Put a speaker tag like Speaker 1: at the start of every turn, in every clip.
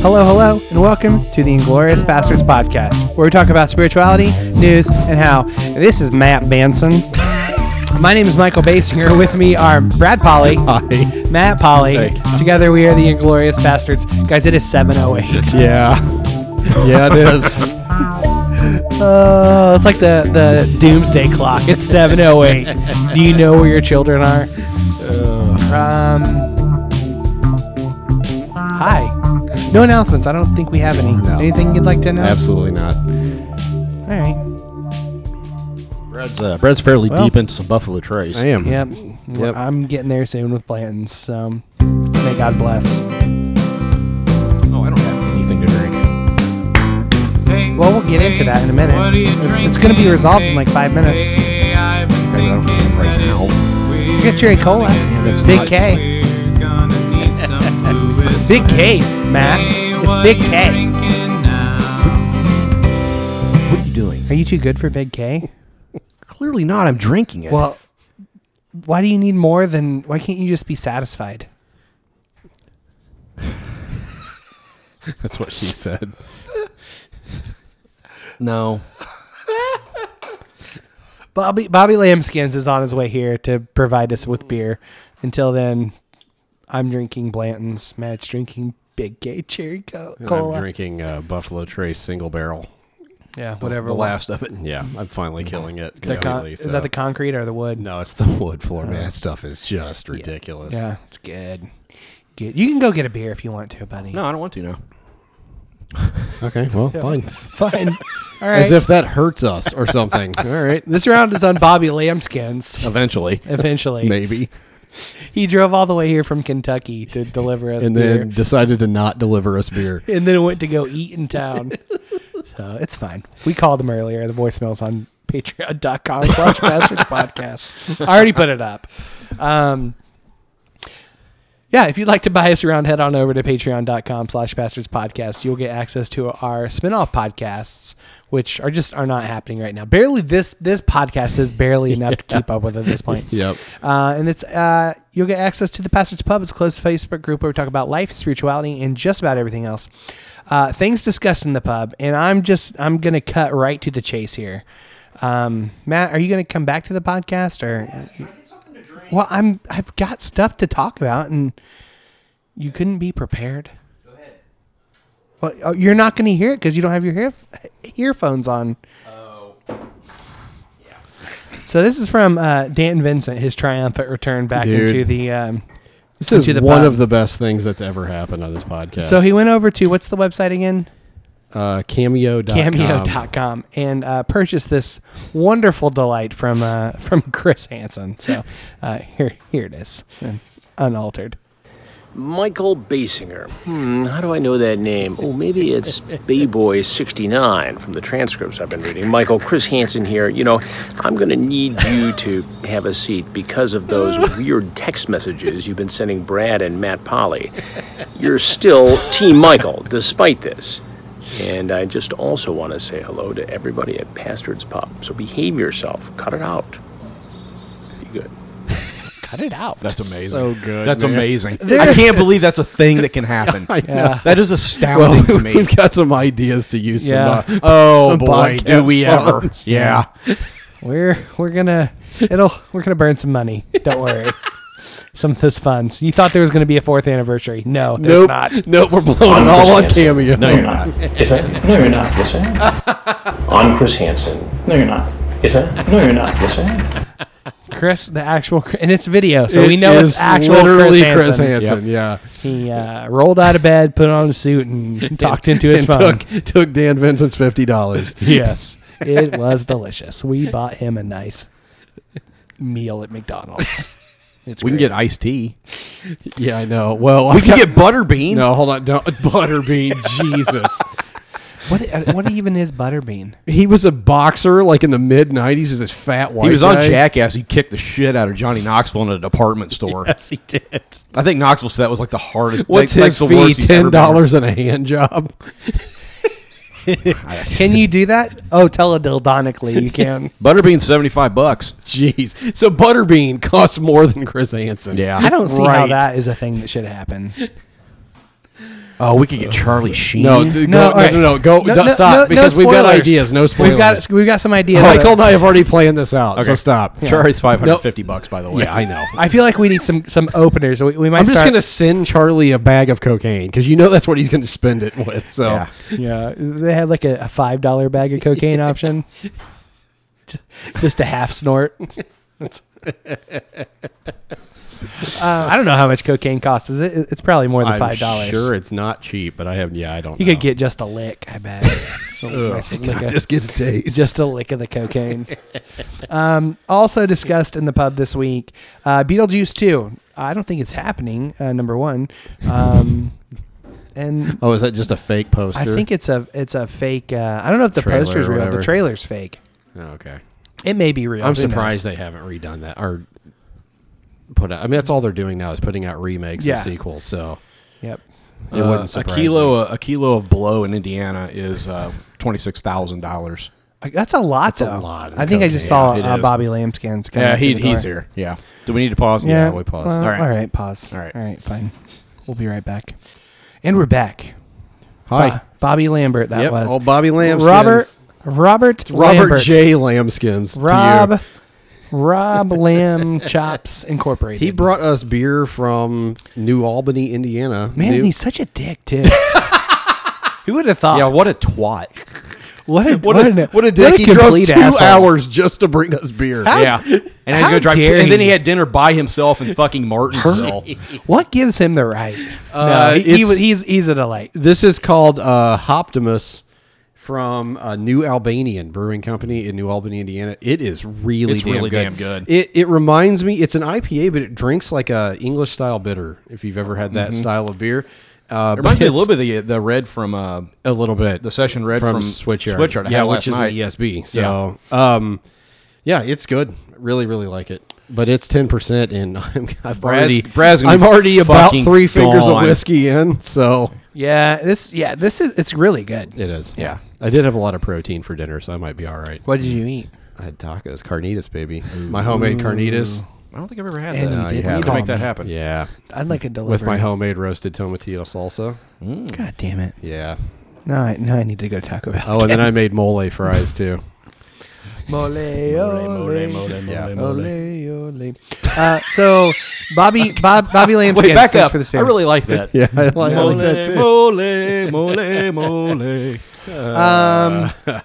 Speaker 1: Hello, hello, and welcome to the Inglorious Bastards podcast, where we talk about spirituality, news, and how. This is Matt Banson. My name is Michael Basinger. With me are Brad Polly,
Speaker 2: Hi.
Speaker 1: Matt Polly.
Speaker 2: Hey.
Speaker 1: Together we are the Inglorious Bastards. Guys, it is 7.08.
Speaker 2: Yeah. Yeah, it is.
Speaker 1: Oh, it's like the, the doomsday clock. It's 7.08. Do you know where your children are? Um, hi. No announcements. I don't think we have any.
Speaker 2: No.
Speaker 1: Anything you'd like to know?
Speaker 2: Absolutely not.
Speaker 1: All right.
Speaker 3: Brad's, uh, Brad's fairly
Speaker 1: Well-
Speaker 3: deep into some Buffalo Trace.
Speaker 2: I am.
Speaker 1: Yep.
Speaker 2: Yep.
Speaker 1: I'm getting there soon with Blanton's. So may God bless.
Speaker 2: Oh, I don't have anything to drink.
Speaker 4: Hey,
Speaker 1: Well, we'll get into that in a minute.
Speaker 4: What are you
Speaker 1: It's-
Speaker 4: drinking?
Speaker 1: it's gonna be resolved in like five minutes.
Speaker 4: Hey, I've been
Speaker 2: I don't
Speaker 4: thinking
Speaker 2: right
Speaker 4: that
Speaker 2: now.
Speaker 4: if
Speaker 1: Get your E. coli.
Speaker 2: that's
Speaker 1: Big
Speaker 2: nice.
Speaker 1: K.
Speaker 4: We're gonna need some fluids.
Speaker 1: Big K, Matt.
Speaker 4: Hey,
Speaker 1: It's
Speaker 4: what
Speaker 1: Big K.
Speaker 4: you drinking now?
Speaker 3: What are you doing?
Speaker 1: Are you too good for Big K?
Speaker 2: Clearly not. I'm drinking it.
Speaker 1: Well, why do you need more than? Why can't you just be satisfied?
Speaker 2: that's what she said.
Speaker 3: No.
Speaker 1: Bobby Bobby Lambskins is on his way here to provide us with beer. Until then, I'm drinking Blanton's. Matt's drinking Big K cherry co-
Speaker 2: And
Speaker 1: cola.
Speaker 2: I'm drinking uh, Buffalo Trace single barrel.
Speaker 1: yeah, whatever.
Speaker 3: The
Speaker 1: one.
Speaker 3: last of it.
Speaker 2: Yeah, I'm finally killing it.
Speaker 1: The con-
Speaker 2: completely,
Speaker 1: Is
Speaker 2: so-
Speaker 1: that the concrete or the wood?
Speaker 2: No, it's the wood floor, man. That stuff is just ridiculous.
Speaker 1: Yeah, it's good. Good. You can go get a beer if you want to, buddy.
Speaker 3: No, I don't want to now.
Speaker 2: Okay, well, fine.
Speaker 1: Fine. All right.
Speaker 2: As if that hurts us or something. All right.
Speaker 1: this round is on Bobby Lambskins.
Speaker 2: Eventually.
Speaker 1: Eventually,
Speaker 2: Maybe.
Speaker 1: he drove all the way here from Kentucky to deliver us
Speaker 2: And
Speaker 1: beer,
Speaker 2: then decided to not deliver us beer.
Speaker 1: and then went to go eat in town. so it's fine. We called him earlier. The voicemail's on patreon.com slash bastards podcast. I already put it up. Um, yeah, if you'd like to buy us around, head on over to patreon.com slash bastards podcast. You'll get access to our spin-off podcasts, which are just are not happening right now. Barely this this podcast is barely enough to keep up with at this point.
Speaker 2: Yep.
Speaker 1: Uh, and it's uh, you'll get access to the Pastor's Pub. It's a closed Facebook group where we talk about life, spirituality, and just about everything else. Uh, things discussed in the pub. And I'm just I'm gonna cut right to the chase here. Um, Matt, are you gonna come back to the podcast or? Well, I'm I've got stuff to talk about, and you couldn't be prepared. Go ahead. Well, oh, you're not going to hear it because you don't have your ear- earphones on. Oh. So this is from uh, Dan Vincent, his triumphant return back
Speaker 2: Dude.
Speaker 1: into the. Um,
Speaker 2: This is
Speaker 1: Into the
Speaker 2: one
Speaker 1: pub.
Speaker 2: of the best things that's ever happened on this podcast.
Speaker 1: So he went over to what's the website again?
Speaker 2: uh, cameo.com.
Speaker 1: Cameo.com and uh, purchased this wonderful delight from uh, from Chris Hansen. So uh, here here it is, unaltered.
Speaker 5: Michael Basinger. Hmm, how do I know that name? Oh, maybe it's Bayboy 69 from the transcripts I've been reading. Michael, Chris Hansen here. You know, I'm going to need you to have a seat because of those weird text messages you've been sending Brad and Matt Polly. You're still Team Michael, despite this. And I just also want to say hello to everybody at Pastards Pub. So behave yourself. Cut it out. Be good.
Speaker 1: Cut it out.
Speaker 2: That's amazing.
Speaker 1: So good.
Speaker 3: That's amazing.
Speaker 1: There-
Speaker 3: I can't believe that's a thing that can happen.
Speaker 1: Yeah.
Speaker 3: That is
Speaker 2: Well,
Speaker 3: astounding to me.
Speaker 2: we've got some ideas to use.
Speaker 1: Yeah.
Speaker 2: Some, uh,
Speaker 3: oh
Speaker 2: some
Speaker 3: boy, do
Speaker 2: podcast
Speaker 3: we ever?
Speaker 2: funds.
Speaker 3: Yeah.
Speaker 1: We're we're gonna it'll we're gonna burn some money. Don't worry. Some of this funds. You thought there was gonna be a fourth anniversary. No, there's
Speaker 2: Nope.
Speaker 1: not.
Speaker 2: Nope. We're blowing it all on cameo.
Speaker 5: No, you're not. Yes, I am. No, you're not. Yes, I am. I'm Chris Hansen. No, you're not. Yes, I am. No, you're not. Yes, I am.
Speaker 1: Chris, the actual Chris- and it's video, so we know
Speaker 2: is
Speaker 1: it's actual
Speaker 2: literally Chris
Speaker 1: Hansen.
Speaker 2: Hansen. Yeah.
Speaker 1: He uh, rolled out of bed, put on a suit, and talked into his
Speaker 2: and
Speaker 1: phone.
Speaker 2: Took, took Dan Vincent's fifty dollars.
Speaker 1: yes, it was delicious. We bought him a nice meal at McDonald's. It's
Speaker 3: We can
Speaker 1: great.
Speaker 3: get iced tea.
Speaker 2: yeah, I know. Well, I
Speaker 3: We
Speaker 2: got-
Speaker 3: can get butterbean.
Speaker 2: no. Hold on. Don't butterbean. Jesus.
Speaker 1: what? uh, What even is butterbean?
Speaker 2: He was a boxer, like in the mid '90s. Is this fat white?
Speaker 3: He was on
Speaker 2: guy.
Speaker 3: Jackass. He kicked the shit out of Johnny Knoxville in a department store.
Speaker 2: Yes, he did.
Speaker 3: I think Knoxville said that was like the hardest.
Speaker 2: What's
Speaker 3: like,
Speaker 2: his
Speaker 3: like the
Speaker 2: fee?
Speaker 3: worst he's ever
Speaker 2: Ten
Speaker 3: been.
Speaker 2: dollars and a hand job.
Speaker 1: Can you do that? Oh, teledildonically, you can.
Speaker 3: Butterbean seventy five bucks.
Speaker 2: Jeez. So Butterbean costs more than Chris Hansen.
Speaker 3: Yeah.
Speaker 1: I don't see how
Speaker 2: Right.
Speaker 1: that is a thing that should happen.
Speaker 3: Oh, we could get Charlie Sheen.
Speaker 2: No, d- go,
Speaker 1: No,
Speaker 2: no,
Speaker 1: all right.
Speaker 2: no, no, go
Speaker 1: No,
Speaker 2: d-
Speaker 1: no,
Speaker 2: stop
Speaker 1: no- no
Speaker 2: because we've got
Speaker 1: spoilers.
Speaker 2: ideas. No spoilers.
Speaker 1: We've got we've got some ideas.
Speaker 2: Michael and I have already planned this out, so
Speaker 3: Okay.
Speaker 2: stop.
Speaker 3: Charlie's five hundred fifty bucks, by the way.
Speaker 2: Yeah, I know.
Speaker 1: I feel like we need some some openers. We, we might.
Speaker 2: I'm just
Speaker 1: start-
Speaker 2: gonna send Charlie a bag of cocaine because you know that's what he's gonna spend it with. So
Speaker 3: Yeah.
Speaker 1: Yeah, they have like a, a five dollar bag of cocaine option. Just a half snort. Uh, I don't know how much cocaine costs. Is it? It's probably more than
Speaker 2: I'm
Speaker 1: five dollars.
Speaker 2: Sure, it's not cheap, but I have. Yeah, I don't.
Speaker 1: You
Speaker 2: know.
Speaker 1: could get just a lick. I bet. Just a lick of-
Speaker 2: just get a taste.
Speaker 1: just a lick of the cocaine. um, also discussed in the pub this week, uh, Beetlejuice Two. I don't think it's happening. Uh, number one, um, and
Speaker 2: Oh, is that just a fake poster?
Speaker 1: I think it's a it's a fake. Uh, I don't know if the
Speaker 2: Trailer
Speaker 1: poster's
Speaker 2: or
Speaker 1: real. The
Speaker 2: whatever.
Speaker 1: trailer's fake.
Speaker 2: Oh, okay.
Speaker 1: It may be real.
Speaker 2: I'm
Speaker 1: Who
Speaker 2: surprised
Speaker 1: knows?
Speaker 2: they haven't redone that or put out. I mean, that's all they're doing now is putting out remakes
Speaker 1: Yeah.
Speaker 2: and sequels. So
Speaker 1: Yep.
Speaker 2: it
Speaker 1: Uh,
Speaker 2: wouldn't
Speaker 3: Uh, a
Speaker 2: surprise
Speaker 3: kilo, a, kilo of blow in Indiana is uh, twenty six thousand dollars.
Speaker 1: Like, Uh, That's a lot,
Speaker 2: a
Speaker 1: though.
Speaker 2: lot of
Speaker 1: I think I just
Speaker 2: cocaine.
Speaker 1: saw
Speaker 3: Yeah, it
Speaker 1: uh,
Speaker 3: is.
Speaker 1: Bobby Lambskin's. coming
Speaker 3: Yeah,
Speaker 1: through
Speaker 3: he,
Speaker 1: the door.
Speaker 3: he's here. Yeah. Do we need to pause?
Speaker 1: Yeah,
Speaker 2: we paused.
Speaker 1: well,
Speaker 3: All right.
Speaker 1: All right, pause.
Speaker 3: All right.
Speaker 1: all right, fine. We'll be right back, and we're back.
Speaker 2: Hi.
Speaker 1: Bo- Bobby Lambert. That
Speaker 2: Yep, Oh,
Speaker 1: was
Speaker 2: old Bobby Lambskins.
Speaker 1: Robert. Robert.
Speaker 2: Robert
Speaker 1: Lambert.
Speaker 2: J. Lambskins. to you.
Speaker 1: Rob. Rob Lamb Chops Incorporated.
Speaker 2: He brought us beer from New Albany, Indiana.
Speaker 1: Man,
Speaker 2: New-
Speaker 1: he's such a dick too. Who would have thought?
Speaker 3: Yeah. What a twat.
Speaker 1: what a
Speaker 2: what,
Speaker 1: an-
Speaker 2: a, what a dick. he drove
Speaker 1: complete
Speaker 2: two
Speaker 1: asshole.
Speaker 2: hours just to bring us beer.
Speaker 3: Yeah. And he's
Speaker 1: how
Speaker 3: gonna drive.
Speaker 1: dare
Speaker 3: and then
Speaker 1: you.
Speaker 3: he had dinner by himself in fucking Martinsville.
Speaker 1: What gives him the right?
Speaker 2: Uh,
Speaker 1: no, he, he
Speaker 2: it's-
Speaker 1: was, he's he's a delight.
Speaker 2: This is called uh, Hoptimus from a New Albanian Brewing Company in New Albany, Indiana. It is really
Speaker 3: It's
Speaker 2: damn
Speaker 3: really
Speaker 2: good.
Speaker 3: damn good.
Speaker 2: It it reminds me. It's an IPA, but it drinks like a English style bitter. If you've ever had that style of beer, uh,
Speaker 3: Mm-hmm. Reminds
Speaker 2: but
Speaker 3: me a little
Speaker 2: it's-
Speaker 3: bit of the the red from uh,
Speaker 2: a little bit
Speaker 3: the session red from,
Speaker 2: Switchyard.
Speaker 3: Switchyard. I
Speaker 2: yeah,
Speaker 3: had
Speaker 2: which
Speaker 3: last
Speaker 2: is
Speaker 3: night.
Speaker 2: an ESB. So, um, yeah, it's good. Really, really like it. But it's ten percent, and I'm I've
Speaker 3: Brad's-
Speaker 2: already
Speaker 3: Brad's gonna
Speaker 2: I'm
Speaker 3: be
Speaker 2: already about
Speaker 3: fucking
Speaker 2: three fingers of
Speaker 3: gone.
Speaker 2: whiskey in. So
Speaker 1: Yeah, this yeah this is it's really good.
Speaker 2: it is.
Speaker 3: Yeah.
Speaker 2: I did have a lot of protein for dinner, so I might be all right.
Speaker 1: What did you eat?
Speaker 2: I had tacos, carnitas, baby. My homemade carnitas.
Speaker 3: I don't think I've ever had
Speaker 1: And
Speaker 3: that.
Speaker 1: you
Speaker 2: No, you
Speaker 1: didn't
Speaker 2: haven't.
Speaker 3: to
Speaker 1: call
Speaker 3: make that
Speaker 1: me.
Speaker 3: happen.
Speaker 2: Yeah,
Speaker 1: I'd like a delivery.
Speaker 2: with my homemade roasted tomatillo salsa.
Speaker 1: God damn it!
Speaker 2: Yeah.
Speaker 1: No, I, now I need to go to Taco Bell.
Speaker 2: Oh, and then I made mole fries too.
Speaker 1: mole,
Speaker 3: Mole,
Speaker 1: ole,
Speaker 3: mole, mole,
Speaker 2: Yeah.
Speaker 3: mole.
Speaker 1: ole, ole. Uh, so, Bobby, Bob, Bobby Lamb's
Speaker 3: Wait, back up.
Speaker 1: for the
Speaker 3: I
Speaker 1: spin.
Speaker 3: really like that.
Speaker 2: Yeah, I like, I like that too.
Speaker 3: Mole, mole, mole. Uh.
Speaker 1: Um,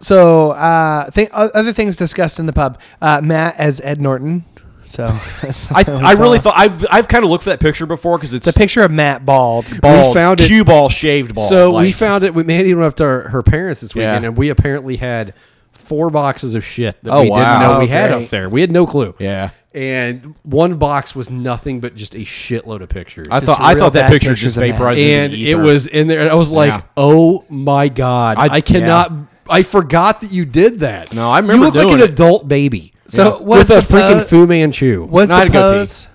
Speaker 1: so, uh, th- other things discussed in the pub. Uh, Matt as Ed Norton. So,
Speaker 3: I, I really thought I've, I've kind of looked for that picture before because it's
Speaker 1: the picture of Matt bald.
Speaker 3: bald,
Speaker 2: We found it-
Speaker 3: cue ball shaved ball.
Speaker 2: So we
Speaker 3: like-
Speaker 2: found it. We Mandy went up to her, her parents this
Speaker 3: Yeah.
Speaker 2: weekend, and we apparently had four boxes of shit that
Speaker 3: Oh,
Speaker 2: we
Speaker 3: wow.
Speaker 2: didn't know we
Speaker 1: Oh,
Speaker 2: had
Speaker 1: great.
Speaker 2: up there. We had no clue.
Speaker 3: Yeah.
Speaker 2: And one box was nothing but just a shitload of pictures.
Speaker 3: I
Speaker 1: Just
Speaker 3: thought I
Speaker 1: real
Speaker 3: thought
Speaker 1: bad
Speaker 3: that picture
Speaker 1: pictures
Speaker 3: just
Speaker 1: of that.
Speaker 3: vaporized into
Speaker 2: and
Speaker 3: the
Speaker 2: it
Speaker 3: ether.
Speaker 2: was in there, and I was like,
Speaker 3: Yeah.
Speaker 2: "Oh my god, I,
Speaker 3: I-
Speaker 2: cannot! I forgot that you did that."
Speaker 3: No, I
Speaker 2: You
Speaker 3: remember
Speaker 2: look like
Speaker 3: doing
Speaker 2: an
Speaker 3: it.
Speaker 2: adult baby.
Speaker 1: So was
Speaker 2: with a
Speaker 3: uh,
Speaker 1: the
Speaker 2: freaking
Speaker 1: po-
Speaker 2: Fu Manchu.
Speaker 1: Was
Speaker 3: Not
Speaker 1: the
Speaker 3: a goatee.
Speaker 1: pose?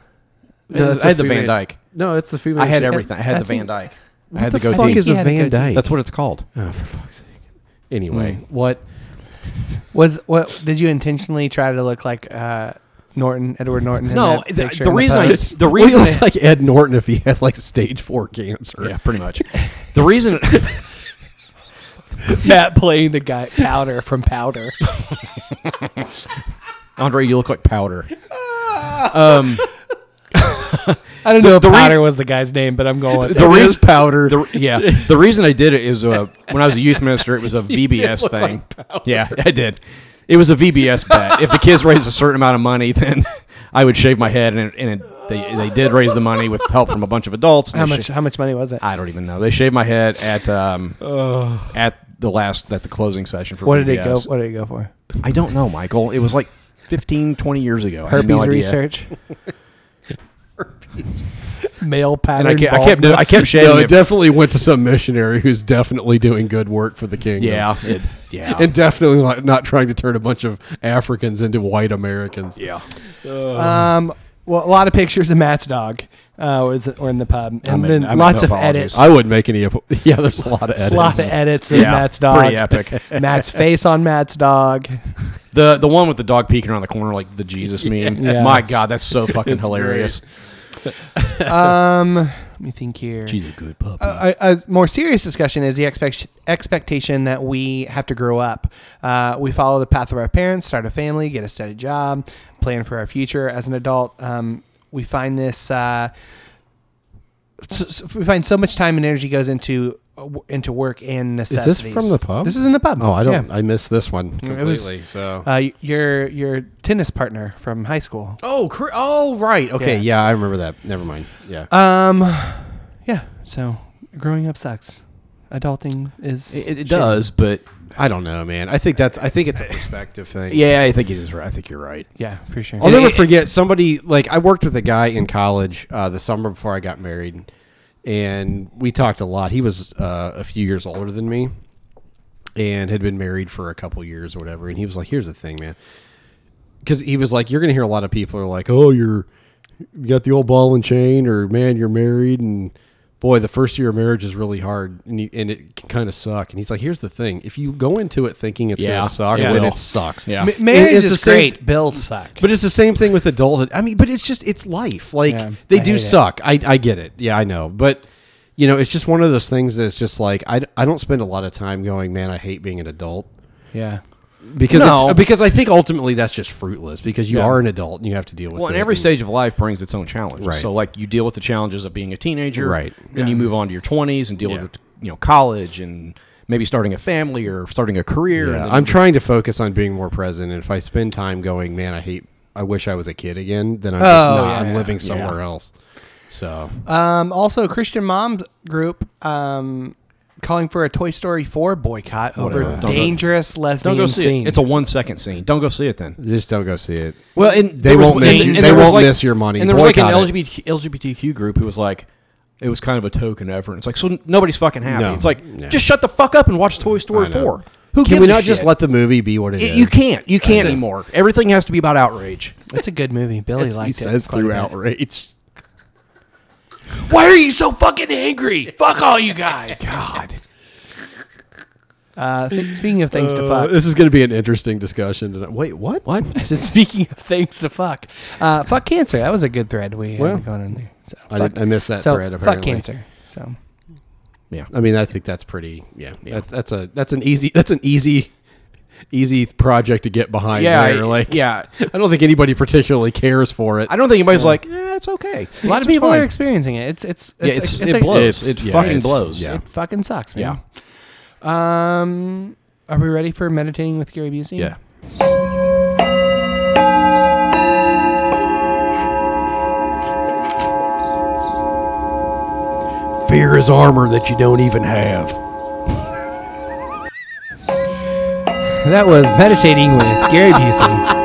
Speaker 2: No, that's
Speaker 3: I
Speaker 2: a
Speaker 3: had the
Speaker 2: Fu
Speaker 3: Van
Speaker 2: Man-
Speaker 3: Dyke.
Speaker 2: No, it's the Fu
Speaker 3: I
Speaker 2: Manchu.
Speaker 3: had everything. I had
Speaker 1: I
Speaker 3: the Van
Speaker 1: think-
Speaker 3: Dyke. I
Speaker 1: What
Speaker 3: had
Speaker 1: the
Speaker 3: the
Speaker 1: fuck
Speaker 3: goatee.
Speaker 1: is a He had a Van goatee. Dyke? Hmm.
Speaker 3: That's what it's called.
Speaker 2: Oh, for fuck's sake. Anyway, what?
Speaker 1: Was what? Did you intentionally try to look like uh, Norton, Edward Norton? in
Speaker 3: No,
Speaker 1: that
Speaker 3: the-
Speaker 1: picture
Speaker 3: the
Speaker 1: in
Speaker 3: reason I-
Speaker 1: pose?
Speaker 3: the reason
Speaker 2: Well, he looks
Speaker 3: I-
Speaker 2: like Ed Norton if he had like stage four cancer.
Speaker 3: Yeah, pretty much. The reason
Speaker 1: Matt playing the guy Powder from Powder.
Speaker 3: Andre, you look like powder. Um,
Speaker 1: I don't know if
Speaker 3: the re-
Speaker 1: Powder was the guy's name, but I'm going. With
Speaker 3: the
Speaker 1: it.
Speaker 3: re-
Speaker 2: It is powder.
Speaker 3: The, yeah, the reason I did it is uh, when I was a youth minister, it was a VBS thing. yeah, I did. It was a VBS bet. if the kids raised a certain amount of money, then I would shave my head, and, it, and it, they they did raise the money with help from a bunch of adults. and
Speaker 1: how
Speaker 3: they
Speaker 1: much?
Speaker 3: sha-
Speaker 1: How much money was it?
Speaker 3: I don't even know. They shaved my head at um at the last at the closing session for
Speaker 1: what did it go?
Speaker 3: VBS.
Speaker 1: What did it go for?
Speaker 3: I don't know, Michael. It was like 15, 20 years ago. I had
Speaker 1: Herpes
Speaker 3: no idea.
Speaker 1: research. Male
Speaker 3: And
Speaker 1: pattern.
Speaker 3: I kept I kept, I
Speaker 1: baldness.
Speaker 3: kept shaving.
Speaker 2: no, it
Speaker 3: it.
Speaker 2: definitely went to some missionary who's definitely doing good work for the kingdom.
Speaker 3: yeah, it, yeah,
Speaker 2: And definitely not, not trying to turn a bunch of Africans into white Americans.
Speaker 3: yeah.
Speaker 1: Um, well, a lot of pictures of Matt's dog uh, was or in the pub, and
Speaker 3: mean-
Speaker 1: then
Speaker 3: I mean,
Speaker 1: lots
Speaker 3: no
Speaker 1: of
Speaker 3: apologies.
Speaker 1: edits.
Speaker 2: I wouldn't make any. apo- Yeah, there's a lot of
Speaker 1: a
Speaker 2: edits.
Speaker 1: lot of edits of
Speaker 3: Yeah,
Speaker 1: Matt's dog.
Speaker 3: pretty epic.
Speaker 1: Matt's face on Matt's dog.
Speaker 3: The the one with the dog peeking around the corner like the Jesus meme.
Speaker 1: Yeah.
Speaker 3: My God, that's so fucking hilarious.
Speaker 1: Um, Let me think here.
Speaker 2: a good puppy.
Speaker 1: a, a more serious discussion is the expect- expectation that we have to grow up. Uh, we follow the path of our parents, start a family, get a steady job, plan for our future as an adult. Um, we find this. Uh, s- s- we find so much time and energy goes into into work and
Speaker 2: is
Speaker 1: necessities.
Speaker 2: this from the pub?
Speaker 1: This is in the pub.
Speaker 2: Oh, I don't.
Speaker 1: Yeah.
Speaker 2: I missed this one
Speaker 1: It was-
Speaker 2: completely. so.
Speaker 1: Uh, y- your your tennis partner from high school.
Speaker 2: oh, cr- oh, right. Okay,
Speaker 1: Yeah.
Speaker 2: yeah. Uh, I remember that. Never mind. Yeah.
Speaker 1: Um, yeah. So growing up sucks. Adulting is
Speaker 3: It,
Speaker 1: shitty.
Speaker 3: it does, but
Speaker 2: I don't know, man. I think that's. I think it's a perspective thing.
Speaker 3: yeah, I think it is. right. I think you're right.
Speaker 1: Yeah, for sure.
Speaker 2: I'll never forget somebody like I worked with a guy in college uh, the summer before I got married, and we talked a lot. He was uh, a few years older than me, and had been married for a couple years or whatever. And he was like, "Here's the thing, man," because he was like, "You're gonna hear a lot of people are like, oh, you're you got the old ball and chain, or man, you're married, and boy, the first year of marriage is really hard, and you, and it can kind of suck." And he's like, "Here's the thing: if you go into it thinking it's
Speaker 3: Yeah.
Speaker 2: gonna suck,
Speaker 3: Yeah.
Speaker 2: then
Speaker 3: Will.
Speaker 2: it sucks.
Speaker 3: Yeah.
Speaker 1: Ma-
Speaker 3: It-
Speaker 1: marriage
Speaker 2: it's
Speaker 1: is
Speaker 2: the same-
Speaker 1: great. Bills suck.
Speaker 2: But it's the same thing with adulthood. I mean, but it's just it's life. Like
Speaker 1: Yeah,
Speaker 2: they
Speaker 1: I
Speaker 2: do
Speaker 1: hate it.
Speaker 2: suck. I I get it. Yeah, I know. But you know, it's just one of those things that's just like I, I don't spend a lot of time going, man, I hate being an adult
Speaker 1: yeah.
Speaker 2: because it's-
Speaker 3: No.
Speaker 2: because I think ultimately that's just fruitless because you are an adult and you have to deal with
Speaker 3: Well,
Speaker 2: it.
Speaker 3: and every
Speaker 2: And-
Speaker 3: stage of life brings its own challenges.
Speaker 2: Right.
Speaker 3: So, like, you deal with the challenges of being a teenager,
Speaker 2: Right.
Speaker 3: Then you move on to your twenties and deal
Speaker 2: Yeah.
Speaker 3: with you know college and maybe starting a family or starting a career.
Speaker 2: Yeah,
Speaker 3: and then-
Speaker 2: I'm trying to focus on being more present. And if I spend time going, man, I hate, I wish I was a kid again, then I'm just
Speaker 1: Oh,
Speaker 2: not.
Speaker 1: yeah,
Speaker 2: I'm
Speaker 1: yeah.
Speaker 2: living somewhere else. So
Speaker 1: Um, also, Christian Moms Group um, calling for a Toy Story 4 boycott over
Speaker 3: Whatever. Don't go-
Speaker 1: dangerous lesbian
Speaker 3: don't go see
Speaker 1: scene.
Speaker 3: it. It's a one second scene. Don't go see it then.
Speaker 2: just don't go see it.
Speaker 3: Well, and
Speaker 2: They
Speaker 3: there
Speaker 2: won't
Speaker 1: miss you- they
Speaker 3: there was
Speaker 2: won't miss your money.
Speaker 3: And there was like an
Speaker 2: Boycott it.
Speaker 3: LGBT, LGBTQ group who was like, it was kind of a token effort. It's like, so n- nobody's fucking happy.
Speaker 2: No.
Speaker 3: It's like,
Speaker 2: No.
Speaker 3: just shut the fuck up and watch Toy Story
Speaker 2: I know.
Speaker 3: Four. Who
Speaker 2: Can we
Speaker 3: gives a
Speaker 2: not just
Speaker 3: shit?
Speaker 2: let the movie be what it
Speaker 3: It-
Speaker 2: is?
Speaker 3: you can't. You can't anymore. Everything has to be about outrage.
Speaker 1: It's a good movie. Billy
Speaker 2: he
Speaker 1: liked it.
Speaker 2: says
Speaker 1: quite a
Speaker 2: through
Speaker 1: bit.
Speaker 2: outrage.
Speaker 3: Why are you so fucking angry? Fuck all you guys. God.
Speaker 1: Uh, th- speaking of things to fuck.
Speaker 2: this is going to be an interesting discussion. Tonight. Wait, what? What?
Speaker 1: I said, speaking of things to fuck, uh, fuck cancer. That was a good thread we
Speaker 2: Well,
Speaker 1: had going on there. So,
Speaker 2: I
Speaker 1: fuck-
Speaker 2: did- I missed that
Speaker 1: so,
Speaker 2: thread,
Speaker 1: Fuck
Speaker 2: apparently.
Speaker 1: cancer. So
Speaker 3: Yeah.
Speaker 2: I mean, I think that's pretty. Yeah, That, that's a that's an easy that's an easy easy project to get behind.
Speaker 3: Yeah.
Speaker 2: there.
Speaker 3: I-
Speaker 2: like
Speaker 3: yeah.
Speaker 2: I don't think anybody particularly cares for it.
Speaker 3: I don't think anybody's like, eh, it's okay.
Speaker 1: a lot of
Speaker 3: It's
Speaker 1: people
Speaker 3: fine.
Speaker 1: are experiencing it. It's it's
Speaker 3: Yeah,
Speaker 1: it's,
Speaker 3: it's-
Speaker 1: it's
Speaker 3: it
Speaker 1: a-
Speaker 3: blows. it fucking blows.
Speaker 2: Yeah,
Speaker 1: It fucking sucks, man. Um, are we ready for meditating with Gary Busey?
Speaker 2: yeah. Fear is armor that you don't even have.
Speaker 1: That was meditating with Gary Busey.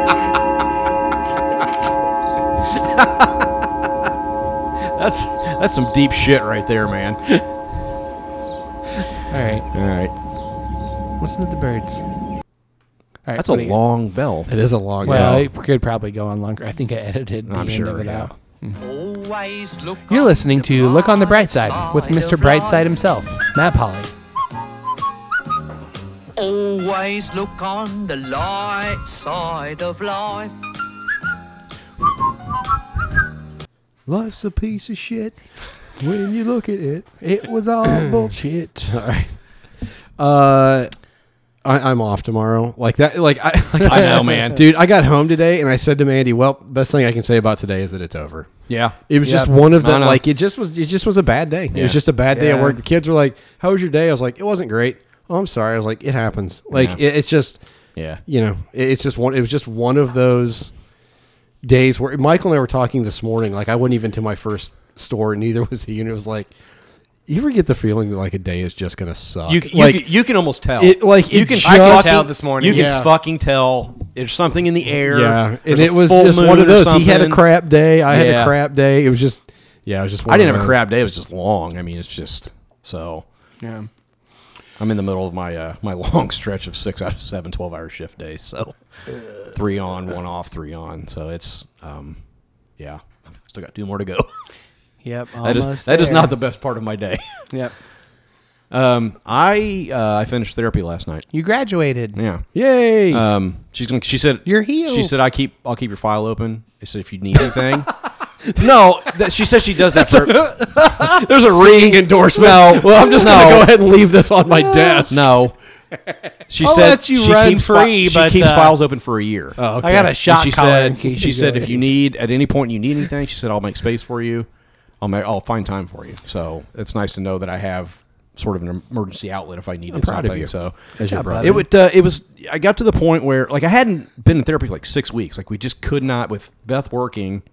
Speaker 3: That's that's some deep shit right there, man.
Speaker 1: All right,
Speaker 3: All right.
Speaker 1: listen to the birds. All right,
Speaker 3: That's a
Speaker 1: what do you-
Speaker 3: long bell.
Speaker 2: It is a long.
Speaker 1: Well,
Speaker 2: day.
Speaker 1: it could probably go on longer. I think I edited the
Speaker 3: I'm
Speaker 1: end of
Speaker 3: sure,
Speaker 1: it
Speaker 3: yeah.
Speaker 1: out.
Speaker 6: Always look
Speaker 1: You're
Speaker 6: on
Speaker 1: listening
Speaker 6: the
Speaker 1: to Look on the Bright
Speaker 6: Bright
Speaker 1: Side with Mr.
Speaker 6: of
Speaker 1: Brightside
Speaker 6: life.
Speaker 1: himself, Matt Polly.
Speaker 6: Always look on the light side of life.
Speaker 2: Life's a piece of shit when you look at it. It was all bullshit. All right. Uh, I, I'm off tomorrow. Like that. Like I. Like
Speaker 3: I know, Oh, man.
Speaker 2: Dude, I got home today and I said to Mandy, "Well, best thing I can say about today is that it's over."
Speaker 3: Yeah.
Speaker 2: It was just
Speaker 1: Yep.
Speaker 2: one of
Speaker 3: I
Speaker 2: the
Speaker 3: know.
Speaker 2: like. It just was. It just was a bad day. It
Speaker 3: Yeah.
Speaker 2: was just a bad day
Speaker 1: Yeah.
Speaker 2: at work. The kids were like, "How was your day?" I was like, "It wasn't great." Oh, I'm sorry. I was like, "It happens." Like
Speaker 3: Yeah.
Speaker 2: it, it's just
Speaker 3: Yeah.
Speaker 2: you know, it- it's just one. It was just one of those days where Michael and I were talking this morning. Like I wasn't even to my first store, and neither was he. And it was like, you ever get the feeling that like a day is just gonna suck?
Speaker 3: You, you,
Speaker 2: like
Speaker 3: can, you can almost tell.
Speaker 2: it- like, it
Speaker 1: I can
Speaker 2: just-
Speaker 1: tell this morning.
Speaker 3: You can
Speaker 2: Yeah.
Speaker 3: fucking tell. There's something in the air.
Speaker 2: yeah, and
Speaker 3: There's a
Speaker 2: it was
Speaker 3: full
Speaker 2: just
Speaker 3: moon
Speaker 2: one of
Speaker 3: or
Speaker 2: those. He had a
Speaker 3: something.
Speaker 2: crap day. I had
Speaker 3: Yeah.
Speaker 2: a crap day. It was just yeah. It was just. One
Speaker 3: I
Speaker 2: of
Speaker 3: didn't have a
Speaker 2: those.
Speaker 3: crap day. It was just long. I mean, it's just so.
Speaker 1: Yeah.
Speaker 3: I'm in the middle of my uh, my long stretch of six out of seven 12 hour shift days. So three on, one off, three on. So it's um, yeah. I've Still got two more to go.
Speaker 1: Yep.
Speaker 3: That is
Speaker 1: almost
Speaker 3: that is
Speaker 1: there.
Speaker 3: not the best part of my day.
Speaker 1: Yep.
Speaker 3: Um, I uh, I finished therapy last night.
Speaker 1: You graduated.
Speaker 3: Yeah.
Speaker 2: Yay!
Speaker 3: Uh, Um, she's gonna. She said
Speaker 1: You're healed.
Speaker 3: She said I keep. I'll keep your file open. I said if you need anything. No, that, she says she does that for.
Speaker 2: There's a ringing endorsement. No, well, I'm just
Speaker 3: No.
Speaker 2: gonna go ahead and leave this on my desk.
Speaker 3: No. She
Speaker 1: I'll
Speaker 3: said
Speaker 1: let you
Speaker 3: she
Speaker 1: run
Speaker 3: keeps fi-
Speaker 1: free,
Speaker 3: she
Speaker 1: but,
Speaker 3: keeps
Speaker 1: uh,
Speaker 3: files open for a year. Oh,
Speaker 1: I got a shock
Speaker 3: she
Speaker 1: collar. in
Speaker 3: said
Speaker 1: case
Speaker 3: she said
Speaker 1: go
Speaker 3: if you need at any point you need anything, she said I'll make space for you. I'll make, I'll find time for you. So it's nice to know that I have sort of an emergency outlet if I needed
Speaker 2: proud of
Speaker 3: something.
Speaker 2: you.
Speaker 3: So
Speaker 2: As your brother.
Speaker 3: it would uh, it was I got to the point where like I hadn't been in therapy for like six weeks. Like we just could not with Beth working.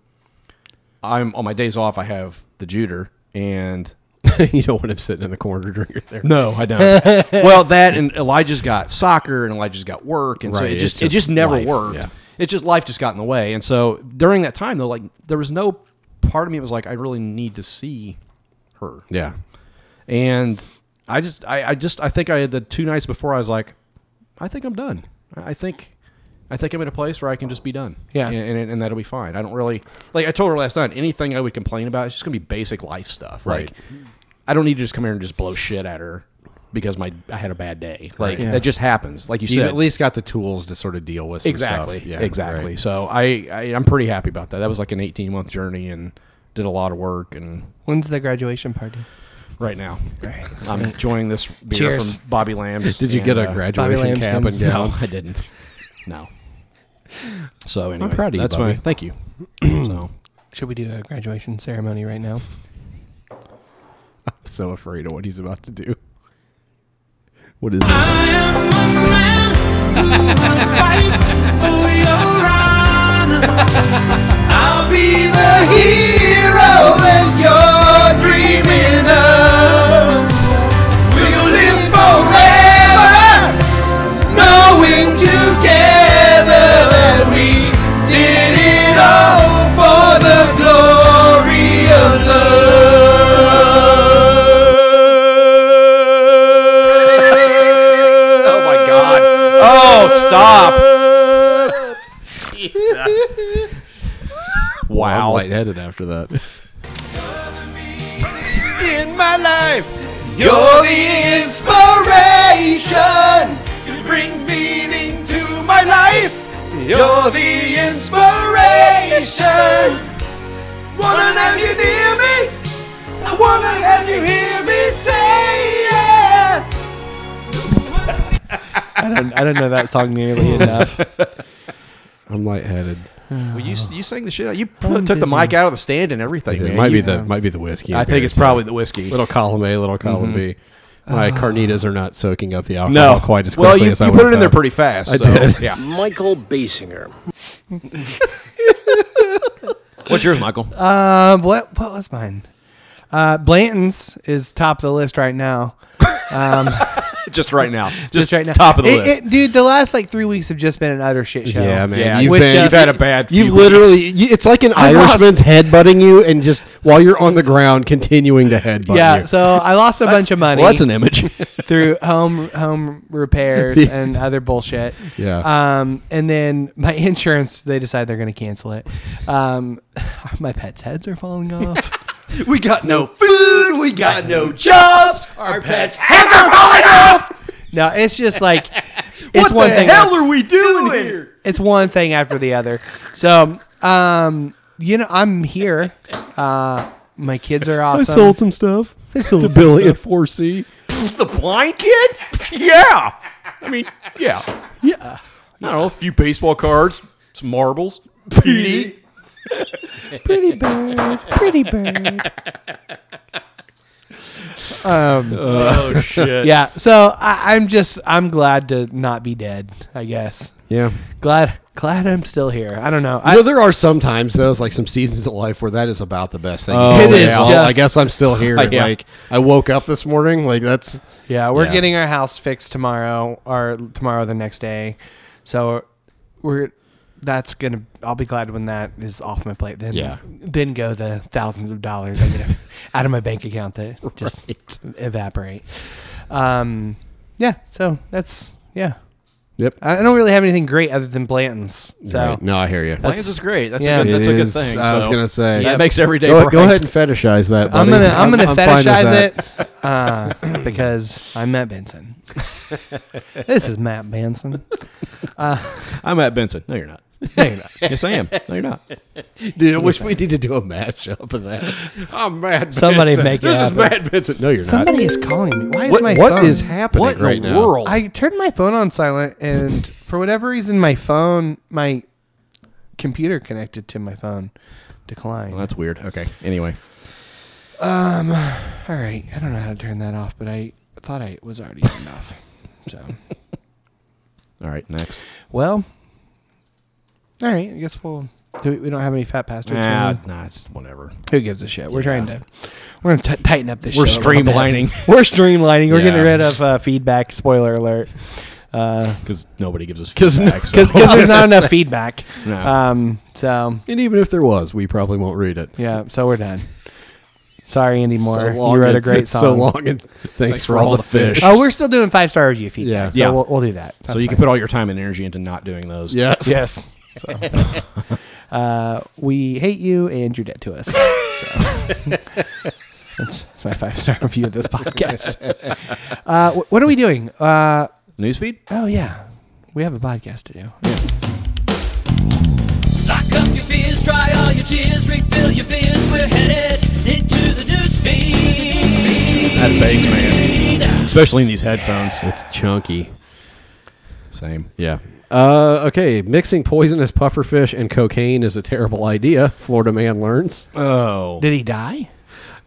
Speaker 3: I'm on my days off. I have the Juder and
Speaker 2: you don't want him sitting in the corner during your therapy.
Speaker 3: no, I don't. well, that and Elijah's got soccer and Elijah's got work, and so
Speaker 2: Right,
Speaker 3: it
Speaker 2: it's
Speaker 3: just, it
Speaker 2: just
Speaker 3: just never
Speaker 2: life,
Speaker 3: worked.
Speaker 2: yeah.
Speaker 3: It just life just got in the way, and so during that time though, like there was no part of me was like I really need to see her,
Speaker 2: Yeah.
Speaker 3: and I just I, I just I think I had the two nights before I was like I think I'm done. I I think. I think I'm in a place where I can just be done.
Speaker 1: Yeah.
Speaker 3: And, and, and that'll be fine. I don't really, like I told her last night, anything I would complain about, it's just going to be basic life stuff.
Speaker 2: Right.
Speaker 3: Like, I don't need to just come here and just blow shit at her because my I had a bad day. Like
Speaker 1: Yeah.
Speaker 3: that just happens. Like you
Speaker 2: You
Speaker 3: said,
Speaker 2: at least got the tools to sort of deal with some
Speaker 3: exactly,
Speaker 2: stuff. Yeah,
Speaker 3: exactly.
Speaker 2: right.
Speaker 3: So I, I I'm pretty happy about that. That was like an 18 month journey and did a lot of work. And
Speaker 1: When's the graduation party?
Speaker 3: right now, I'm enjoying this beer
Speaker 1: Cheers.
Speaker 3: from Bobby Lamb's.
Speaker 2: Did you
Speaker 3: and,
Speaker 2: get a
Speaker 3: uh,
Speaker 2: graduation
Speaker 1: Lamb's
Speaker 2: cap and
Speaker 1: comes-
Speaker 2: gown?
Speaker 3: No, I didn't. No. So anyway,
Speaker 2: proud of you,
Speaker 3: That's
Speaker 2: Bobby.
Speaker 3: my thank you. so
Speaker 1: Should we do a graduation ceremony right now?
Speaker 2: I'm so afraid of what he's about to do. What is it?
Speaker 3: Oh my god. Oh, stop. Jesus.
Speaker 2: I'm
Speaker 3: Wow.
Speaker 2: lightheaded after that.
Speaker 1: In my life.
Speaker 3: You're the inspiration. You bring meaning to my life. You're the inspiration. Wanna have you near me. I wanna have you hear me say yeah.
Speaker 1: I don't, I don't know that song nearly enough.
Speaker 2: I'm lightheaded.
Speaker 3: Well, you you sang the shit out. You
Speaker 1: I'm
Speaker 3: took the
Speaker 1: busy.
Speaker 3: mic out of the stand and everything.
Speaker 2: It
Speaker 3: man.
Speaker 2: might
Speaker 3: You-
Speaker 2: be the might be the whiskey.
Speaker 3: I think
Speaker 2: impaired,
Speaker 3: it's
Speaker 2: too.
Speaker 3: probably the whiskey.
Speaker 2: little column A, little column B. My carnitas are not soaking up the alcohol
Speaker 3: no,
Speaker 2: quite as quickly
Speaker 3: well, you,
Speaker 2: as I
Speaker 3: you
Speaker 2: would
Speaker 3: put it in there
Speaker 2: have done.
Speaker 3: pretty fast.
Speaker 2: I
Speaker 3: so,
Speaker 2: did.
Speaker 3: Yeah.
Speaker 5: Michael Basinger.
Speaker 3: What's yours, Michael?
Speaker 2: Uh,
Speaker 1: um, what what was mine? Uh, Blanton's is top of the list right now.
Speaker 3: just right now. Just,
Speaker 1: Just right now,
Speaker 3: Top of the
Speaker 1: It-
Speaker 3: list.
Speaker 1: it- dude. The last like three weeks have just been an utter shit show.
Speaker 2: Yeah, man.
Speaker 3: Yeah,
Speaker 2: You've,
Speaker 1: which,
Speaker 2: been,
Speaker 1: uh,
Speaker 2: you've had a
Speaker 3: bad.
Speaker 2: You've
Speaker 3: few
Speaker 2: literally,
Speaker 3: weeks.
Speaker 2: you, it's like an
Speaker 1: I lost-
Speaker 2: Irishman's head butting you, and just while you're on the ground, continuing to headbutt
Speaker 1: Yeah,
Speaker 2: you.
Speaker 1: so I lost a bunch of money
Speaker 2: Well, that's an image.
Speaker 1: through home home repairs and other bullshit.
Speaker 2: Yeah.
Speaker 1: Um, and then my insurance, they decide they're going to cancel it. Um, my pets' heads are falling off.
Speaker 3: We got no food. We got no jobs. Our pets heads are falling off.
Speaker 1: No, it's just like it's one thing.
Speaker 3: are we doing here?
Speaker 1: it's one thing after the other. So, um, you know, I'm here. Uh, my kids are awesome.
Speaker 2: some stuff to Billy at 4C.
Speaker 3: The blind kid? Yeah. I mean, yeah. Yeah. I don't know. A few baseball cards, some marbles, PD.
Speaker 1: pretty bird, pretty bird.
Speaker 3: Oh shit.
Speaker 1: Yeah. So I, I'm just I'm glad to not be dead. I guess.
Speaker 2: Yeah.
Speaker 1: Glad glad I'm still here. I don't know.
Speaker 2: I,
Speaker 1: I,
Speaker 2: know there are some times though, it's like some seasons of life where that is about the best thing.
Speaker 3: Oh,
Speaker 2: It
Speaker 3: It
Speaker 2: is.
Speaker 3: is
Speaker 2: I
Speaker 1: just-
Speaker 2: guess I'm still here.
Speaker 3: Yeah.
Speaker 2: Like I woke up this morning. Like that's
Speaker 1: yeah, we're
Speaker 2: Yeah.
Speaker 1: getting our house fixed tomorrow or tomorrow the next day. So we're that's gonna I'll be glad when that is off my plate. Then
Speaker 2: Yeah.
Speaker 1: then go the thousands of dollars I get out of my bank account that just evaporate. Um yeah, so that's yeah.
Speaker 2: yep.
Speaker 1: I I don't really have anything great other than Blanton's. So
Speaker 2: Right. No, I hear you.
Speaker 3: Lions is great. That's
Speaker 1: Yeah.
Speaker 3: a good, that's
Speaker 2: It
Speaker 3: a good
Speaker 2: is-
Speaker 3: thing.
Speaker 2: I was
Speaker 3: so.
Speaker 2: gonna say
Speaker 3: That makes every day.
Speaker 2: Go, go
Speaker 3: bright.
Speaker 2: ahead and fetishize that.
Speaker 1: I'm
Speaker 2: buddy.
Speaker 1: gonna I'm, gonna
Speaker 2: fine with
Speaker 1: fetishize
Speaker 2: that.
Speaker 1: it uh, because I'm Matt Benson. this is Matt Benson.
Speaker 3: I'm at Benson. No, you're not. yes, I am. No, you're not.
Speaker 2: Dude, I wish we need to do a mashup of that. I'm mad.
Speaker 1: Somebody
Speaker 2: Benson.
Speaker 1: make it
Speaker 2: This is
Speaker 1: happen.
Speaker 2: Mad Benson. No, you're
Speaker 1: Somebody is calling me. Why
Speaker 2: not.
Speaker 1: is
Speaker 2: What,
Speaker 1: my
Speaker 2: what
Speaker 1: phone?
Speaker 2: is happening
Speaker 3: What in
Speaker 2: right
Speaker 3: the
Speaker 2: now?
Speaker 3: world?
Speaker 1: I turned my phone on silent, and for whatever reason, my phone, my computer connected to my phone, declined.
Speaker 3: Well, that's weird. Okay. Anyway,
Speaker 1: All right, I don't know how to turn that off, but I thought I was already turned off. So,
Speaker 3: all right. Next.
Speaker 1: well, all right. I guess we'll. Do we, we don't have any fat bastards.
Speaker 3: Nah,
Speaker 1: tonight.
Speaker 3: Ah, nah, it's whatever.
Speaker 1: Who gives a shit? We're trying to. We're gonna t- tighten up this.
Speaker 3: We're
Speaker 1: show a little bit.
Speaker 3: streamlining.
Speaker 1: We're streamlining. We're
Speaker 3: Yeah.
Speaker 1: getting rid of uh, feedback. Spoiler alert. Uh,
Speaker 3: Because nobody gives us feedback. so-
Speaker 1: because there's not enough feedback.
Speaker 3: No.
Speaker 1: Um. So
Speaker 2: And even if there was, we probably won't read it.
Speaker 1: yeah. So we're done. Sorry, Andy Moore.
Speaker 2: So long
Speaker 1: you wrote a
Speaker 2: and-
Speaker 1: great song.
Speaker 2: So long and thanks, for, all the fish.
Speaker 1: Oh, we're still doing five star review feedback.
Speaker 2: Yeah.
Speaker 1: So
Speaker 3: Yeah.
Speaker 1: We'll, we'll do that.
Speaker 3: so you can put all your time and energy into not doing those.
Speaker 2: Yes.
Speaker 1: Yes. So, uh, we hate you and you're dead to us. So. that's, that's my five star review of this podcast. Uh, wh- what are we doing? Uh,
Speaker 3: Newsfeed?
Speaker 1: oh, yeah. We have a podcast to do.
Speaker 7: Lock up your fears, dry all your tears, refill your beers. We're headed into the news feed.
Speaker 3: That bass, man. Especially in these headphones. It's
Speaker 2: It's chunky.
Speaker 3: same.
Speaker 2: Yeah. Uh, okay. Mixing poisonous pufferfish and cocaine is a terrible idea. Florida man learns.
Speaker 3: Oh.
Speaker 1: Did he die?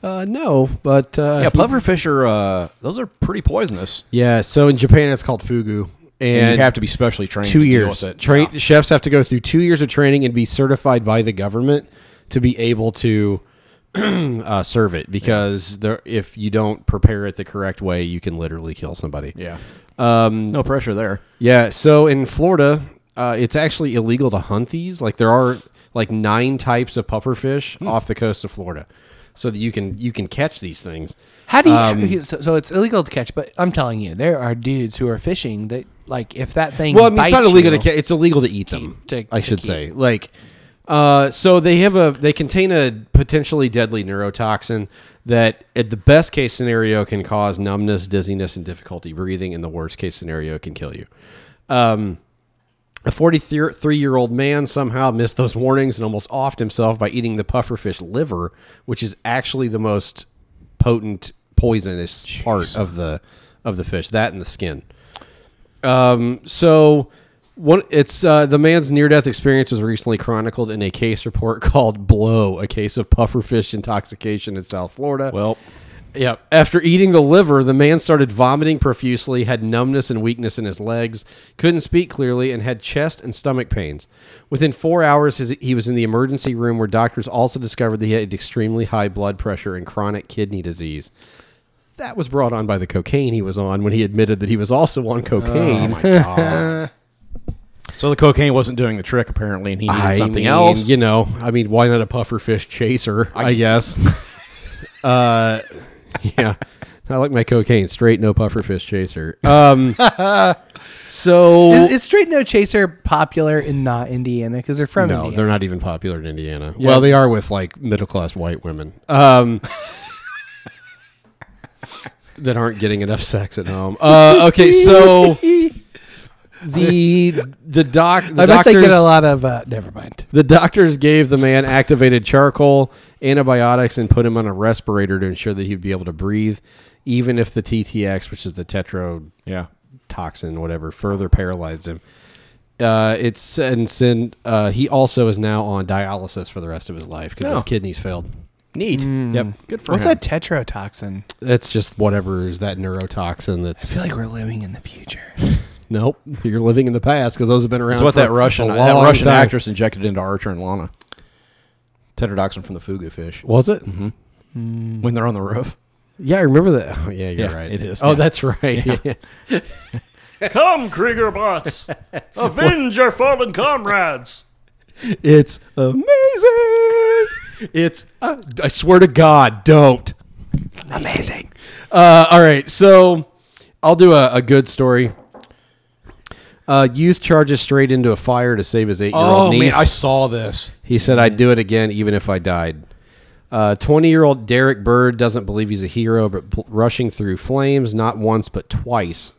Speaker 2: Uh, no, but uh,
Speaker 3: Yeah,
Speaker 2: he-
Speaker 3: pufferfish are, uh, those are pretty poisonous.
Speaker 2: yeah. So in Japan, it's called fugu,
Speaker 3: And,
Speaker 2: and
Speaker 3: you have to be specially trained.
Speaker 2: two
Speaker 3: to deal
Speaker 2: years.
Speaker 3: with it.
Speaker 2: Tra-
Speaker 3: Yeah.
Speaker 2: Chefs have to go through two years of training and be certified by the government to be able to uh, serve it. Because there, if you don't prepare it the correct way, you can literally kill somebody.
Speaker 3: Yeah. Um, no pressure there.
Speaker 2: Yeah. So in Florida, uh, it's actually illegal to hunt these. Like there are like nine types of pufferfish
Speaker 3: Hmm.
Speaker 2: off the coast of Florida, so that you can you can catch these things.
Speaker 1: How do you?
Speaker 2: Um,
Speaker 1: so, so it's illegal to catch, but I'm telling you, there are dudes who are fishing that, like, if that thing.
Speaker 2: Well, I mean,
Speaker 1: bites
Speaker 2: it's not illegal
Speaker 1: you-
Speaker 2: to ca- it's illegal to eat them.
Speaker 1: to-
Speaker 2: I
Speaker 1: to
Speaker 2: should
Speaker 1: keep.
Speaker 2: say, like, uh, so they have a they contain a potentially deadly neurotoxin that, at the best case scenario, can cause numbness, dizziness, and difficulty breathing. In the worst case scenario, it can kill you. Um, a 43 year old man somehow missed those warnings and almost offed himself by eating the pufferfish liver, which is actually the most potent poisonous part of the of the fish. That and the skin. Um, so one, it's uh, the man's near death experience was recently chronicled in a case report called "Blow: A Case of Pufferfish Intoxication in South Florida."
Speaker 3: Well,
Speaker 2: Yep. After eating the liver, the man started vomiting profusely, had numbness and weakness in his legs, couldn't speak clearly, and had chest and stomach pains. Within four hours, his, he was in the emergency room where doctors also discovered that he had extremely high blood pressure and chronic kidney disease. That was brought on by the cocaine he was on when he admitted that he was also on cocaine.
Speaker 3: so the cocaine wasn't doing the trick, apparently, and he needed
Speaker 2: I
Speaker 3: something
Speaker 2: mean,
Speaker 3: else.
Speaker 2: You know, I mean, why not a pufferfish chaser? I, guess. uh, yeah, I like my cocaine straight, no pufferfish chaser. Um, so
Speaker 1: Is, is straight no chaser popular in not Indiana because they're from
Speaker 2: no,
Speaker 1: Indiana?
Speaker 2: they're not even popular in Indiana. Well, they are with like middle class white women. Um, that aren't getting enough sex at home. Uh, okay, so the the doc the
Speaker 1: I bet they
Speaker 2: doctors
Speaker 1: get a lot of. Uh, never mind.
Speaker 2: The doctors gave the man activated charcoal, antibiotics, and put him on a respirator to ensure that he'd be able to breathe, even if the TTX, which is the tetrotoxin,
Speaker 3: yeah.
Speaker 2: whatever, further paralyzed him. Uh, it's and sin. Uh, he also is now on dialysis for the rest of his life because
Speaker 3: Oh.
Speaker 2: his kidneys failed.
Speaker 3: Neat.
Speaker 2: Yep,
Speaker 3: Good for
Speaker 1: What's
Speaker 3: him.
Speaker 1: that tetrotoxin?
Speaker 2: that's just whatever is that neurotoxin. That's
Speaker 1: I feel like we're living in the future.
Speaker 2: nope. You're living in the past because those have been around.
Speaker 3: That's what
Speaker 2: for
Speaker 3: that
Speaker 2: a
Speaker 3: Russian that
Speaker 2: long
Speaker 3: Russian
Speaker 2: time.
Speaker 3: actress injected into Archer and Lana. Tetrodotoxin from the fugu fish.
Speaker 2: was it.
Speaker 3: Mm-hmm. When they're on the roof.
Speaker 2: Yeah, I remember that. Oh, yeah, you're
Speaker 3: Yeah,
Speaker 2: right.
Speaker 3: it is,
Speaker 2: Oh,
Speaker 3: yeah.
Speaker 2: that's right. Yeah.
Speaker 8: Come, Krieger bots! Avenge your fallen comrades!
Speaker 2: It's amazing. It's uh, I swear to God, don't. Amazing. Uh, all right, so I'll do a, a good story. Uh, youth charges straight into a fire to save his eight-year-old niece.
Speaker 3: saw this.
Speaker 2: He said, "I'd do it again, even if I died." Twenty-year-old Derek Bird doesn't believe he's a hero, but pl- rushing through flames not once but twice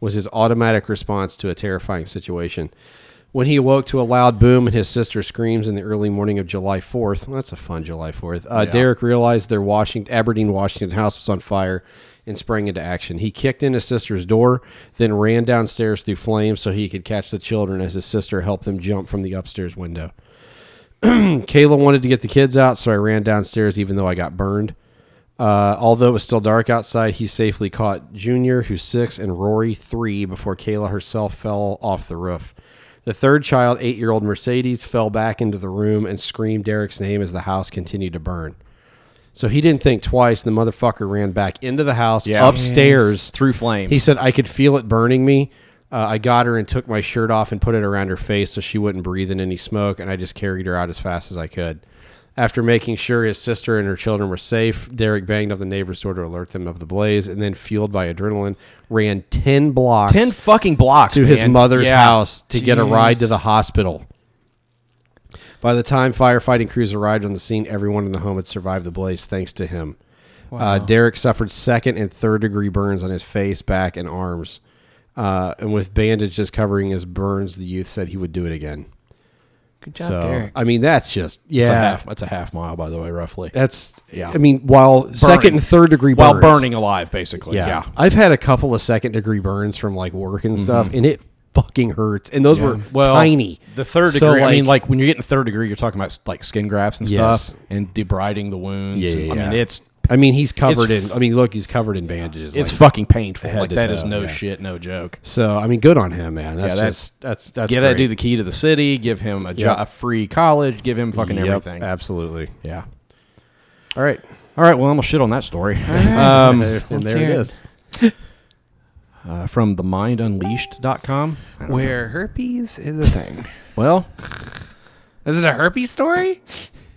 Speaker 2: was his automatic response to a terrifying situation. When he awoke to a loud boom and his sister screams in the early morning of July 4th, well, that's a fun July 4th, uh, Derek realized their Washington, Aberdeen, Washington house was on fire and sprang into action. He kicked in his sister's door, then ran downstairs through flames so he could catch the children as his sister helped them jump from the upstairs window. Kayla wanted to get the kids out, so I ran downstairs even though I got burned. Uh, although it was still dark outside, he safely caught Junior, who's six, and Rory, three, before Kayla herself fell off the roof. The third child, eight year old Mercedes, fell back into the room and screamed Derek's name as the house continued to burn. So he didn't think twice. The motherfucker ran back into the house
Speaker 3: Yeah.
Speaker 2: upstairs
Speaker 3: Through flames.
Speaker 2: He said, I could feel it burning me. Uh, I got her and took my shirt off and put it around her face so she wouldn't breathe in any smoke, and I just carried her out as fast as I could. After making sure his sister and her children were safe, Derek banged on the neighbor's door to alert them of the blaze, and then, fueled by adrenaline, ran 10 blocks
Speaker 3: Ten fucking blocks
Speaker 2: to his
Speaker 3: man.
Speaker 2: mother's
Speaker 3: Yeah.
Speaker 2: house to get a ride
Speaker 3: Jeez.
Speaker 2: to the hospital. By the time firefighting crews arrived on the scene, everyone in the home had survived the blaze thanks to him. Uh, Derek suffered second and third degree burns on his face, back, and arms. Uh, and with bandages covering his burns, the youth said he would do it again.
Speaker 1: Good job,
Speaker 2: so,
Speaker 1: Derek.
Speaker 2: I mean, that's just, yeah.
Speaker 3: It's a half. That's a half mile, by the way, roughly.
Speaker 2: That's,
Speaker 3: Yeah.
Speaker 2: yeah. I mean, while second and third degree burns.
Speaker 3: while burning alive, basically. Yeah.
Speaker 2: Yeah. Mm-hmm. I've had a couple of second degree burns from like work and stuff, and it fucking hurts. And those were tiny.
Speaker 3: The third
Speaker 2: So,
Speaker 3: degree. I mean, like when you're getting third degree, you're talking about like skin grafts and
Speaker 2: Yes.
Speaker 3: stuff, and debriding the wounds.
Speaker 2: Yeah, yeah,
Speaker 3: I mean,
Speaker 2: yeah.
Speaker 3: it's
Speaker 2: I mean, he's covered
Speaker 3: It's-
Speaker 2: in. I mean, look, he's covered in bandages.
Speaker 3: it's
Speaker 2: like-
Speaker 3: fucking painful.
Speaker 2: head
Speaker 3: Like
Speaker 2: to
Speaker 3: that is
Speaker 2: toe,
Speaker 3: no
Speaker 2: yeah.
Speaker 3: shit, no joke.
Speaker 2: So I mean, good on him, man. That's
Speaker 3: Yeah, that's-
Speaker 2: just that's that's
Speaker 3: give that
Speaker 2: great.
Speaker 3: dude the key to the city. Give him a, jo-
Speaker 2: Yep.
Speaker 3: a free college. Give him fucking
Speaker 2: Yep,
Speaker 3: everything.
Speaker 2: Absolutely.
Speaker 3: Yeah.
Speaker 2: All right.
Speaker 3: All right. Well, I'm gonna shit on that story.
Speaker 2: Um, and there
Speaker 1: hear
Speaker 2: it
Speaker 1: it.
Speaker 2: is.
Speaker 3: uh, from themindunleashed.com.
Speaker 1: Where herpes is a thing.
Speaker 3: Well,
Speaker 1: is it a herpes story?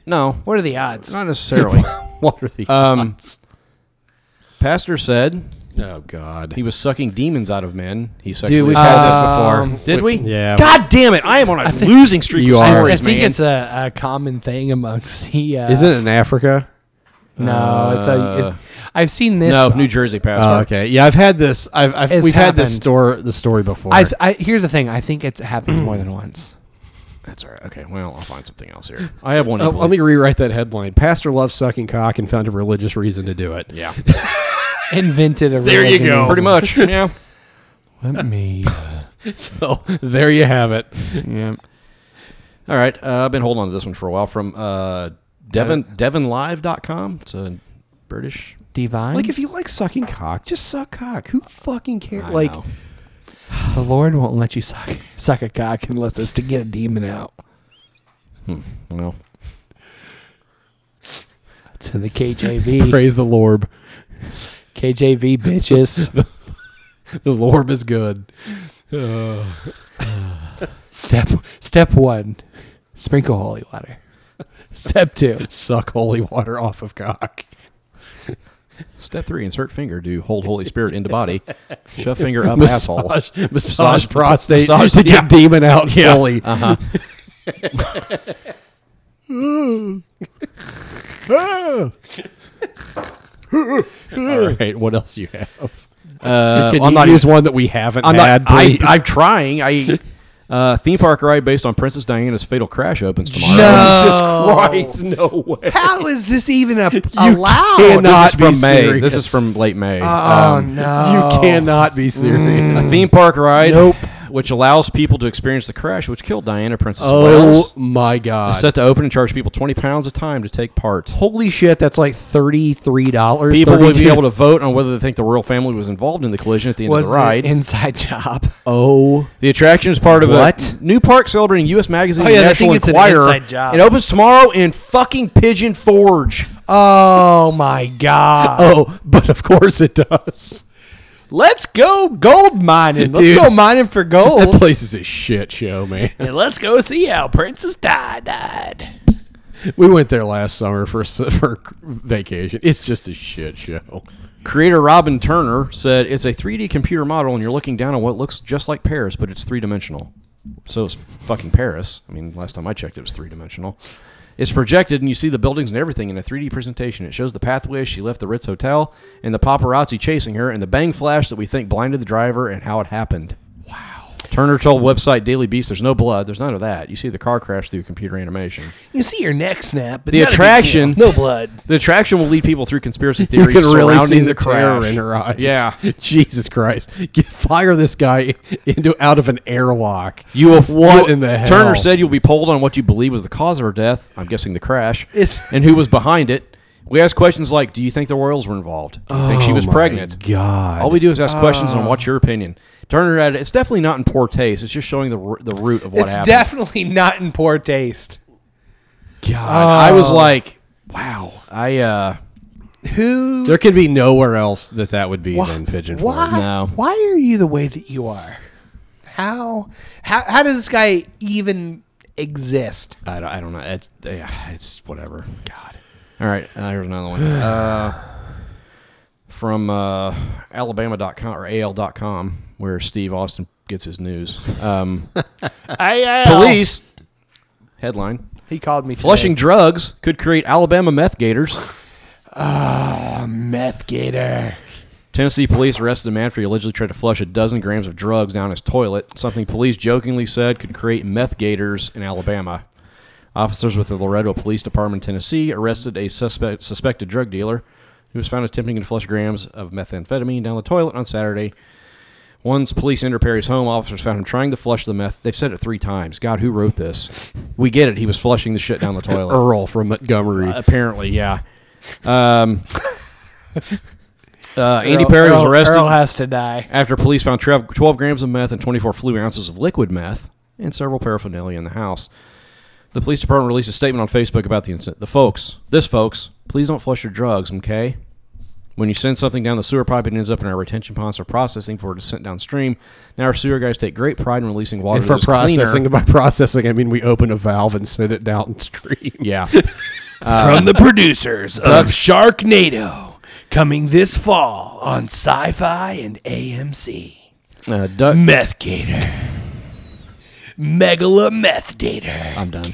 Speaker 3: no,
Speaker 1: What are the odds?
Speaker 3: not necessarily.
Speaker 2: What are the?
Speaker 3: um, pastor said
Speaker 2: oh God.
Speaker 3: he was sucking demons out of men. He sexually
Speaker 2: Dude, we've
Speaker 3: assaulted-
Speaker 2: had
Speaker 1: Um,
Speaker 2: this before.
Speaker 3: Did we?
Speaker 2: Yeah.
Speaker 3: God damn it! I am on a losing streak.
Speaker 2: You
Speaker 3: with
Speaker 2: are.
Speaker 1: I
Speaker 3: Stories,
Speaker 1: think
Speaker 3: man.
Speaker 1: it's a, a common thing amongst the. Uh,
Speaker 2: Is it in Africa?
Speaker 1: No, it's a.
Speaker 3: Uh,
Speaker 1: It, I've seen this.
Speaker 3: no New Jersey pastor.
Speaker 2: Oh, okay. Yeah, I've had this. I've, I've
Speaker 1: It's
Speaker 2: we've had this
Speaker 1: happened.
Speaker 2: store the story before.
Speaker 1: I, I here's the thing. I think it happens more than once.
Speaker 3: That's all right. Okay. Well, I'll find something else here. I have one.
Speaker 2: Oh,
Speaker 3: equally-
Speaker 2: let me rewrite that headline. Pastor loves sucking cock and found a religious reason to do it.
Speaker 3: Yeah.
Speaker 1: Invented a.
Speaker 3: there you
Speaker 1: religion
Speaker 3: go.
Speaker 1: is-
Speaker 3: Pretty much. Yeah.
Speaker 1: Let me.
Speaker 2: So there you have it.
Speaker 1: yeah.
Speaker 3: All right. Uh, I've been holding on to this one for a while from uh, Devon DevonLive.com. It's a British.
Speaker 1: Divine.
Speaker 2: Like if you like sucking cock, just suck cock. Who fucking cares?
Speaker 3: I
Speaker 2: like
Speaker 3: know.
Speaker 1: the Lord won't let you suck suck a cock unless it's to get a demon out.
Speaker 3: Well,
Speaker 1: To the KJV.
Speaker 2: praise the Lord.
Speaker 1: KJV bitches.
Speaker 2: The Lord is good.
Speaker 1: step step one. Sprinkle holy water. Step two.
Speaker 2: Suck holy water off of cock.
Speaker 3: step three: insert finger to hold Holy Spirit into body. Shove finger up asshole.
Speaker 2: Massage, massage prostate
Speaker 3: massage-
Speaker 2: to get demon out fully.
Speaker 3: Uh huh.
Speaker 2: All right, what else you have?
Speaker 3: Uh,
Speaker 2: Can
Speaker 3: I'm
Speaker 2: you
Speaker 3: not
Speaker 2: use
Speaker 3: even-
Speaker 2: one that we haven't
Speaker 3: I'm
Speaker 2: had?
Speaker 3: not. I,
Speaker 2: please?
Speaker 3: I'm trying. I. Uh, theme park ride based on Princess Diana's fatal crash opens tomorrow.
Speaker 2: Jesus Christ, no way.
Speaker 1: How is this even a, allowed?
Speaker 2: cannot
Speaker 3: Oh, this is from
Speaker 2: be
Speaker 3: May.
Speaker 2: serious.
Speaker 3: This is from late May.
Speaker 1: Oh
Speaker 3: Um,
Speaker 1: no!
Speaker 2: You cannot be serious.
Speaker 3: a theme park ride,
Speaker 2: Nope.
Speaker 3: which allows people to experience the crash, which killed Diana, Princess of
Speaker 2: Oh
Speaker 3: Wales.
Speaker 2: my god.
Speaker 3: It's set to open and charge people twenty pounds a time to take part.
Speaker 2: Holy shit, that's like thirty-three dollars.
Speaker 3: People will be able to vote on whether they think the royal family was involved in the collision at the end
Speaker 1: Was it
Speaker 3: of the ride.
Speaker 1: inside job?
Speaker 2: Oh,
Speaker 3: the attraction is part of
Speaker 2: What?
Speaker 3: a new park celebrating U.S. Magazine
Speaker 1: Oh, yeah,
Speaker 3: and
Speaker 1: I
Speaker 3: National
Speaker 1: think it's an
Speaker 3: Enquirer.
Speaker 1: inside job.
Speaker 3: It opens tomorrow in fucking Pigeon Forge.
Speaker 1: Oh my god!
Speaker 2: oh, but of course it does.
Speaker 1: Let's go gold mining. Let's
Speaker 2: Dude.
Speaker 1: go mining for
Speaker 2: That
Speaker 1: gold.
Speaker 2: place is a shit show, man.
Speaker 1: and let's go see how Princess Di died.
Speaker 2: We went there last summer for s- for vacation. It's just a shit show.
Speaker 3: Creator Robin Turner said, "It's a 3D computer model, and you're looking down on what looks just like Paris, but it's three dimensional. So it's fucking Paris. I mean, last time I checked, it was three dimensional. It's projected, and you see the buildings and everything in a 3D presentation. It shows the pathway she left the Ritz Hotel, and the paparazzi chasing her, and the bang flash that we think blinded the driver, and how it happened. Turner told website Daily Beast, "There's no blood. There's none of that. You see the car crash through computer animation.
Speaker 1: You see your neck snap, but
Speaker 3: The
Speaker 1: not a big
Speaker 3: attraction-
Speaker 1: deal. no blood.
Speaker 3: The attraction will lead people through conspiracy theories
Speaker 2: you can really
Speaker 3: surrounding
Speaker 2: see
Speaker 3: the,
Speaker 2: the, terror
Speaker 3: crash."
Speaker 2: in her eyes.
Speaker 3: Yeah,
Speaker 2: Jesus Christ! Get, fire this guy into out of an airlock.
Speaker 3: you will.
Speaker 2: What
Speaker 3: you-
Speaker 2: in the hell?
Speaker 3: Turner said you'll be polled on what you believe was the cause of her death. I'm guessing the crash
Speaker 1: It's-
Speaker 3: and who was behind it. We asked questions like, "Do you think the Royals were involved? Do you think she was pregnant?
Speaker 2: Oh God. Oh.
Speaker 3: All we do is ask questions on what's your opinion." Turner added, "It's definitely not in poor taste. It's just showing the r- the root of what
Speaker 1: it's
Speaker 3: happened."
Speaker 1: definitely not in poor taste.
Speaker 2: Uh,
Speaker 3: God, I was
Speaker 2: Oh.
Speaker 3: like, "Wow, I uh."
Speaker 1: Who?
Speaker 2: there could be nowhere else that that would be than Pigeon Forge.
Speaker 1: Why?
Speaker 3: No.
Speaker 1: Why are you the way that you are? How? How? How does this guy even exist?
Speaker 3: I don't, I don't know. It's, yeah, it's whatever. God. All right. Uh, here's another one. Uh, from uh, alabama.com or al.com, where Steve Austin gets his news. Um, police headline
Speaker 1: He called me
Speaker 3: Flushing
Speaker 1: today.
Speaker 3: drugs could create Alabama meth gators.
Speaker 1: meth gator.
Speaker 3: Tennessee police arrested a man after he allegedly tried to flush a dozen grams of drugs down his toilet, something police jokingly said could create meth gators in Alabama. Officers with the Laredo Police Department, Tennessee, arrested a suspect, suspected drug dealer who was found attempting to flush grams of methamphetamine down the toilet on Saturday. Once police entered Perry's home, officers found him trying to flush the meth. They've said it three times. God, who wrote this? We get it. He was flushing the shit down the toilet.
Speaker 2: Earl from Montgomery.
Speaker 3: Apparently, yeah. Um, uh, Andy Perry was
Speaker 1: Earl-
Speaker 3: arrested
Speaker 1: Earl has to die.
Speaker 3: after police found 12 12 grams of meth and 24 flu ounces of liquid meth and several paraphernalia in the house. The police department released a statement on Facebook about the incident. The folks, this folks, please don't flush your drugs, okay? When you send something down the sewer pipe, it ends up in our retention ponds for processing for it is sent downstream. Now our sewer guys take great pride in releasing water
Speaker 2: and for
Speaker 3: that is cleaner-
Speaker 2: processing, by processing, I mean we open a valve and send it downstream.
Speaker 3: Yeah.
Speaker 1: From the producers of Sharknado, coming this fall on Sci-Fi and AMC.
Speaker 3: Uh, duck,
Speaker 1: Meth gator. Megalometh gator.
Speaker 3: I'm done.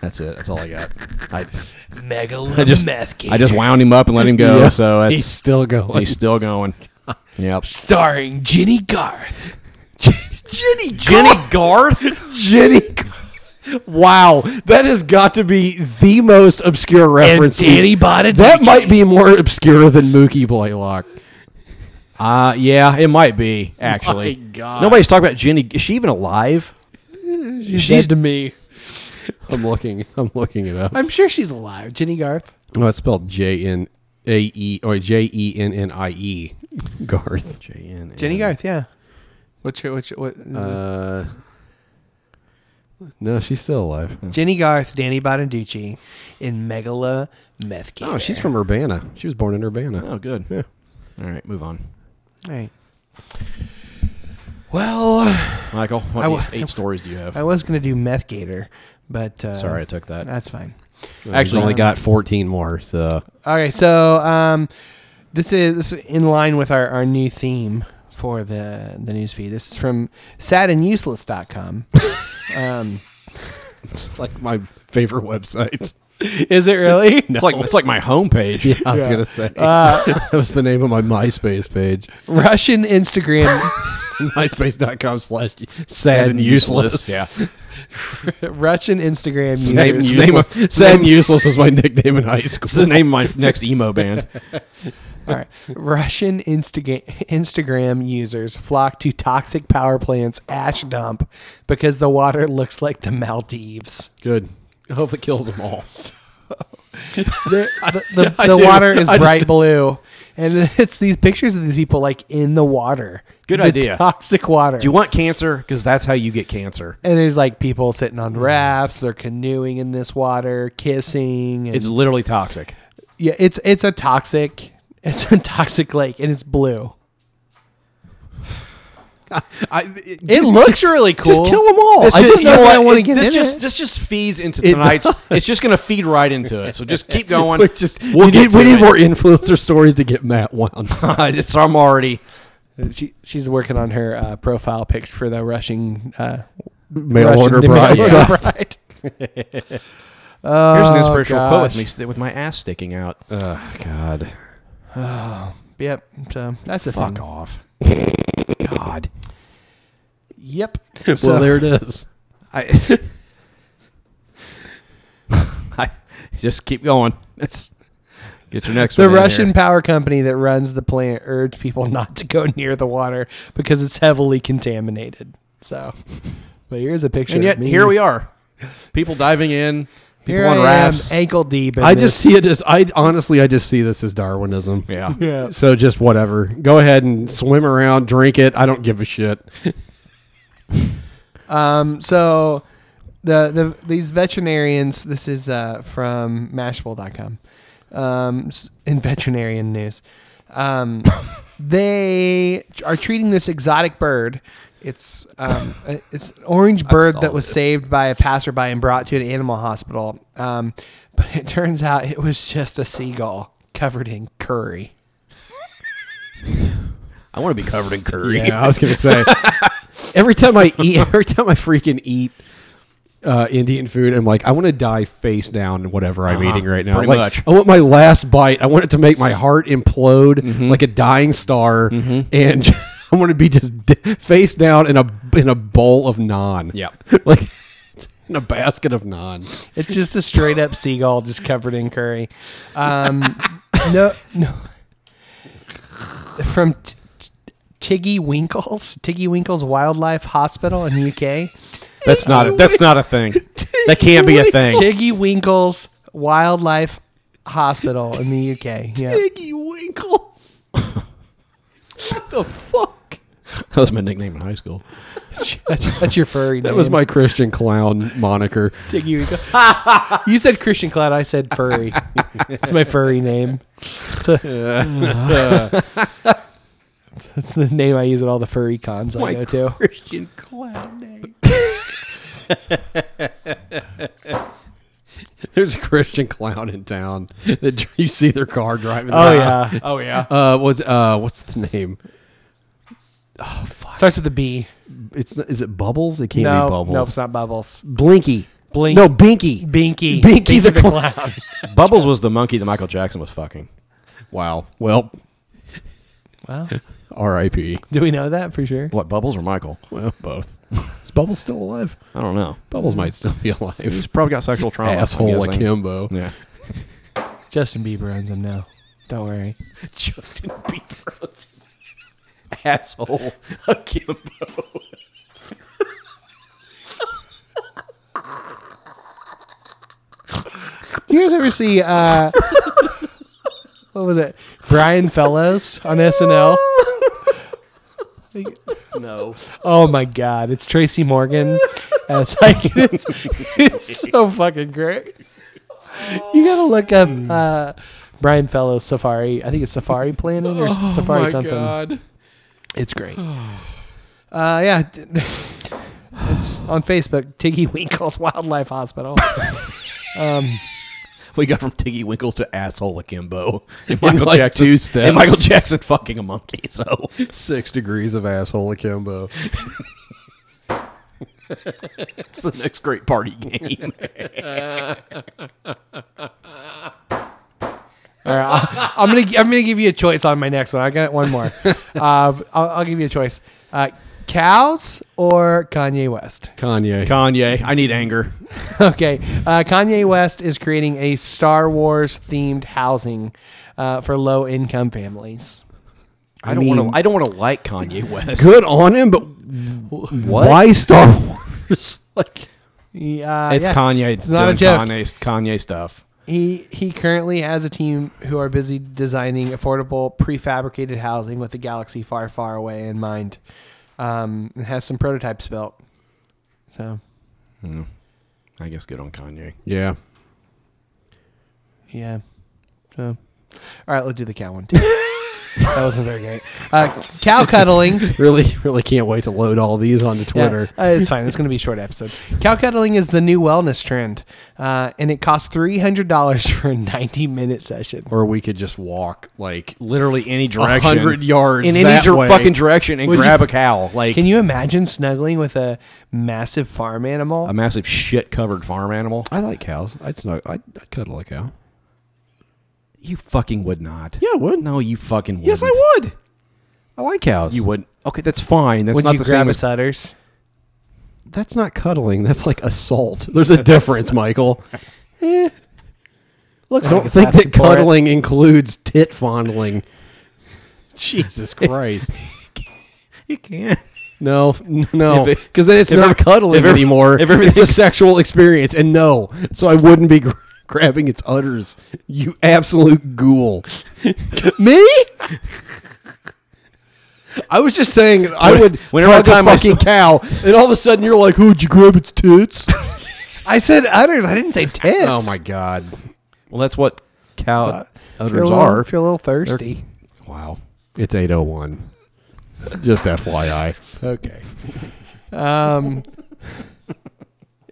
Speaker 3: That's it. That's all I got. I, I just,
Speaker 1: Megalometh gator.
Speaker 3: I just wound him up and let him go. So
Speaker 2: he's
Speaker 3: it's,
Speaker 2: still going.
Speaker 3: he's still going. Yep.
Speaker 1: starring Ginny Garth.
Speaker 2: Jenny Jenny Garth. Jenny. Garth. Wow, that has got to be the most obscure reference. we-
Speaker 1: Danny Botted.
Speaker 2: That might be more obscure than Mookie Blaylock.
Speaker 3: Uh, yeah, it might be actually.
Speaker 1: My God.
Speaker 3: Nobody's talking about Jenny. Is she even alive?
Speaker 1: She's to me.
Speaker 2: I'm looking. I'm looking it up.
Speaker 1: I'm sure she's alive. Ginny Garth.
Speaker 2: Well, it's spelled J N A E or J E N N I E. Garth.
Speaker 1: Ginny
Speaker 3: Uh,
Speaker 1: Garth. Yeah. What's your what's your, what? Is it?
Speaker 2: Uh, no, she's still alive.
Speaker 1: Ginny Garth, Danny Bonaducci, in Megala Meth Gator.
Speaker 2: Oh, she's from Urbana. She was born in Urbana.
Speaker 3: Oh, good.
Speaker 2: Yeah.
Speaker 3: All right, move on.
Speaker 1: All right. Well,
Speaker 3: Michael, what
Speaker 1: I wa-
Speaker 3: eight stories do you have?
Speaker 1: I was gonna do Meth Gator, but uh,
Speaker 3: Sorry, I took that.
Speaker 1: That's fine.
Speaker 2: Actually, only got 14 more. So
Speaker 1: Okay, so um, this is this is in line with our, our new theme for the the news feed. This is from sadanduseless.com. um,
Speaker 2: it's like my favorite website.
Speaker 1: is it really?
Speaker 3: It's like it's like my homepage.
Speaker 2: I was gonna say that was the name of my MySpace page.
Speaker 1: Russian Instagram
Speaker 2: MySpace.com slash
Speaker 3: Dead
Speaker 2: sad and useless.
Speaker 3: Yeah.
Speaker 1: Russian Instagram
Speaker 2: Name,
Speaker 1: users.
Speaker 2: name of,
Speaker 3: Useless.
Speaker 2: sad and useless was my nickname in high
Speaker 3: It's the
Speaker 2: school.
Speaker 3: name of my next emo band.
Speaker 1: All right. Russian Instagram Instagram users flock to toxic power plants ash dump because the water looks like the Maldives.
Speaker 2: Good. I hope it kills them all.
Speaker 1: the, the,
Speaker 2: I
Speaker 1: the
Speaker 2: do.
Speaker 1: water is
Speaker 2: I just-
Speaker 1: bright blue and it's these pictures of these people like in the water
Speaker 3: Good
Speaker 1: The
Speaker 3: idea.
Speaker 1: toxic water
Speaker 3: Do you want cancer? Because that's how you get cancer.
Speaker 1: and there's like people sitting on rafts they're canoeing in this water kissing and
Speaker 3: It's literally toxic.
Speaker 1: yeah it's it's a toxic it's a toxic lake and it's blue
Speaker 2: I,
Speaker 1: it looks really cool
Speaker 2: Just kill them all.
Speaker 1: This
Speaker 2: I
Speaker 1: is-
Speaker 2: just
Speaker 1: you know
Speaker 2: know
Speaker 1: what?
Speaker 2: I
Speaker 1: I
Speaker 2: want
Speaker 1: wanna
Speaker 2: to
Speaker 1: get
Speaker 2: get
Speaker 3: this
Speaker 1: in
Speaker 3: just
Speaker 1: it.
Speaker 3: this just feeds into tonight's. it's just going to feed right into it. So just keep going.
Speaker 2: We just
Speaker 3: We'll
Speaker 2: we
Speaker 3: get
Speaker 2: need, we
Speaker 3: to
Speaker 2: need
Speaker 3: it.
Speaker 2: more influencer stories to get Matt wound. up.
Speaker 3: it's I'm already.
Speaker 1: she, she's working on her uh, profile picture for the rushing uh,
Speaker 2: Mail
Speaker 1: Russian
Speaker 2: order
Speaker 1: mail
Speaker 2: bride.
Speaker 1: order
Speaker 2: So-
Speaker 1: bride.
Speaker 3: Here's an
Speaker 1: Oh,
Speaker 3: inspirational quote with
Speaker 1: gosh.
Speaker 3: me sti- with my ass sticking out.
Speaker 2: Oh, God.
Speaker 1: Yep. So that's a
Speaker 3: Fuck
Speaker 1: thing.
Speaker 3: off. God.
Speaker 1: Yep.
Speaker 2: well, there it is.
Speaker 3: I, I just keep going. It's get your next
Speaker 1: The
Speaker 3: one in
Speaker 1: Russian
Speaker 3: here.
Speaker 1: power company that runs the plant urged people not to go near the water because it's heavily contaminated. So, but here's a picture.
Speaker 3: And yet
Speaker 1: of me.
Speaker 3: here we are. People diving in. People
Speaker 1: Here
Speaker 3: on
Speaker 1: I
Speaker 3: rafts.
Speaker 1: am, ankle deep. In
Speaker 2: I just
Speaker 1: this.
Speaker 2: see it as I honestly I just see this as Darwinism.
Speaker 3: Yeah.
Speaker 1: Yeah.
Speaker 2: So just whatever. Go ahead and swim around, drink it. I don't give a shit.
Speaker 1: Um. So, the the these veterinarians. This is uh from Mashable.com. Um, s- in veterinarian news, um, they are treating this exotic bird. It's um, a- it's an orange bird that was saved by a passerby and brought to an animal hospital. Um, but it turns out it was just a seagull covered in curry.
Speaker 3: I want to be covered in curry.
Speaker 2: Yeah, I was gonna say. every time I eat, every time I freaking eat uh, Indian food, I'm like, I want to die face down in whatever I'm eating right now.
Speaker 3: Uh-huh. pretty
Speaker 2: Like,
Speaker 3: much.
Speaker 2: I want my last bite. I want it to make my heart implode
Speaker 3: Mm-hmm.
Speaker 2: like a dying star, and I want to be just d- face down in a in a bowl of naan.
Speaker 3: Yep.
Speaker 2: like in a basket of naan.
Speaker 1: It's just a straight up seagull just covered in curry. Um, no, no. From t- T- Tiggy Winkles, Tiggy Winkles Wildlife Hospital in UK.
Speaker 3: That's not a, that's not a thing. That can't be a thing.
Speaker 1: Tiggy Winkles Wildlife Hospital in the UK. Yeah.
Speaker 2: Piggy Winkles. what the fuck?
Speaker 3: That was my nickname in high school.
Speaker 1: That's, that's your furry
Speaker 2: That was my Christian clown moniker.
Speaker 1: Tiggy Winkles. you said Christian Cloud. I said furry. It's my furry name. It's a- That's the name I use at all the furry cons I go to.
Speaker 2: Christian clown name. There's a Christian clown in town that you see their car driving.
Speaker 1: Oh
Speaker 2: around.
Speaker 1: yeah,
Speaker 3: Oh yeah.
Speaker 2: Uh, was uh, what's the name?
Speaker 1: starts with a B.
Speaker 2: It's is it Bubbles? It can't
Speaker 1: No,
Speaker 2: be Bubbles.
Speaker 1: no, it's not Bubbles.
Speaker 2: Blinky.
Speaker 1: Blink.
Speaker 2: No, Binky.
Speaker 1: Binky.
Speaker 2: Binky, the, clown.
Speaker 3: Bubbles was the monkey that Michael Jackson was fucking. Wow. Well,
Speaker 1: Well,
Speaker 2: R.I.P.
Speaker 1: do we know that for sure?
Speaker 3: what Bubbles or Michael?
Speaker 2: Well, both. Is Bubbles still alive?
Speaker 3: I don't know.
Speaker 2: Bubbles might still be alive.
Speaker 3: He's probably got sexual trauma. I'm
Speaker 2: Asshole
Speaker 3: guessing.
Speaker 2: akimbo.
Speaker 3: Yeah.
Speaker 1: Justin Bieber owns him now. Don't worry.
Speaker 3: Justin Bieber. Asshole akimbo.
Speaker 1: You guys ever see uh, what was it? Brian Fellows on SNL.
Speaker 3: No.
Speaker 1: Oh my God! It's Tracy Morgan. And it's like it's, it's so fucking great. You gotta look up uh, Brian Fellows Safari. I think it's Safari Planning
Speaker 2: Oh
Speaker 1: or Safari something. It's great. uh, yeah. d- It's on Facebook, Tiggy Winkles Wildlife Hospital.
Speaker 3: We got from Tiggy Winkles to asshole akimbo. And Michael
Speaker 2: like
Speaker 3: Jackson,
Speaker 2: two steps.
Speaker 3: And Michael Jackson fucking a monkey. So
Speaker 2: Six degrees of asshole akimbo.
Speaker 3: it's the next great party game.
Speaker 1: All right, I- I'm gonna I'm gonna give you a choice on my next one. I got one more. Uh, I'll, I'll give you a choice: uh, cows or Kanye West.
Speaker 2: Kanye.
Speaker 3: Kanye, I need anger.
Speaker 1: Okay, uh, Kanye West is creating a Star Wars themed housing uh, for low income families.
Speaker 3: I, don't want to. I don't want to like Kanye West.
Speaker 2: Good on him, but why Star Wars? like
Speaker 1: Yeah,
Speaker 3: It's
Speaker 1: uh, yeah.
Speaker 3: Kanye.
Speaker 1: It's not a joke.
Speaker 3: Kanye, Kanye stuff.
Speaker 1: He he currently has a team who are busy designing affordable prefabricated housing with the galaxy far far away in mind, um, and has some prototypes built. So
Speaker 3: I guess good on Kanye.
Speaker 2: Yeah.
Speaker 1: yeah, so all right, let's do the cow one. Too. that wasn't very great. Uh, cow cuddling.
Speaker 2: Really, really can't wait to load all these onto Twitter.
Speaker 1: Yeah, uh, it's fine. It's going to be a short episode. Cow cuddling is the new wellness trend, uh, and it costs three hundred dollars for a ninety minute session.
Speaker 2: Or we could just walk like
Speaker 3: Literally any
Speaker 2: a
Speaker 3: direction,
Speaker 2: hundred yards
Speaker 3: in any
Speaker 2: that
Speaker 3: dir-
Speaker 2: way.
Speaker 3: fucking direction, and
Speaker 1: Would you-
Speaker 3: grab a cow like
Speaker 1: Can you imagine snuggling with a massive farm animal?
Speaker 3: a massive shit covered farm animal.
Speaker 2: I like cows. I'd snuggle. I'd, I'd cuddle a cow.
Speaker 3: You fucking would not.
Speaker 2: I would.
Speaker 3: No, you fucking would.
Speaker 2: Yes, I would. I like cows.
Speaker 3: You would. Okay, that's fine. That's
Speaker 1: Would
Speaker 3: not
Speaker 1: you
Speaker 3: the
Speaker 1: grab
Speaker 3: same as
Speaker 1: its udders?
Speaker 2: That's not cuddling. That's like assault. There's a difference, Michael.
Speaker 1: Looks
Speaker 2: I don't
Speaker 1: it's
Speaker 2: think
Speaker 1: asking
Speaker 2: that
Speaker 1: for it.
Speaker 2: cuddling includes tit fondling. Jesus Christ.
Speaker 3: You can.
Speaker 2: No, n- no,
Speaker 3: If it-
Speaker 2: because then it's
Speaker 3: if
Speaker 2: not
Speaker 3: every-
Speaker 2: cuddling
Speaker 3: if every-
Speaker 2: anymore.
Speaker 3: if
Speaker 2: it's
Speaker 3: everything-
Speaker 2: a sexual experience, and no, so I wouldn't be gra- grabbing its udders. You absolute ghoul. Me? I was just saying I
Speaker 3: When-
Speaker 2: would
Speaker 3: whenever
Speaker 2: hug a
Speaker 3: time I
Speaker 2: fucking cow, and all of a sudden you're like, "Who'd you grab its tits?"
Speaker 1: I said udders. I didn't say tits.
Speaker 2: oh my god!
Speaker 3: Well, that's what cow
Speaker 1: Feel a
Speaker 3: udders
Speaker 1: little,
Speaker 3: are.
Speaker 1: feel a little thirsty.
Speaker 2: Wow, it's eight oh one. Just FYI. Okay.
Speaker 1: Um.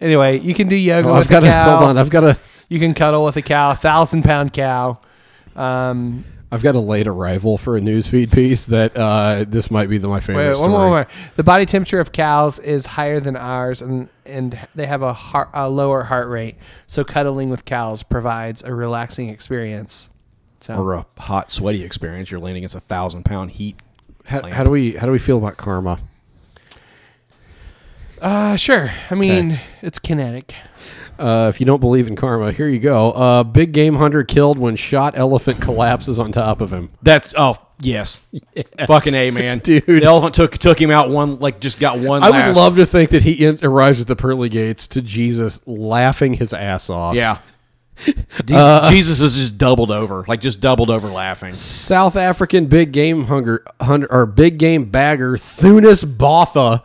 Speaker 1: anyway, you can do yoga
Speaker 2: Oh,
Speaker 1: with
Speaker 2: I've got
Speaker 1: a
Speaker 2: to
Speaker 1: cow.
Speaker 2: hold on. I've got to.
Speaker 1: You can cuddle with a cow, thousand pound cow. Um,
Speaker 2: I've got a late arrival for a newsfeed piece that uh, this might be the, my favorite
Speaker 1: wait,
Speaker 2: story.
Speaker 1: one more, one more. The body temperature of cows is higher than ours, and and they have a, heart, a lower heart rate. So cuddling with cows provides a relaxing experience. So
Speaker 3: Or a hot, sweaty experience. You're leaning against a thousand pound heat.
Speaker 2: How, how do we how do we feel about karma?
Speaker 1: Uh, sure. I mean, it's kinetic.
Speaker 2: Uh, if you don't believe in karma, here you go. Uh, big game hunter killed when shot elephant collapses on top of him.
Speaker 3: That's oh yes, fucking a man,
Speaker 2: Dude.
Speaker 3: The elephant took took him out one like just got one.
Speaker 2: I would love to think that he in, arrives at the pearly gates to Jesus laughing his ass off.
Speaker 3: Yeah.
Speaker 2: Uh.
Speaker 3: Jesus is just doubled over, like just doubled over laughing.
Speaker 2: South African big game hunger hunter or big game bagger Thunis Botha.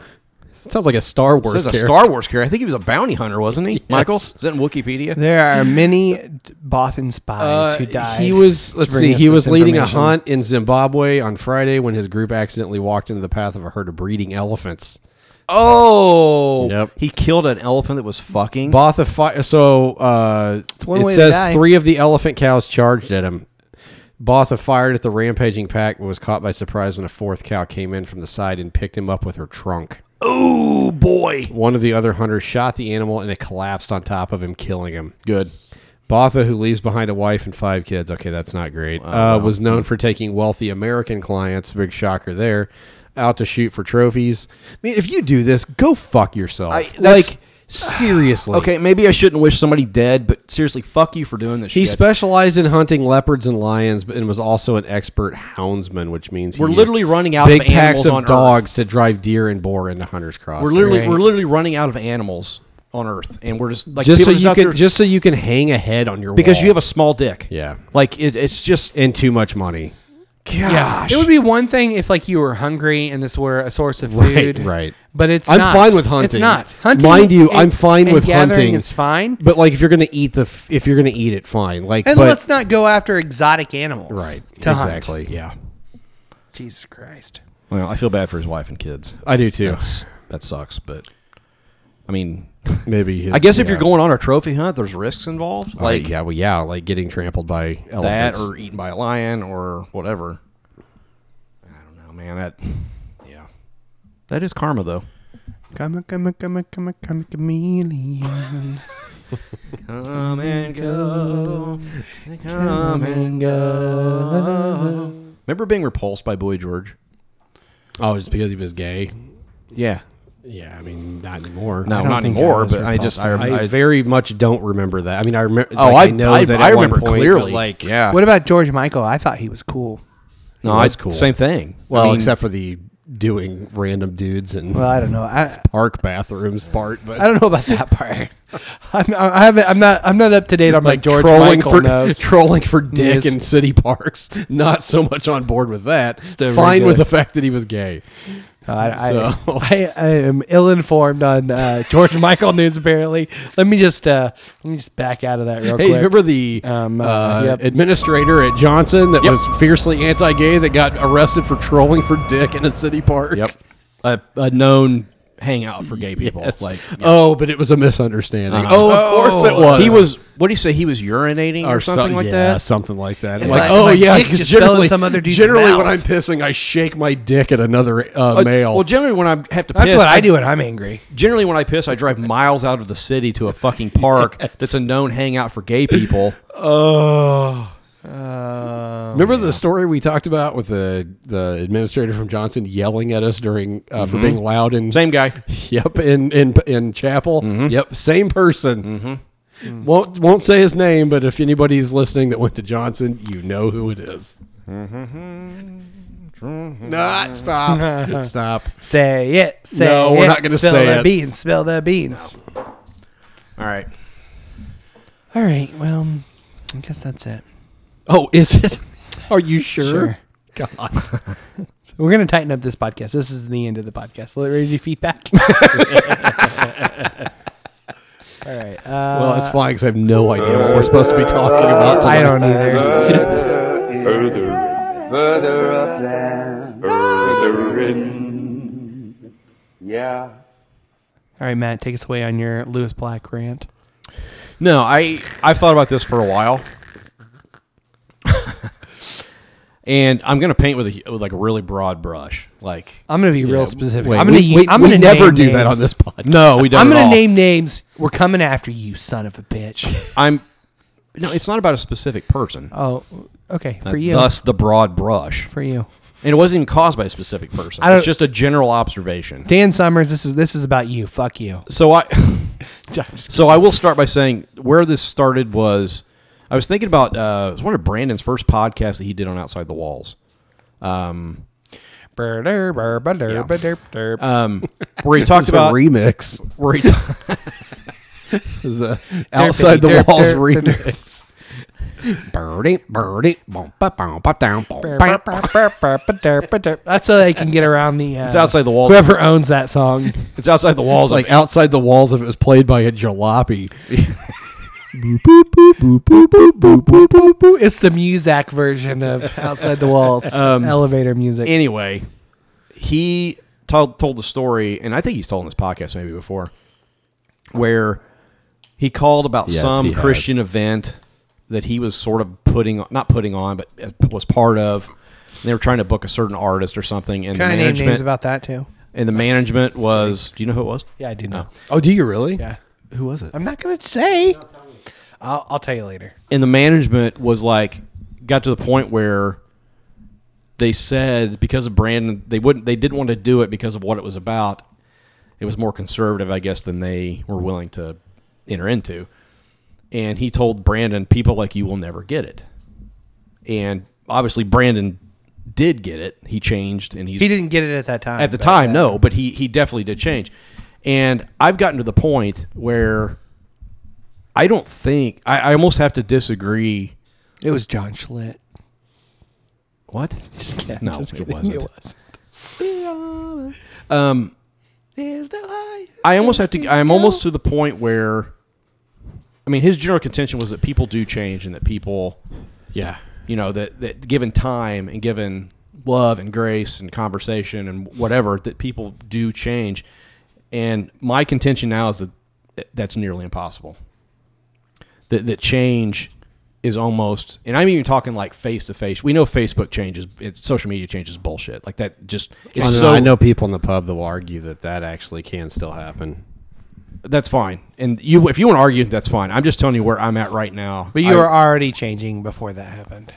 Speaker 2: Sounds like a Star Wars.
Speaker 3: There's a
Speaker 2: character.
Speaker 3: Star Wars character. I think he was a bounty hunter, wasn't he? Michael, is that in Wikipedia?
Speaker 1: There are many Bothan spies
Speaker 2: Uh,
Speaker 1: who died.
Speaker 2: He was let's
Speaker 1: bring
Speaker 2: see,
Speaker 1: us
Speaker 2: he
Speaker 1: this
Speaker 2: was leading a
Speaker 1: information.
Speaker 2: hunt in Zimbabwe on Friday when his group accidentally walked into the path of a herd of breeding elephants.
Speaker 3: Oh,
Speaker 2: Yep.
Speaker 3: he killed an elephant that was fucking.
Speaker 2: Botha fi- so uh
Speaker 1: one
Speaker 2: it
Speaker 1: way to die.
Speaker 2: says three of the elephant cows charged at him. Botha fired at the rampaging pack but was caught by surprise when a fourth cow came in from the side and picked him up with her trunk.
Speaker 3: oh boy,
Speaker 2: One of the other hunters shot the animal and it collapsed on top of him, killing him.
Speaker 3: good.
Speaker 2: Botha, who leaves behind a wife and five kids. Okay, that's not great.
Speaker 3: Oh,
Speaker 2: uh, Was known for taking wealthy American clients. Big shocker there. Out to shoot for trophies. I mean, if you do this, go fuck yourself.
Speaker 3: I-
Speaker 2: like
Speaker 3: that's-
Speaker 2: seriously.
Speaker 3: Okay, maybe I shouldn't wish somebody dead, but seriously, fuck you for doing this.
Speaker 2: He
Speaker 3: shit.
Speaker 2: specialized in hunting leopards and lions, but- and was also an expert houndsman, which means he
Speaker 3: We're
Speaker 2: used
Speaker 3: literally running out of
Speaker 2: big
Speaker 3: animals
Speaker 2: packs of
Speaker 3: on Earth.
Speaker 2: dogs to drive deer and boar into hunters' cross.
Speaker 3: we're literally
Speaker 1: Right.
Speaker 3: we're literally running out of animals on Earth, and we're just like
Speaker 2: just so
Speaker 3: people
Speaker 2: you
Speaker 3: out
Speaker 2: can
Speaker 3: there-
Speaker 2: just so you can hang a head on your
Speaker 3: because
Speaker 2: wall.
Speaker 3: you have a small dick.
Speaker 2: Yeah.
Speaker 3: like it, it's just
Speaker 2: and too much money.
Speaker 3: gosh.
Speaker 1: It would be one thing if like you were hungry and this were a source of
Speaker 2: Right,
Speaker 1: food,
Speaker 2: right.
Speaker 1: But it's
Speaker 2: I'm
Speaker 1: not.
Speaker 2: fine with hunting.
Speaker 1: It's not hunting.
Speaker 2: Mind you,
Speaker 1: and-
Speaker 2: I'm fine
Speaker 1: and
Speaker 2: with
Speaker 1: gathering
Speaker 2: hunting.
Speaker 1: Is fine,
Speaker 2: But like, if you're gonna eat the, f- if you're gonna eat it, fine. Like,
Speaker 1: and
Speaker 2: but,
Speaker 1: let's not go after exotic animals,
Speaker 2: right,
Speaker 1: To hunt.
Speaker 2: exactly.
Speaker 3: yeah.
Speaker 1: Jesus Christ.
Speaker 3: Well, I feel bad for his wife and kids.
Speaker 2: I do too.
Speaker 3: That's, that sucks, but I mean,
Speaker 2: Maybe his,
Speaker 3: I guess if
Speaker 2: yeah.
Speaker 3: you're going on a trophy hunt, there's risks involved,
Speaker 2: like
Speaker 3: like
Speaker 2: yeah, well, yeah, like getting trampled by
Speaker 3: that
Speaker 2: elephants.
Speaker 3: or eaten by a lion or whatever. I don't know, man. That yeah, that is karma though.
Speaker 1: Come, come, come, come, come, chameleon.
Speaker 3: Come and go,
Speaker 1: Come and go.
Speaker 3: Remember being repulsed by Boy George?
Speaker 2: oh, just because he was gay.
Speaker 3: Yeah.
Speaker 2: Yeah, I mean, not anymore.
Speaker 3: No,
Speaker 2: I
Speaker 1: don't
Speaker 3: not
Speaker 1: think I
Speaker 3: anymore.
Speaker 1: was
Speaker 3: but I just I,
Speaker 2: don't- I,
Speaker 3: I,
Speaker 2: very much don't remember that. I mean, I remember.
Speaker 3: oh
Speaker 2: like,
Speaker 3: I,
Speaker 2: know
Speaker 3: I,
Speaker 2: that
Speaker 3: I
Speaker 2: at one
Speaker 3: remember
Speaker 2: point, but,
Speaker 3: clearly.
Speaker 2: Like,
Speaker 3: yeah.
Speaker 1: What about George Michael? I thought he was cool.
Speaker 3: no,
Speaker 2: Well, that's
Speaker 3: I-
Speaker 2: cool.
Speaker 3: Same thing. I
Speaker 2: well,
Speaker 3: mean,
Speaker 2: except for the doing random dudes and
Speaker 1: Well, I don't know. I
Speaker 2: park bathrooms part, but
Speaker 1: I don't know about that part. I'm, I haven't. I'm not. I'm not up to date on like George
Speaker 2: trolling
Speaker 1: Michael
Speaker 2: for
Speaker 1: knows.
Speaker 2: trolling for dick
Speaker 1: Yes.
Speaker 2: in city parks. Not so much on board with that.
Speaker 1: very
Speaker 2: Fine with
Speaker 1: good.
Speaker 2: the fact that he was gay.
Speaker 1: I,
Speaker 2: So-
Speaker 1: I, I, I am ill informed on uh, George Michael news. Apparently, let me just uh, let me just back out of that real
Speaker 2: Hey,
Speaker 1: quick.
Speaker 2: remember the
Speaker 1: Um, uh,
Speaker 2: uh,
Speaker 1: yep.
Speaker 2: administrator at Johnson that was fiercely anti-gay that got arrested for trolling for dick in a city park?
Speaker 3: Yep. A, a known hangout for gay people. Uh,
Speaker 2: Yes.
Speaker 3: Like
Speaker 2: Oh, but it was a misunderstanding.
Speaker 3: Uh-huh.
Speaker 2: Oh, of course it was.
Speaker 3: He was. What do you say? He was urinating or,
Speaker 2: so-
Speaker 3: something like
Speaker 2: yeah,
Speaker 3: that.
Speaker 2: something like that.
Speaker 1: And my-
Speaker 2: like, oh
Speaker 1: my
Speaker 2: yeah,
Speaker 1: dick
Speaker 2: because
Speaker 1: just fell in
Speaker 2: generally,
Speaker 1: some other dude's
Speaker 2: generally when
Speaker 1: mouth.
Speaker 2: I'm pissing, I shake my dick at another uh,
Speaker 3: Uh,
Speaker 2: male.
Speaker 3: Well, generally when I have to
Speaker 1: That's
Speaker 3: piss,
Speaker 1: what I do when I'm angry.
Speaker 3: Generally when I piss, I drive miles out of the city to a fucking park that's a known hangout for gay people.
Speaker 2: Oh, Remember the story we talked about with the the administrator from Johnson yelling at us during uh, for being loud and
Speaker 3: Same guy.
Speaker 2: Yep, in in in chapel. Yep, same person. Won't won't say his name, but if anybody's listening that went to Johnson, you know who it is. Not stop, stop.
Speaker 1: Say it. Say
Speaker 2: No, we're
Speaker 1: it,
Speaker 2: not gonna
Speaker 1: spill
Speaker 2: say
Speaker 1: the
Speaker 2: it.
Speaker 1: beans. Spill the beans.
Speaker 3: All right.
Speaker 1: All right. Well, I guess that's it.
Speaker 2: Oh, is it? Are you sure?
Speaker 1: Sure.
Speaker 2: God,
Speaker 1: We're gonna tighten up this podcast. This is the end of the podcast. Let raise your feedback. All right. Uh,
Speaker 2: well, it's fine because I have no idea what we're supposed to be talking about. Tonight.
Speaker 1: I don't either.
Speaker 9: Further in, further upland, further in. Yeah.
Speaker 1: All right, Matt, take us away on your Lewis Black rant.
Speaker 3: No, I I've thought about this for a while, and I'm gonna paint with a with like a really broad brush. Like
Speaker 1: I'm gonna be real specific.
Speaker 2: wait,
Speaker 1: I'm gonna.
Speaker 2: we- we-
Speaker 1: I'm
Speaker 2: we
Speaker 1: gonna
Speaker 2: never
Speaker 1: name
Speaker 2: do that
Speaker 1: names.
Speaker 2: on this podcast.
Speaker 3: no, we don't.
Speaker 1: I'm
Speaker 3: at
Speaker 1: gonna
Speaker 3: all.
Speaker 1: name names. We're coming after you, son of a bitch.
Speaker 3: I'm no, it's not about a specific person.
Speaker 1: Oh, okay. For you.
Speaker 3: Thus, the broad brush,
Speaker 1: For you.
Speaker 3: and it wasn't even caused by a specific person.
Speaker 1: I don't-
Speaker 3: It's just a general observation.
Speaker 1: Dan Summers, this is this is about you. Fuck you.
Speaker 3: So I. So I will start by saying where this started was I was thinking about uh, it was one of Brandon's first podcasts that he did on Outside the Walls, um, where he talked
Speaker 2: It's about
Speaker 3: about
Speaker 2: a remix.
Speaker 3: where he ta-
Speaker 2: Is the outside the
Speaker 1: derpy,
Speaker 2: walls
Speaker 1: derpy,
Speaker 2: remix. Birdie, birdie, bum, ba, bum, ba, down, bum, bam.
Speaker 1: That's how they can get around the. Uh,
Speaker 3: It's outside the walls.
Speaker 1: Whoever owns that song.
Speaker 3: it's outside the
Speaker 2: It's
Speaker 3: walls.
Speaker 2: like
Speaker 3: Like
Speaker 2: outside the walls if it was played by a jalopy. Boop, boop, boop, boop, boop, boop, boop, boop, boop, boop.
Speaker 1: It's the Muzak version of Outside the Walls
Speaker 3: Um,
Speaker 1: elevator music.
Speaker 3: anyway, he told told the story, and I think he's told in this podcast maybe before, where he called about
Speaker 2: Yes,
Speaker 3: some
Speaker 2: he has.
Speaker 3: Christian event that he was sort of putting on, not putting on, but uh, was part of. And they were trying to book a certain artist or something, and
Speaker 1: Can I
Speaker 3: the
Speaker 1: name
Speaker 3: management
Speaker 1: names about that too?
Speaker 3: and the management was. Do you know who it was?
Speaker 1: Yeah, I do know.
Speaker 2: Oh, do you really?
Speaker 1: Yeah.
Speaker 2: Who was it?
Speaker 1: I'm not gonna say. I'll, I'll tell you later.
Speaker 3: and the management was like got to the point where they said because of Brandon they wouldn't they didn't want to do it because of what it was about. It was more conservative, I guess, than they were willing to enter into. And he told Brandon, people like you will never get it. And obviously Brandon did get it. He changed and he's
Speaker 1: He didn't get it at that time.
Speaker 3: at the
Speaker 1: but,
Speaker 3: time,
Speaker 1: uh,
Speaker 3: no, but he he definitely did change. And I've gotten to the point where I don't think I, I almost have to disagree.
Speaker 1: It was John Schlitt.
Speaker 3: What?
Speaker 1: Just kidding.
Speaker 3: No,
Speaker 1: just
Speaker 3: it
Speaker 1: kidding.
Speaker 3: wasn't.
Speaker 1: It was.
Speaker 3: Um,
Speaker 1: There's no light.
Speaker 3: I almost have to. I'm almost to the point where, I mean, his general contention was that people do change and that people,
Speaker 2: Yeah.
Speaker 3: you know, that that given time and given love and grace and conversation and whatever, that people do change. And my contention now is that that's nearly impossible. That that change is almost, and I'm even talking like face to face. We know Facebook changes, it's, social media changes bullshit. Like that, just it's
Speaker 2: I, know,
Speaker 3: so
Speaker 2: I know people in the pub that will argue that that actually can still happen.
Speaker 3: that's fine. And you, if you want to argue, that's fine. I'm just telling you where I'm at right now.
Speaker 1: But you
Speaker 3: I,
Speaker 1: were already changing before that happened.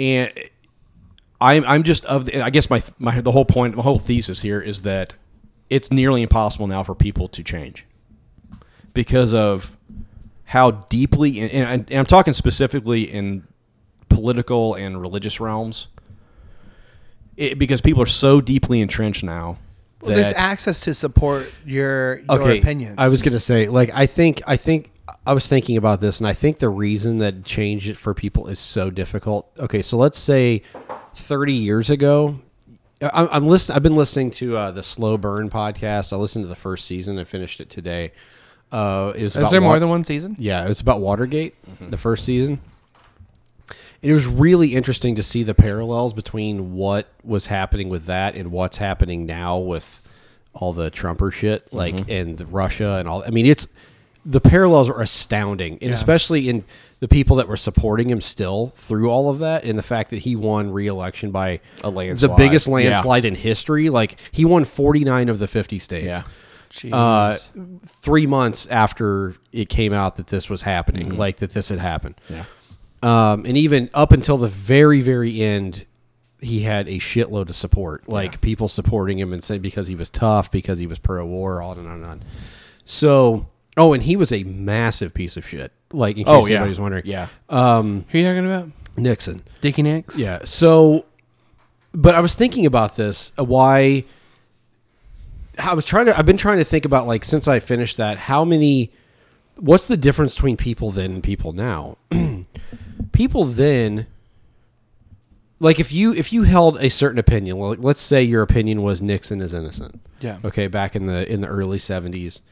Speaker 3: and I'm, I'm just of. The, I guess my, my the whole point, my whole thesis here is that it's nearly impossible now for people to change because of how deeply, and, and, and I'm talking specifically in political and religious realms, it, because people are so deeply entrenched now.
Speaker 1: Well, there's
Speaker 3: that-
Speaker 1: access to support your your opinions.
Speaker 2: I was gonna say, like, I think, I think, I was thinking about this, and I think the reason that change it for people is so difficult. Okay, so let's say thirty years ago, I, I'm listening. I've been listening to uh, the Slow Burn podcast. I listened to the first season. I finished it today. Uh, it
Speaker 1: Is
Speaker 2: was about
Speaker 1: there more
Speaker 2: wa-
Speaker 1: than one Mm-hmm. season?
Speaker 2: Yeah, it was about Watergate, the first season. And it was really interesting to see the parallels between what was happening with that and what's happening now with all the Trumper
Speaker 3: Mm-hmm.
Speaker 2: shit, like and Russia and all. I mean, it's the parallels are astounding, and especially in the people that were supporting him still through all of that, and the fact that he won re-election by
Speaker 3: A
Speaker 2: the
Speaker 3: landslide.
Speaker 2: biggest
Speaker 3: Yeah.
Speaker 2: landslide in history. Like he won forty nine of the fifty states
Speaker 3: Yeah.
Speaker 2: uh, three months after it came out that this was happening, like that this had happened.
Speaker 3: Mm-hmm. Yeah.
Speaker 2: um, and even up until the very very end he had a shitload of support like people supporting him and saying because he was tough because he was pro-war on and on and on so oh and he was a massive piece of shit like in case
Speaker 3: Oh, yeah.
Speaker 2: anybody's wondering
Speaker 3: Yeah.
Speaker 1: Who are you talking about?
Speaker 2: nixon
Speaker 1: Dickie Nix?
Speaker 2: yeah. So, but I was thinking about this. uh, Why? I was trying to. I've been trying to think about like since I finished that. How many? What's the difference between people then and people now? people then, like if you if you held a certain opinion, like let's say your opinion was Nixon is innocent.
Speaker 1: Yeah.
Speaker 2: Okay. Back in the in the early seventies,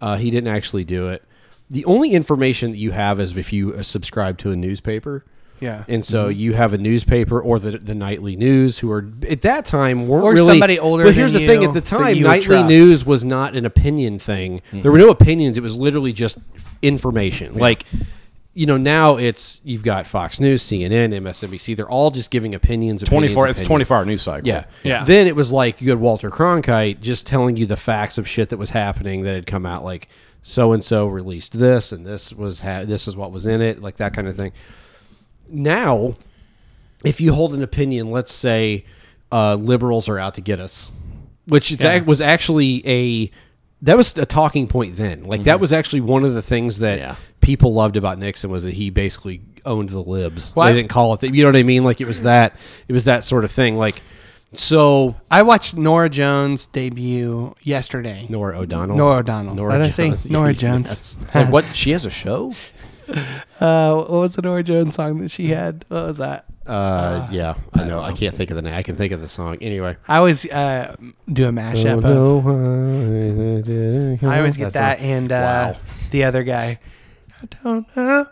Speaker 2: uh, he didn't actually do it. The only information that you have is if you uh, subscribe to a newspaper.
Speaker 1: Yeah.
Speaker 2: And so you have a newspaper or the the nightly news who are at that time weren't
Speaker 1: Or
Speaker 2: really
Speaker 1: somebody older
Speaker 2: But here's
Speaker 1: than
Speaker 2: the thing:
Speaker 1: you
Speaker 2: at the
Speaker 1: that
Speaker 2: time,
Speaker 1: you would
Speaker 2: nightly
Speaker 1: trust.
Speaker 2: news was not an opinion thing. There were no opinions; it was literally just f- information. Like you know, now it's you've got Fox News, CNN, MSNBC. They're all just giving opinions.
Speaker 3: Twenty four.
Speaker 2: opinions,
Speaker 3: It's a
Speaker 2: opinions.
Speaker 3: twenty four hour news cycle.
Speaker 2: Yeah.
Speaker 1: Yeah.
Speaker 2: Then it was like you had Walter Cronkite just telling you the facts of shit that was happening that had come out like so and so released this and this was ha- this is what was in it, like that kind of thing. Now, if you hold an opinion, let's say uh, liberals are out to get us, which it's ac was actually a that was a talking point then. Like that was actually one of the things that
Speaker 3: Yeah.
Speaker 2: people loved about Nixon was that he basically owned the libs.
Speaker 1: Well, I-
Speaker 2: they didn't call it that. You know what I mean? Like it was that it was that sort of thing. Like so
Speaker 1: I watched Nora Jones debut yesterday.
Speaker 2: Nora O'Donnell.
Speaker 1: Nora O'Donnell. What did I say? Nora Jones.
Speaker 2: Yes.
Speaker 3: It's like what? She has a show.
Speaker 1: Uh, what was the Nora Jones song that she had? What was that?
Speaker 2: Uh, yeah, I know. I can't think of the name. I can think of the song. Anyway.
Speaker 1: I always uh, do a mashup of. I always get that and uh,
Speaker 2: Wow.
Speaker 1: the other guy. I don't know.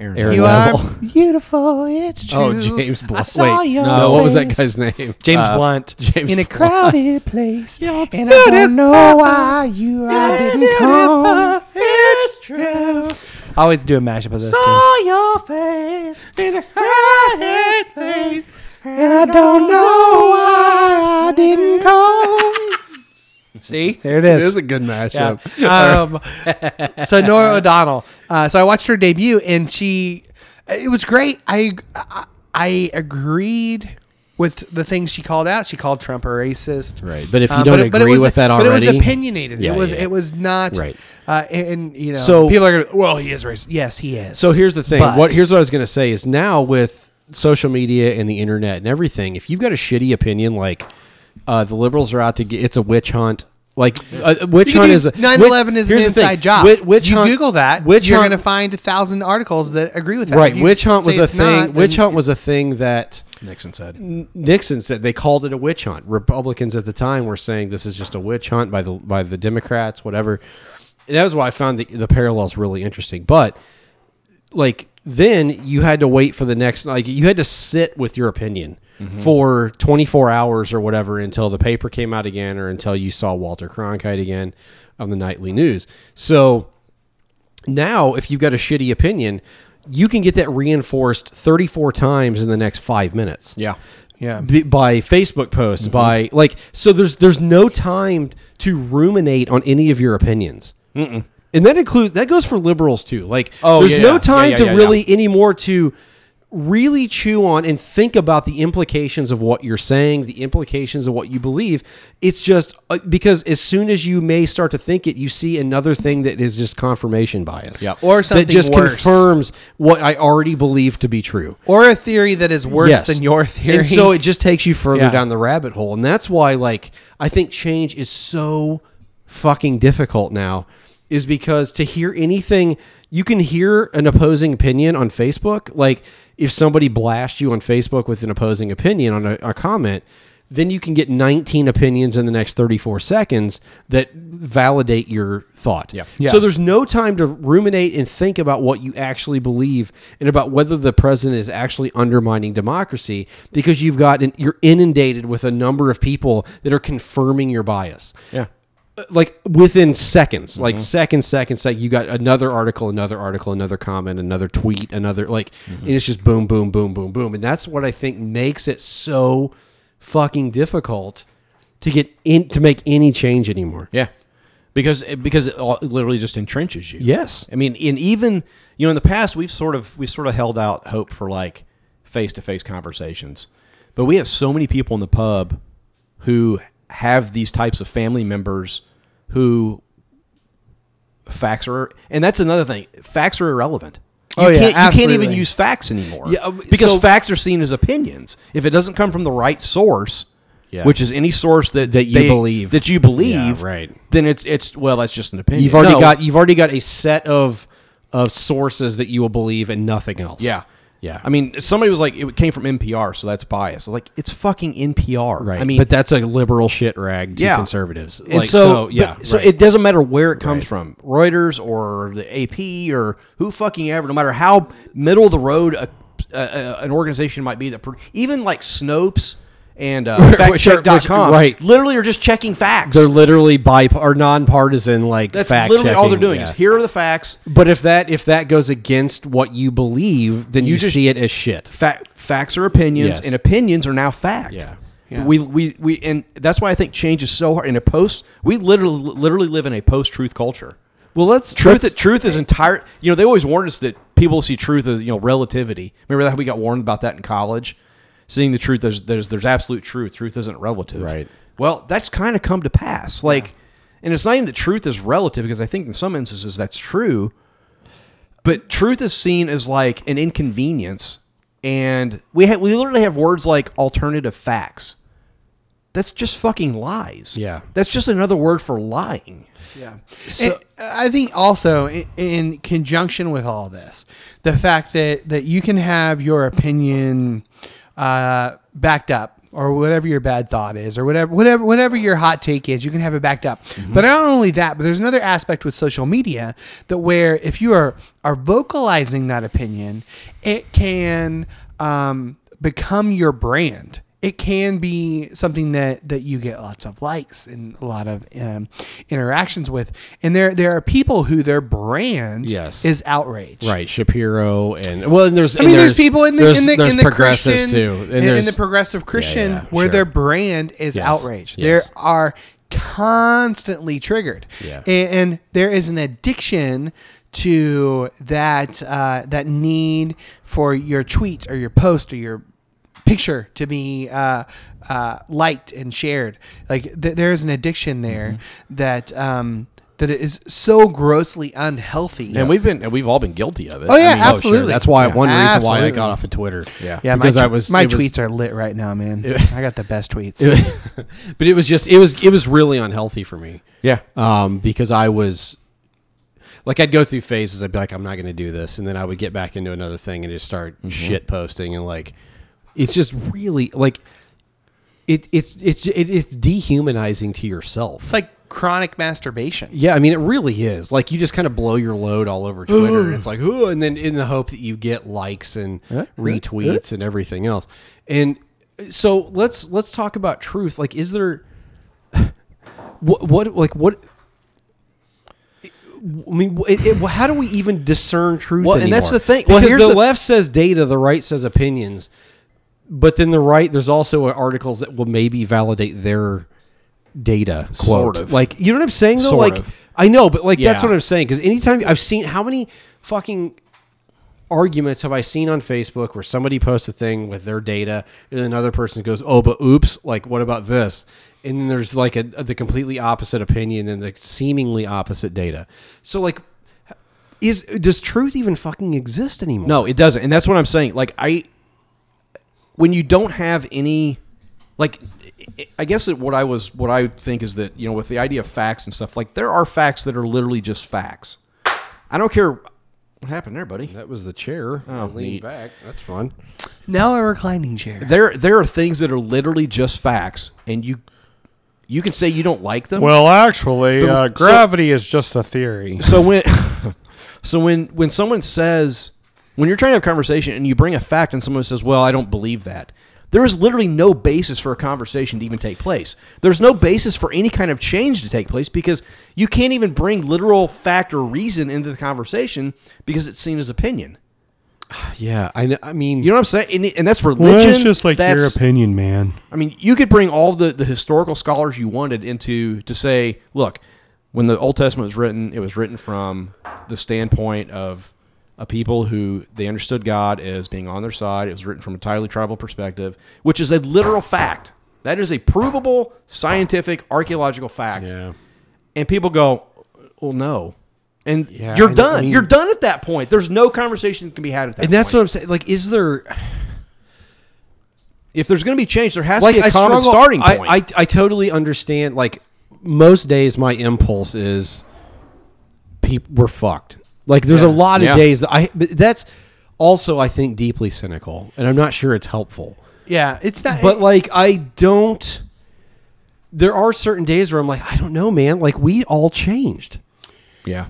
Speaker 2: Aaron
Speaker 1: You
Speaker 2: Neville.
Speaker 1: are beautiful. It's true.
Speaker 2: Oh, James Blunt.
Speaker 1: I saw
Speaker 2: Wait,
Speaker 1: your
Speaker 2: no, what was that
Speaker 1: face.
Speaker 2: guy's name?
Speaker 1: James
Speaker 2: Uh,
Speaker 1: Blunt.
Speaker 2: James
Speaker 1: in a
Speaker 2: Blunt.
Speaker 1: crowded place. and I don't know why you I didn't come. It's true. I always do a mashup of this. Saw your face in a crowded place. And I don't know why I didn't come. See? There it is.
Speaker 2: It is a good mashup.
Speaker 1: Yeah. Um, so Nora O'Donnell. Uh, so I watched her debut, and she, it was great. I, I, I agreed with the things she called out. She called Trump a racist.
Speaker 2: Right, but if you
Speaker 1: Um,
Speaker 2: don't
Speaker 1: it- it
Speaker 2: agree
Speaker 1: was-
Speaker 2: with that already,
Speaker 1: but it was opinionated.
Speaker 2: Yeah,
Speaker 1: it was
Speaker 2: yeah.
Speaker 1: it was not
Speaker 2: Right.
Speaker 1: Uh, and, and, you know,
Speaker 2: So-
Speaker 1: people are gonna, well, he is racist. Yes, he is.
Speaker 2: So here's the thing.
Speaker 1: But-
Speaker 2: what here's what I was gonna say is now with social media and the internet and everything, if you've got a shitty opinion like uh, the liberals are out to get, it's a witch hunt. Like a a witch
Speaker 1: You can
Speaker 2: hunt
Speaker 1: do-
Speaker 2: is a
Speaker 1: 9/11
Speaker 2: witch-
Speaker 1: is an
Speaker 2: here's the thing.
Speaker 1: inside job.
Speaker 2: Wit- witch
Speaker 1: you
Speaker 2: hunt-
Speaker 1: Google that,
Speaker 2: Witch
Speaker 1: you're
Speaker 2: hunt-
Speaker 1: going to find a thousand articles that agree with that.
Speaker 2: right?
Speaker 1: If you
Speaker 2: Witch hunt
Speaker 1: say
Speaker 2: was a
Speaker 1: it's
Speaker 2: thing.
Speaker 1: not,
Speaker 2: witch
Speaker 1: then-
Speaker 2: hunt was a thing that
Speaker 3: Nixon said.
Speaker 2: Nixon said they called it a witch hunt. Republicans at the time were saying this is just a witch hunt by the by the Democrats, whatever. And that was why I found the, the parallels really interesting. But like then you had to wait for the next like you had to sit with your opinion for 24 hours or whatever until the paper came out again or until you saw Walter Cronkite again on the nightly news. So now if you've got a shitty opinion, you can get that reinforced 34 times in the next 5 minutes
Speaker 3: Yeah. Mm-hmm.
Speaker 1: Yeah.
Speaker 2: b- by Facebook posts, by like so. There's there's no time to ruminate on any of your opinions, Mm-mm. and that includes that goes for liberals too. Like,
Speaker 3: Oh,
Speaker 2: there's
Speaker 3: yeah,
Speaker 2: no
Speaker 3: yeah.
Speaker 2: time
Speaker 3: Yeah, yeah,
Speaker 2: to
Speaker 3: yeah,
Speaker 2: really anymore to really chew on and think about the implications of what you're saying, the implications of what you believe. It's just uh, because as soon as you may start to think it, you see another thing that is just confirmation bias,
Speaker 3: Yep.
Speaker 1: Or
Speaker 2: that
Speaker 1: something
Speaker 2: just
Speaker 1: worse.
Speaker 2: confirms what I already believe to be true
Speaker 1: or a theory that is worse
Speaker 2: yes.
Speaker 1: than your theory.
Speaker 2: And so it just takes you further
Speaker 1: Yeah.
Speaker 2: down the rabbit hole. And that's why, like, I think change is so fucking difficult now, is because to hear anything, you can hear an opposing opinion on Facebook. Like, if somebody blasts you on Facebook with an opposing opinion on a, a comment, then you can get 19 opinions in the next 34 seconds that validate your thought.
Speaker 3: Yeah.
Speaker 2: So there's no time to ruminate and think about what you actually believe and about whether the president is actually undermining democracy because you've got an, you're inundated with a number of people that are confirming your bias.
Speaker 3: Yeah.
Speaker 2: Uh, Like within seconds,
Speaker 3: Mm-hmm.
Speaker 2: like seconds, seconds, like you got another article, another article, another comment, another tweet, another like,
Speaker 3: Mm-hmm.
Speaker 2: and it's just boom, boom, boom, boom, boom, and that's what I think makes it so fucking difficult to get in to make any change anymore.
Speaker 3: Yeah. because eh, because it all- it literally just entrenches you.
Speaker 2: Yes.
Speaker 3: I mean, and even you know, in the past, we've sort of we sort of held out hope for like face to face conversations, but we have so many people in the pub who have these types of family members who facts are, and that's another thing. Facts are irrelevant. You
Speaker 1: Oh, yeah,
Speaker 3: can't, you can't even
Speaker 1: absolutely.
Speaker 3: use facts anymore.
Speaker 2: Yeah, um,
Speaker 3: because
Speaker 2: so-
Speaker 3: facts are seen as opinions. If it doesn't come from the right source,
Speaker 2: Yeah.
Speaker 3: which is any source that
Speaker 2: That you
Speaker 3: they-
Speaker 2: believe.
Speaker 3: that you believe,
Speaker 2: Yeah, right.
Speaker 3: Then it's it's well, that's just an opinion.
Speaker 2: You've already
Speaker 3: No.
Speaker 2: got you've already got a set of of sources that you will believe and nothing else.
Speaker 3: yeah,
Speaker 2: Yeah.
Speaker 3: I mean, somebody was like, it came from NPR, so that's bias. Like it's fucking NPR,
Speaker 2: Right.
Speaker 3: I mean,
Speaker 2: but that's a liberal shit rag to conservatives.
Speaker 3: And so, yeah, so
Speaker 2: right.
Speaker 3: it doesn't matter where it comes from, Reuters or the AP or who fucking ever. No matter how middle of the road a, a, a, an organization might be, that pro- even like Snopes and uh,
Speaker 2: Which are-
Speaker 3: factcheck.com,
Speaker 2: which- right.
Speaker 3: Literally, are just checking facts.
Speaker 2: they're literally bi or nonpartisan like
Speaker 3: That's
Speaker 2: fact
Speaker 3: literally all they're
Speaker 2: checking,
Speaker 3: doing
Speaker 2: yeah.
Speaker 3: is here are the facts.
Speaker 2: But if that if that goes against what you believe, then you,
Speaker 3: just-
Speaker 2: see it as shit.
Speaker 3: Fa- facts are opinions,
Speaker 2: Yes.
Speaker 3: and opinions are now fact.
Speaker 2: Yeah.
Speaker 1: Yeah.
Speaker 3: We, we, we, and that's why I think change is so hard. In a post, we literally, literally live in a post truth culture.
Speaker 2: Well, let's
Speaker 3: Truth, truth is entire. You know, they always warn us that people see truth as you know relativity. Remember that we got warned about that in college, seeing the truth as there's there's absolute truth. Truth isn't relative.
Speaker 2: Right.
Speaker 3: Well, that's kind of come to pass. Like, and it's not even that truth is relative because I think in some instances that's true, but truth is seen as like an inconvenience, and we ha- we literally have words like alternative facts. That's just fucking lies.
Speaker 2: Yeah.
Speaker 3: That's just another word for lying.
Speaker 1: And uh, I think also in, in conjunction with all this, the fact that that you can have your opinion uh, backed up or whatever your bad thought is or whatever whatever whatever your hot take is, you can have it backed up. But not only that, but there's another aspect with social media that where if you are are vocalizing that opinion, it can um, become your brand it can be something that that you get lots of likes and a lot of um, interactions with and there there are people who their brand
Speaker 2: Yes.
Speaker 1: is outrage
Speaker 2: right Shapiro and well, and there's
Speaker 1: I mean, there's, people in the in the, in the Christian,
Speaker 2: progressives too,
Speaker 1: in- in,
Speaker 2: there's-
Speaker 1: the progressive Christian
Speaker 2: yeah,
Speaker 1: where
Speaker 2: sure.
Speaker 1: their brand is
Speaker 2: Yes,
Speaker 1: outrage.
Speaker 2: yes.
Speaker 1: They are constantly triggered,
Speaker 2: Yeah.
Speaker 1: A- and, there is an addiction to that uh, that need for your tweet or your post or your picture to be uh, uh, liked and shared. Like th- there is an addiction there
Speaker 2: Mm-hmm.
Speaker 1: that. Um, that is so grossly unhealthy.
Speaker 3: And we've been and we've all been guilty of it.
Speaker 1: Oh yeah,
Speaker 3: I mean,
Speaker 2: Oh, sure.
Speaker 1: absolutely.
Speaker 2: That's why one reason why I
Speaker 1: Absolutely.
Speaker 2: got off of Twitter. Yeah,
Speaker 1: Yeah,
Speaker 2: because
Speaker 1: my,
Speaker 2: I
Speaker 1: tw-
Speaker 2: was
Speaker 1: my
Speaker 2: it was-
Speaker 1: tweets are lit right now, man. I got the best tweets.
Speaker 2: but it was just it was it was really unhealthy for me.
Speaker 3: Yeah.
Speaker 2: Um, because I was like I'd go through phases. I'd be like, I'm not going to do this, and then I would get back into another thing and just start shit posting and like, it's just really like, it it's it's it, it's dehumanizing to yourself.
Speaker 1: It's like chronic masturbation.
Speaker 2: Yeah, I mean, it really is. Like you just kind of blow your load all over Twitter, and it's like, ooh, and then in the hope that you get likes and retweets and everything else. And uh, so let's let's talk about truth. Like, is there what what like what? I mean, it, it, how do we even discern truth?
Speaker 3: Well, and that's
Speaker 2: anymore?
Speaker 3: the thing. Well,
Speaker 2: Because
Speaker 3: here's
Speaker 2: the,
Speaker 3: the-
Speaker 2: left says data, the right says opinions, but then the right there's also articles that will maybe validate their data
Speaker 3: Sort
Speaker 2: quote.
Speaker 3: of.
Speaker 2: like you know what i'm saying though
Speaker 3: Sort
Speaker 2: like
Speaker 3: of.
Speaker 2: i know but like that's
Speaker 3: Yeah.
Speaker 2: what i'm saying because anytime i've seen how many fucking arguments have i seen on facebook where somebody posts a thing with their data and another person goes oh but oops like what about this and then there's like a, the completely opposite opinion and the seemingly opposite data so like is does truth even fucking exist anymore
Speaker 3: No, it doesn't. And that's what I'm saying. Like I when you don't have any like I- I guess that what I was what I think is that, you know, with the idea of facts and stuff, like there are facts that are literally just facts. I don't care what happened there, buddy.
Speaker 2: that was the chair oh,
Speaker 3: neat.
Speaker 2: back that's fun
Speaker 1: Now a reclining chair.
Speaker 3: There there are things that are literally just facts and you you can say you don't like them.
Speaker 8: Well, actually,
Speaker 3: uh,
Speaker 8: gravity is just a theory.
Speaker 3: So when, so when when someone says, when you're trying to have a conversation and you bring a fact and someone says, "Well, I don't believe that," there is literally no basis for a conversation to even take place. There's no basis for any kind of change to take place because you can't even bring literal fact or reason into the conversation because it's seen as opinion.
Speaker 2: yeah i, kn- I mean
Speaker 3: You know what I'm saying? And, and that's religion. that's,
Speaker 8: opinion, man.
Speaker 3: I mean, you could bring all the, the historical scholars you wanted into to say, look, when the Old Testament was written, it was written from the standpoint of a people who they understood God as being on their side. It was written from an entirely tribal perspective, which is a literal fact. That is a provable scientific archaeological fact.
Speaker 2: Yeah.
Speaker 3: And people go, "Well, no." And
Speaker 2: Yeah,
Speaker 3: you're
Speaker 2: I
Speaker 3: done.
Speaker 2: mean-
Speaker 3: you're done at that point. There's no conversation that can be had at that
Speaker 2: And that's what
Speaker 3: point.
Speaker 2: I'm saying. Like, is there
Speaker 3: if there's going to be change, there has
Speaker 2: like
Speaker 3: to be a
Speaker 2: I
Speaker 3: common
Speaker 2: struggle-
Speaker 3: starting
Speaker 2: I-
Speaker 3: point.
Speaker 2: I, I totally understand. Like most days, my impulse is, people we're fucked. Like there's a lot of
Speaker 3: Yeah.
Speaker 2: days that I. But that's also I think deeply cynical, and I'm not sure it's helpful.
Speaker 1: Yeah, it's not.
Speaker 2: But like I don't. There are certain days where I'm like, I don't know, man. Like we all changed.
Speaker 3: yeah.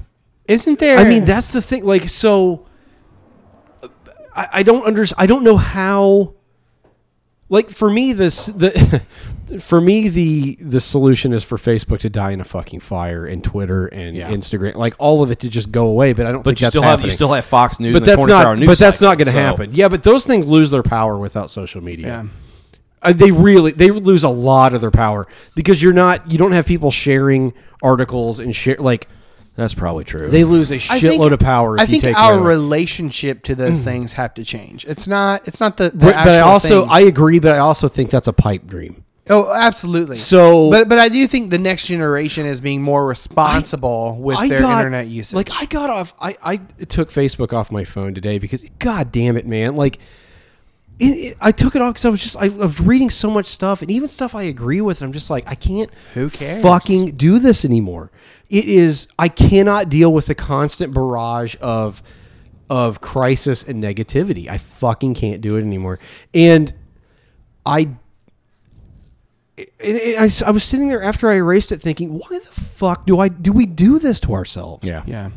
Speaker 1: isn't there?
Speaker 2: I mean, that's the thing. Like, so I, I don't under I don't know how. Like for me, this the for me the the solution is for Facebook to die in a fucking fire and Twitter and
Speaker 3: Yeah.
Speaker 2: Instagram, like all of it to just go away. But I don't. think
Speaker 3: But you
Speaker 2: that's
Speaker 3: still have
Speaker 2: happening.
Speaker 3: you still have Fox News,
Speaker 2: But
Speaker 3: and
Speaker 2: that's
Speaker 3: the 24 hour
Speaker 2: not.
Speaker 3: news
Speaker 2: But that's not
Speaker 3: cycle,
Speaker 2: going to
Speaker 3: so-
Speaker 2: happen. Yeah, but those things lose their power without social
Speaker 1: yeah.
Speaker 2: media. Uh, they really they lose a lot of their power because you're not you don't have people sharing articles and share like
Speaker 3: That's probably true.
Speaker 2: they lose a shitload of power. If
Speaker 1: I
Speaker 2: you
Speaker 1: think
Speaker 2: take
Speaker 1: our
Speaker 2: away-
Speaker 1: relationship to those things have to change. It's not. It's not the. the
Speaker 2: but, but I
Speaker 1: actual
Speaker 2: also
Speaker 1: things.
Speaker 2: I agree, but I also think that's a pipe dream.
Speaker 1: Oh, absolutely.
Speaker 2: So-
Speaker 1: but but I do think the next generation is being more responsible with their internet usage.
Speaker 2: Like I got off. I I took Facebook off my phone today because God damn it, man! Like. It, it, I took it off because I was just I, was reading so much stuff and even stuff I agree with. And I'm just like I can't
Speaker 1: Who cares?
Speaker 2: fucking do this anymore. It is I cannot deal with the constant barrage of of crisis and negativity. I fucking can't do it anymore. And I and it- I, s- I was sitting there after I erased it, thinking, why the fuck do I do we do this to ourselves?
Speaker 3: yeah.
Speaker 1: yeah.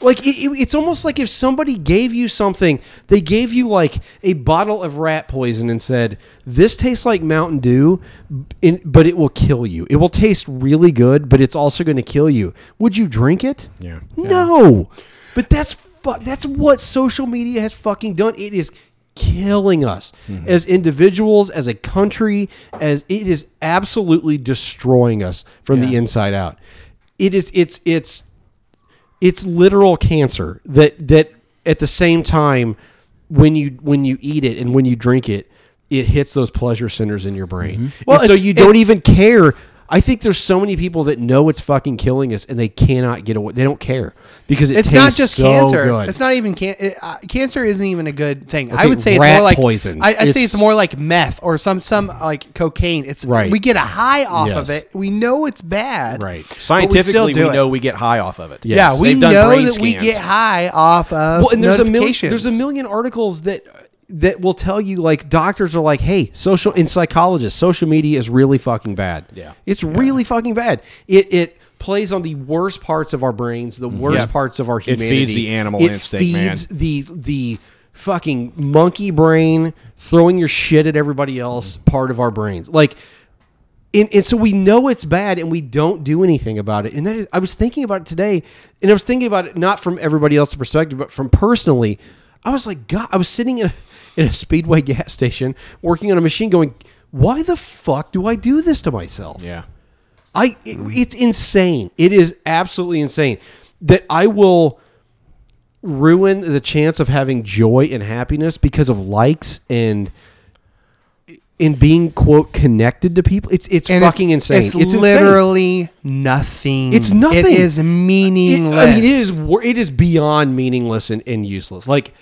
Speaker 2: like it, it- it's almost like if somebody gave you something, they gave you like a bottle of rat poison and said, "This tastes like Mountain Dew, b- in- but it will kill you. It will taste really good, but it's also going to kill you." Would you drink it?
Speaker 3: Yeah.
Speaker 2: No, but that's fu- that's what social media has fucking done. It is killing us
Speaker 3: Mm-hmm.
Speaker 2: as individuals, as a country, as it is absolutely destroying us from the inside out. It is it's it's it's literal cancer that that at the same time when you when you eat it and when you drink it it hits those pleasure centers in your brain And
Speaker 1: Well,
Speaker 2: so
Speaker 1: it's-
Speaker 2: you don't even care i think there's so many people that know it's fucking killing us and they cannot get away they don't care because it
Speaker 1: It's
Speaker 2: tastes
Speaker 1: not just
Speaker 2: so
Speaker 1: cancer.
Speaker 2: good.
Speaker 1: It's not even can- it, uh, cancer. Isn't even a good thing. I
Speaker 2: Okay,
Speaker 1: would say it's
Speaker 2: rat
Speaker 1: more like
Speaker 2: poison.
Speaker 1: I, I'd say
Speaker 2: It's-
Speaker 1: it's more like meth or some some like cocaine. It's
Speaker 2: Right.
Speaker 1: We get a high off of
Speaker 2: Yes.
Speaker 1: it. We know it's bad.
Speaker 2: Right.
Speaker 1: but we still
Speaker 3: Scientifically, we,
Speaker 1: do it.
Speaker 3: know we get high off of it.
Speaker 2: Yes.
Speaker 1: Yeah, we
Speaker 3: They've done
Speaker 1: know
Speaker 3: brain
Speaker 1: that we
Speaker 3: scans.
Speaker 1: get high off of
Speaker 2: well, and there's a million
Speaker 1: notifications.
Speaker 2: there's a million articles that that will tell you like doctors are like, hey, social and psychologists, social media is really fucking bad.
Speaker 3: Yeah.
Speaker 2: it's really fucking bad. It it plays on the worst parts of our brains, the worst parts of our
Speaker 3: Mm-hmm. feeds
Speaker 2: humanity.
Speaker 3: the animal
Speaker 2: It
Speaker 3: instinct, man.
Speaker 2: feeds the the fucking monkey brain, throwing your shit at everybody else. Part of our brains, like. And, and so we know it's bad and we don't do anything about it. And that is, I was thinking about it today, and I was thinking about it not from everybody else's perspective, but from personally. I was like, God, I was sitting in a, in a Speedway gas station working on a machine going, why the fuck do I do this to myself?
Speaker 3: Yeah.
Speaker 2: I it, it's insane. It is absolutely insane that I will ruin the chance of having joy and happiness because of likes and in being quote connected to people. It's it's
Speaker 1: And
Speaker 2: fucking
Speaker 1: it's,
Speaker 2: insane.
Speaker 1: It's,
Speaker 2: insane.
Speaker 1: literally nothing.
Speaker 2: It's nothing.
Speaker 1: It is meaningless.
Speaker 2: It, I mean, it is wor- it is beyond meaningless and, and useless. Like,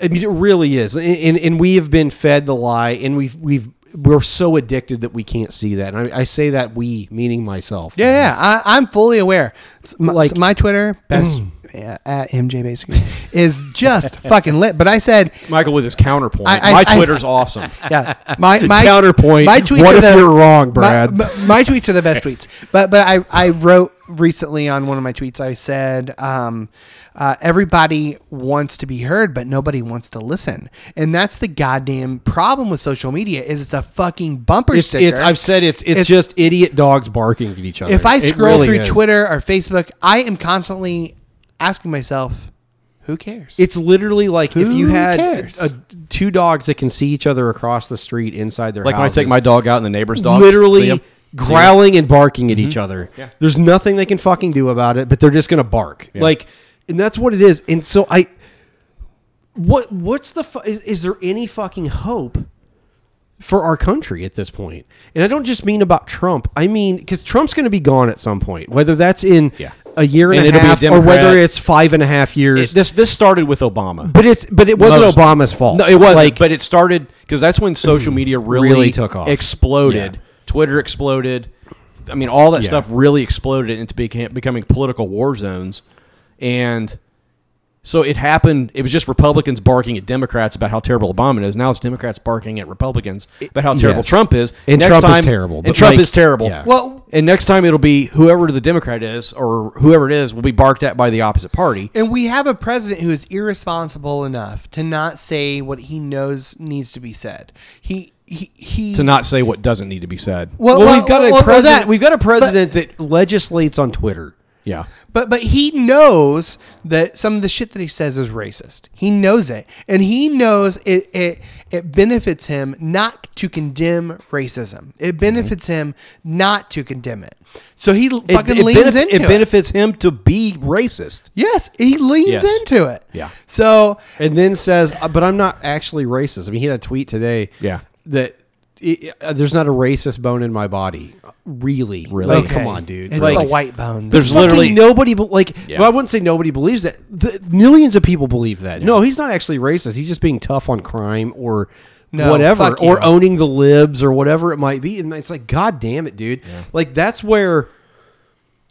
Speaker 2: I mean, it really is. And, and and we have been fed the lie, and we've we've we're so addicted that we can't see that. And I, I say that we, meaning myself.
Speaker 1: Yeah, yeah. I, I'm fully aware. S- My,
Speaker 2: Like-
Speaker 1: like my Twitter, best yeah, at MJ basically is just fucking lit. But I said,
Speaker 3: Michael with his counterpoint.
Speaker 1: I- I-
Speaker 3: My
Speaker 1: I-
Speaker 3: Twitter's awesome.
Speaker 1: yeah, my, my
Speaker 2: Counterpoint,
Speaker 1: My tweets
Speaker 2: what
Speaker 1: are
Speaker 2: if
Speaker 1: the-
Speaker 2: you're wrong,
Speaker 1: my-
Speaker 2: Brad?
Speaker 1: My, my tweets are the best tweets. But but I I wrote recently on one of my tweets. I said, um, uh, everybody wants to be heard, but nobody wants to listen, and that's the goddamn problem with social media. Is it's a fucking bumper
Speaker 2: It's,
Speaker 1: sticker.
Speaker 2: it's I've said it's, it's
Speaker 1: It's-
Speaker 2: just idiot dogs barking at each other.
Speaker 1: if I
Speaker 2: It
Speaker 1: scroll
Speaker 2: really
Speaker 1: through
Speaker 2: is.
Speaker 1: Twitter or Facebook, I am constantly asking myself, who cares?
Speaker 2: It's literally like if you
Speaker 1: Who
Speaker 2: had
Speaker 1: cares?
Speaker 2: uh, two dogs that can see each other across the street inside their
Speaker 3: Like when I
Speaker 2: houses.
Speaker 3: take my dog out and the neighbor's dog.
Speaker 2: literally
Speaker 3: see Mm-hmm. him,
Speaker 2: growling and barking at each other. There's nothing they can fucking do about it, but they're just gonna bark. Like, and that's what it is. And so I, what what's the fu- is, is there any fucking hope for our country at this point? And I don't just mean about Trump. I mean because Trump's gonna be gone at some point, whether that's in
Speaker 3: Yeah.
Speaker 2: a year and,
Speaker 3: And
Speaker 2: a
Speaker 3: it'll be a
Speaker 2: half or whether
Speaker 3: Democrat.
Speaker 2: it's five and a half years.
Speaker 3: It- this this started with Obama.
Speaker 2: but it's but it wasn't
Speaker 3: Most-
Speaker 2: Obama's fault.
Speaker 3: No, it wasn't.
Speaker 2: Like, Mm,
Speaker 3: but it started because that's when social media really,
Speaker 2: Really took off.
Speaker 3: exploded.
Speaker 2: Yeah.
Speaker 3: Twitter exploded. I mean, all that
Speaker 2: Yeah.
Speaker 3: stuff really exploded into beca- becoming political war zones, and so it happened. It was just Republicans barking at Democrats about how terrible Obama is. Now it's Democrats barking at Republicans about how terrible
Speaker 2: Yes.
Speaker 3: Trump is.
Speaker 2: And
Speaker 3: Next
Speaker 2: Trump is
Speaker 3: time-
Speaker 2: terrible,
Speaker 3: And
Speaker 2: but
Speaker 3: Trump
Speaker 2: like-
Speaker 3: is terrible.
Speaker 2: yeah.
Speaker 1: Well-
Speaker 3: and next time it'll be whoever the Democrat is or whoever it is will be barked at by the opposite party.
Speaker 1: And we have a president who is irresponsible enough to not say what he knows needs to be said. He he he
Speaker 3: to not say what doesn't need to be said.
Speaker 1: Well,
Speaker 2: well,
Speaker 1: well,
Speaker 2: we've got
Speaker 1: well,
Speaker 2: a
Speaker 1: well,
Speaker 2: president.
Speaker 1: that-
Speaker 2: we've got a president that legislates on Twitter.
Speaker 3: yeah.
Speaker 1: But but he knows that some of the shit that he says is racist. He knows it, and he knows it it it benefits him not to condemn racism.
Speaker 2: Mhm.
Speaker 1: It benefits him not to condemn it. So he l- fucking leans
Speaker 3: benef-
Speaker 1: into it.
Speaker 3: it benefits him to be racist.
Speaker 1: yes, he leans
Speaker 3: Yes.
Speaker 1: into it.
Speaker 3: Yeah.
Speaker 1: So
Speaker 2: and then says, uh, "But I'm not actually racist." I mean, he had a tweet today,
Speaker 3: Yeah.
Speaker 2: that i uh, there's not a racist bone in my body. Really,
Speaker 3: Really?
Speaker 2: Like,
Speaker 1: okay.
Speaker 2: come on, dude.
Speaker 1: It's
Speaker 2: like,
Speaker 1: the white bones.
Speaker 2: There's literally nobody, be- like,
Speaker 3: Yeah.
Speaker 2: well, I wouldn't say nobody believes that. The, millions of people believe that. No, he's not actually racist. He's just being tough on crime or
Speaker 1: No,
Speaker 2: whatever,
Speaker 1: fuck
Speaker 2: or
Speaker 1: you.
Speaker 2: owning the libs or whatever it might be. And it's like, god damn it, dude. Like that's where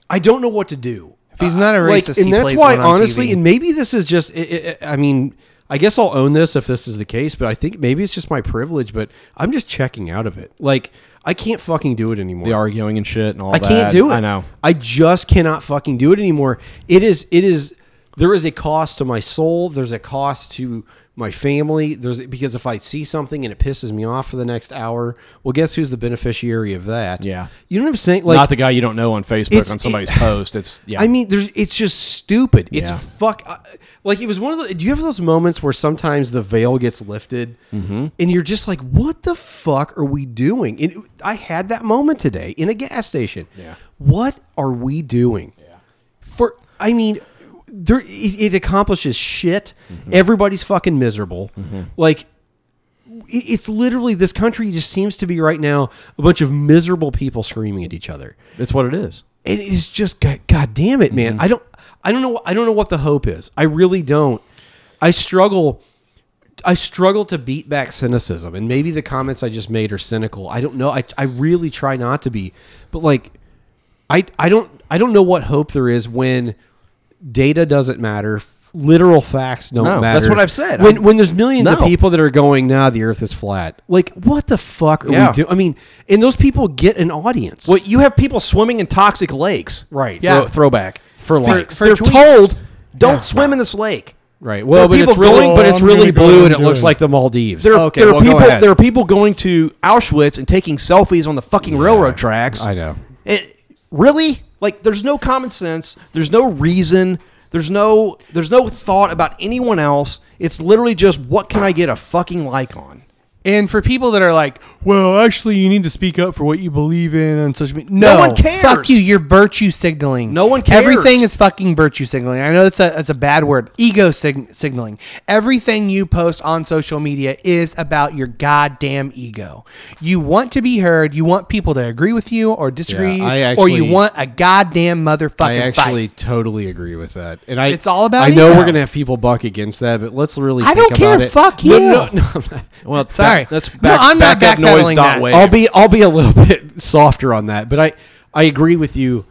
Speaker 2: I don't know what to do. If
Speaker 1: he's not a racist,
Speaker 2: and
Speaker 1: he
Speaker 2: that's
Speaker 1: plays
Speaker 2: why,
Speaker 1: one on
Speaker 2: honestly,
Speaker 1: TV.
Speaker 2: and maybe this is just. i i I mean, I guess I'll own this if this is the case, but I think maybe it's just my privilege. But I'm just checking out of it. Like I can't fucking do it anymore.
Speaker 3: The arguing and shit and all
Speaker 2: I
Speaker 3: that.
Speaker 2: can't do it.
Speaker 3: I know.
Speaker 2: I just cannot fucking do it anymore. It is. It is. There is a cost to my soul. There's a cost to my family. There's because if I see something and it pisses me off for the next hour, well, guess who's the beneficiary of that?
Speaker 3: Yeah.
Speaker 2: you know what I'm saying. Like
Speaker 3: Not the guy you don't know on Facebook
Speaker 2: It's-
Speaker 3: on somebody's
Speaker 2: it-
Speaker 3: post. It's yeah.
Speaker 2: I mean, there's it's just stupid. It's
Speaker 3: Yeah.
Speaker 2: fuck. I, like it was one of the. Do you have those moments where sometimes the veil gets lifted,
Speaker 3: Mm-hmm.
Speaker 2: and you're just like, "What the fuck are we doing?" And it- I had that moment today in a gas station.
Speaker 3: Yeah.
Speaker 2: What are we doing? Yeah. For I mean, there it, it accomplishes shit.
Speaker 3: Mm-hmm.
Speaker 2: Everybody's fucking miserable. Like it- it's literally this country just seems to be right now a bunch of miserable people screaming at each other
Speaker 3: it's what it is.
Speaker 2: it is just god, god damn it
Speaker 3: Mm-hmm.
Speaker 2: man i don't i don't know i don't know what the hope is i really don't i struggle i struggle to beat back cynicism and maybe the comments i just made are cynical i don't know i, I really try not to be but like i i don't i don't know what hope there is when data doesn't matter f- literal facts don't
Speaker 3: No,
Speaker 2: matter
Speaker 3: that's what I've said.
Speaker 2: when,
Speaker 3: I'm-
Speaker 2: when there's millions of
Speaker 3: No.
Speaker 2: people that are going nah the earth is flat like what the fuck are
Speaker 3: Yeah.
Speaker 2: we doing i mean and those people get an audience
Speaker 3: Well, you have people swimming in toxic lakes.
Speaker 2: Right.
Speaker 3: Yeah.
Speaker 2: Yeah.
Speaker 3: throwback.
Speaker 2: for likes
Speaker 1: for
Speaker 3: They're
Speaker 1: tweets.
Speaker 3: told don't swim in this lake.
Speaker 2: Right. Well, but
Speaker 3: people
Speaker 2: it's really,
Speaker 3: going-
Speaker 2: but it's
Speaker 3: I'm
Speaker 2: really
Speaker 3: gonna go
Speaker 2: blue,
Speaker 3: and
Speaker 2: and it
Speaker 3: do
Speaker 2: looks
Speaker 3: it.
Speaker 2: like the Maldives.
Speaker 3: There,
Speaker 2: okay.
Speaker 3: there are
Speaker 2: well, go
Speaker 3: people.
Speaker 2: ahead.
Speaker 3: There are people going to Auschwitz and taking selfies on the fucking railroad tracks.
Speaker 2: I know.
Speaker 3: It, Eh, really? Like, there's no common sense. There's no reason. There's no. There's no thought about anyone else. It's literally just what can I get a fucking like on.
Speaker 1: and for people that are like, well, actually, you need to speak up for what you believe in on social media. No,
Speaker 3: No one cares.
Speaker 1: Fuck you. You're virtue signaling.
Speaker 3: No one cares.
Speaker 1: Everything is fucking virtue signaling. I know that's a that's a bad word. Ego sig- signaling. Everything you post on social media is about your goddamn ego. You want to be heard. You want people to agree with you or disagree,
Speaker 2: Yeah, I
Speaker 1: or
Speaker 2: actually-
Speaker 1: you want a goddamn motherfucking
Speaker 2: I actually
Speaker 1: fight.
Speaker 2: totally agree with that, and I.
Speaker 1: It's all about
Speaker 2: I know
Speaker 1: ego.
Speaker 2: we're gonna have people buck against that, but let's really.
Speaker 1: I
Speaker 2: think
Speaker 1: don't care.
Speaker 2: about it.
Speaker 1: Fuck
Speaker 2: No,
Speaker 1: you.
Speaker 2: No, no, I'm not.
Speaker 3: Well,
Speaker 1: Sorry.
Speaker 3: that's
Speaker 1: No,
Speaker 3: back,
Speaker 1: I'm not
Speaker 3: back up
Speaker 1: backpedaling
Speaker 3: noise
Speaker 1: that.
Speaker 3: dot wave.
Speaker 2: I'll be I'll be a little bit softer on that, but I I agree with you.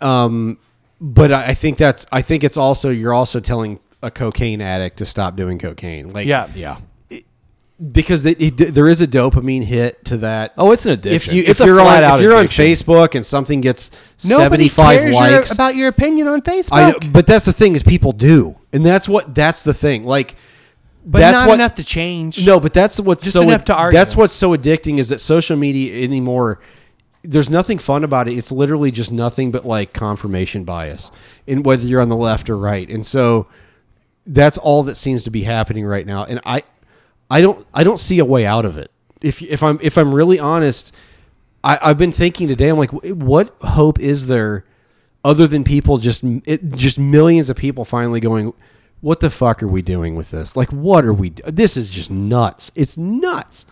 Speaker 2: Um, but I, I think that's I think it's also you're also telling a cocaine addict to stop doing cocaine, like
Speaker 1: Yeah.
Speaker 3: yeah.
Speaker 2: because they, it, there is a dopamine hit to that.
Speaker 3: Oh, it's an addiction.
Speaker 2: If you if
Speaker 3: It's a
Speaker 2: you're on
Speaker 3: flat-out
Speaker 2: if you're
Speaker 3: addiction.
Speaker 2: on Facebook and something gets
Speaker 1: Nobody
Speaker 2: seventy five
Speaker 1: cares your-
Speaker 2: likes
Speaker 1: about your opinion on Facebook.
Speaker 2: I know, but that's the thing is people do, and that's what that's the thing. Like,
Speaker 1: but
Speaker 2: that's
Speaker 1: not
Speaker 2: what,
Speaker 1: enough to change.
Speaker 2: No, but that's what's
Speaker 1: Just
Speaker 2: so
Speaker 1: enough to argue.
Speaker 2: That's what's so addicting is that social media anymore. There's nothing fun about it. It's literally just nothing but like confirmation bias, in whether you're on the left or right, and so that's all that seems to be happening right now. And I, I don't, I don't see a way out of it. If if I'm if I'm really honest, I, I've been thinking today. I'm like, "Wh- what hope is there other than people just it, just millions of people finally going, what the fuck are we doing with this? Like, what are we? d- This is just nuts. It's nuts.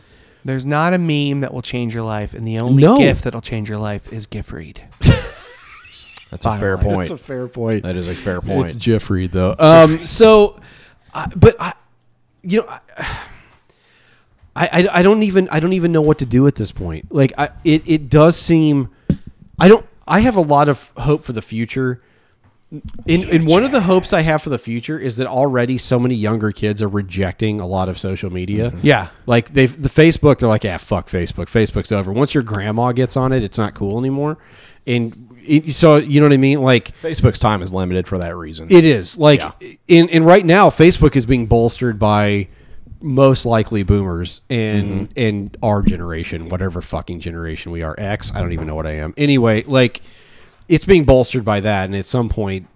Speaker 1: There's not a meme that will change your life, and the only
Speaker 2: No.
Speaker 1: gift that'll change your life is Gift Read.
Speaker 3: That's a fair point.
Speaker 2: That's a fair point.
Speaker 3: That is a fair
Speaker 2: It's
Speaker 3: point.
Speaker 2: Jeff Reed, though. Um, so, I but I, you know, I, I, I- I don't even, I don't even know what to do at this point. Like, I, it, it does seem, I don't, I have a lot of hope for the future. In, in one of the hopes I have for the future is that already so many younger kids are rejecting a lot of social media.
Speaker 3: Mm-hmm.
Speaker 1: Yeah.
Speaker 2: Like they the Facebook, they're like, yeah, fuck Facebook. Facebook's over. Once your grandma gets on it, it's not cool anymore. And it, so you know what I mean? Like
Speaker 3: Facebook's time is limited for that reason.
Speaker 2: it is like
Speaker 3: Yeah.
Speaker 2: in and right now Facebook is being bolstered by most likely boomers and
Speaker 3: Mm-hmm.
Speaker 2: and our generation, whatever fucking generation we are. X, I don't even know what I am. Anyway, like it's being bolstered by that, and at some point,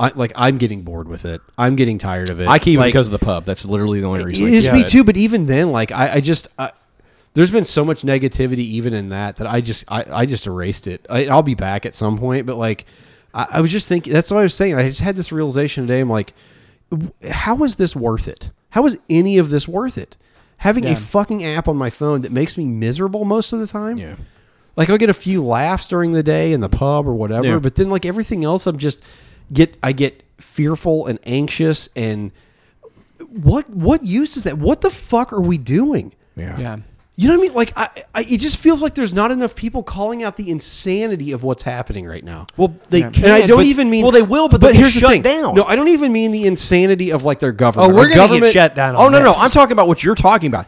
Speaker 2: I like I'm getting bored with it. I'm getting tired of it.
Speaker 3: I keep
Speaker 2: like,
Speaker 3: it because of the pub. That's literally the only reason. I
Speaker 2: it is
Speaker 3: keep
Speaker 2: me
Speaker 3: it.
Speaker 2: too, but even then, like I, I just I, there's been so much negativity even in that that I just I, I just erased it. I, I'll be back at some point, but like I, I was just thinking that's what I was saying. I just had this realization today. I'm like, w- how is this worth it? How is any of this worth it? Having a fucking app on my phone that makes me miserable most of the time.
Speaker 3: Yeah.
Speaker 2: Like I'll get a few laughs during the day in the pub or whatever,
Speaker 3: Yeah.
Speaker 2: but then like everything else, I'm just get I get fearful and anxious and what what use is that? What the fuck are we doing?
Speaker 3: Yeah.
Speaker 1: Yeah.
Speaker 2: You know what I mean? Like I, I it just feels like there's not enough people calling out the insanity of what's happening right now.
Speaker 3: Well, they can.
Speaker 2: and I don't
Speaker 3: but-
Speaker 2: even mean
Speaker 3: Well, they will, but, they
Speaker 2: here's
Speaker 3: shut
Speaker 2: the thing.
Speaker 3: down.
Speaker 2: No, I don't even mean the insanity of like their government.
Speaker 1: Oh, we're
Speaker 2: Our
Speaker 1: gonna get
Speaker 2: government,
Speaker 1: shut down
Speaker 3: Oh
Speaker 1: on
Speaker 3: no, no,
Speaker 1: this.
Speaker 3: I'm talking about what you're talking about.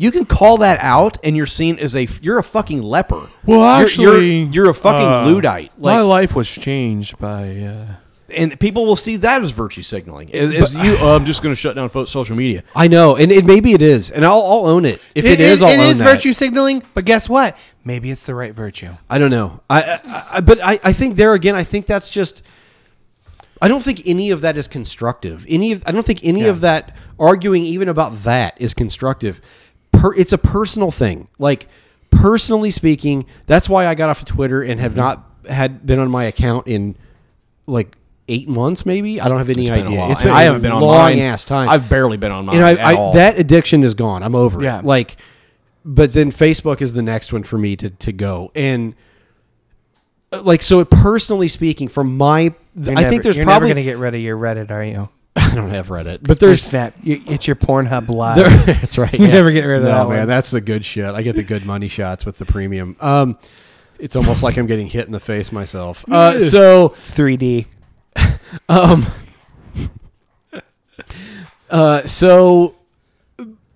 Speaker 3: You can call that out, and you're seen as a you're a fucking leper.
Speaker 8: Well,
Speaker 3: You're- you're-
Speaker 8: actually,
Speaker 3: you're, a fucking
Speaker 8: uh,
Speaker 3: ludite.
Speaker 8: My
Speaker 3: Like,
Speaker 8: life was changed by. Uh,
Speaker 3: and people will see that as virtue signaling. Is, is you? "Oh, I'm just going to shut down fo- social media.
Speaker 2: I know, and it maybe it is, and I'll, I'll own it. If it is, I'll
Speaker 1: it
Speaker 2: own
Speaker 1: is
Speaker 2: that.
Speaker 1: virtue signaling, but guess what? Maybe it's the right virtue.
Speaker 2: I don't know. I, I, I but I, I think there again, I think that's just. I don't think any of that is constructive. Any of I don't think any of that arguing even about that is constructive. Per, it's a personal thing. Like personally speaking, that's why I got off of Twitter and
Speaker 3: Mm-hmm.
Speaker 2: have not had been on my account in like eight months, maybe. I don't have any
Speaker 3: It's
Speaker 2: idea.
Speaker 3: been a while.
Speaker 2: It's
Speaker 3: and I haven't been on
Speaker 2: long
Speaker 3: mine.
Speaker 2: ass time.
Speaker 3: I've barely been on mine
Speaker 2: and
Speaker 3: at
Speaker 2: I, I
Speaker 3: all.
Speaker 2: that addiction is gone. I'm over
Speaker 1: Yeah.
Speaker 2: it. Like, but then Facebook is the next one for me to to go and uh, like so. Personally speaking, from my,
Speaker 1: You're
Speaker 2: I
Speaker 1: never-
Speaker 2: think there's
Speaker 1: you're
Speaker 2: probably
Speaker 1: never gonna get rid of your Reddit, are you?
Speaker 2: I don't have Reddit, but
Speaker 1: There's
Speaker 2: there's
Speaker 1: Snap. You, it's your Pornhub live.
Speaker 2: there, that's right.
Speaker 1: You're never getting rid of
Speaker 2: no,
Speaker 1: that
Speaker 2: man.
Speaker 1: one.
Speaker 2: That's the good shit. I get the good money shots with the premium. Um, it's almost like I'm getting hit in the face myself. Uh, so
Speaker 1: 3D.
Speaker 2: Um. Uh. So,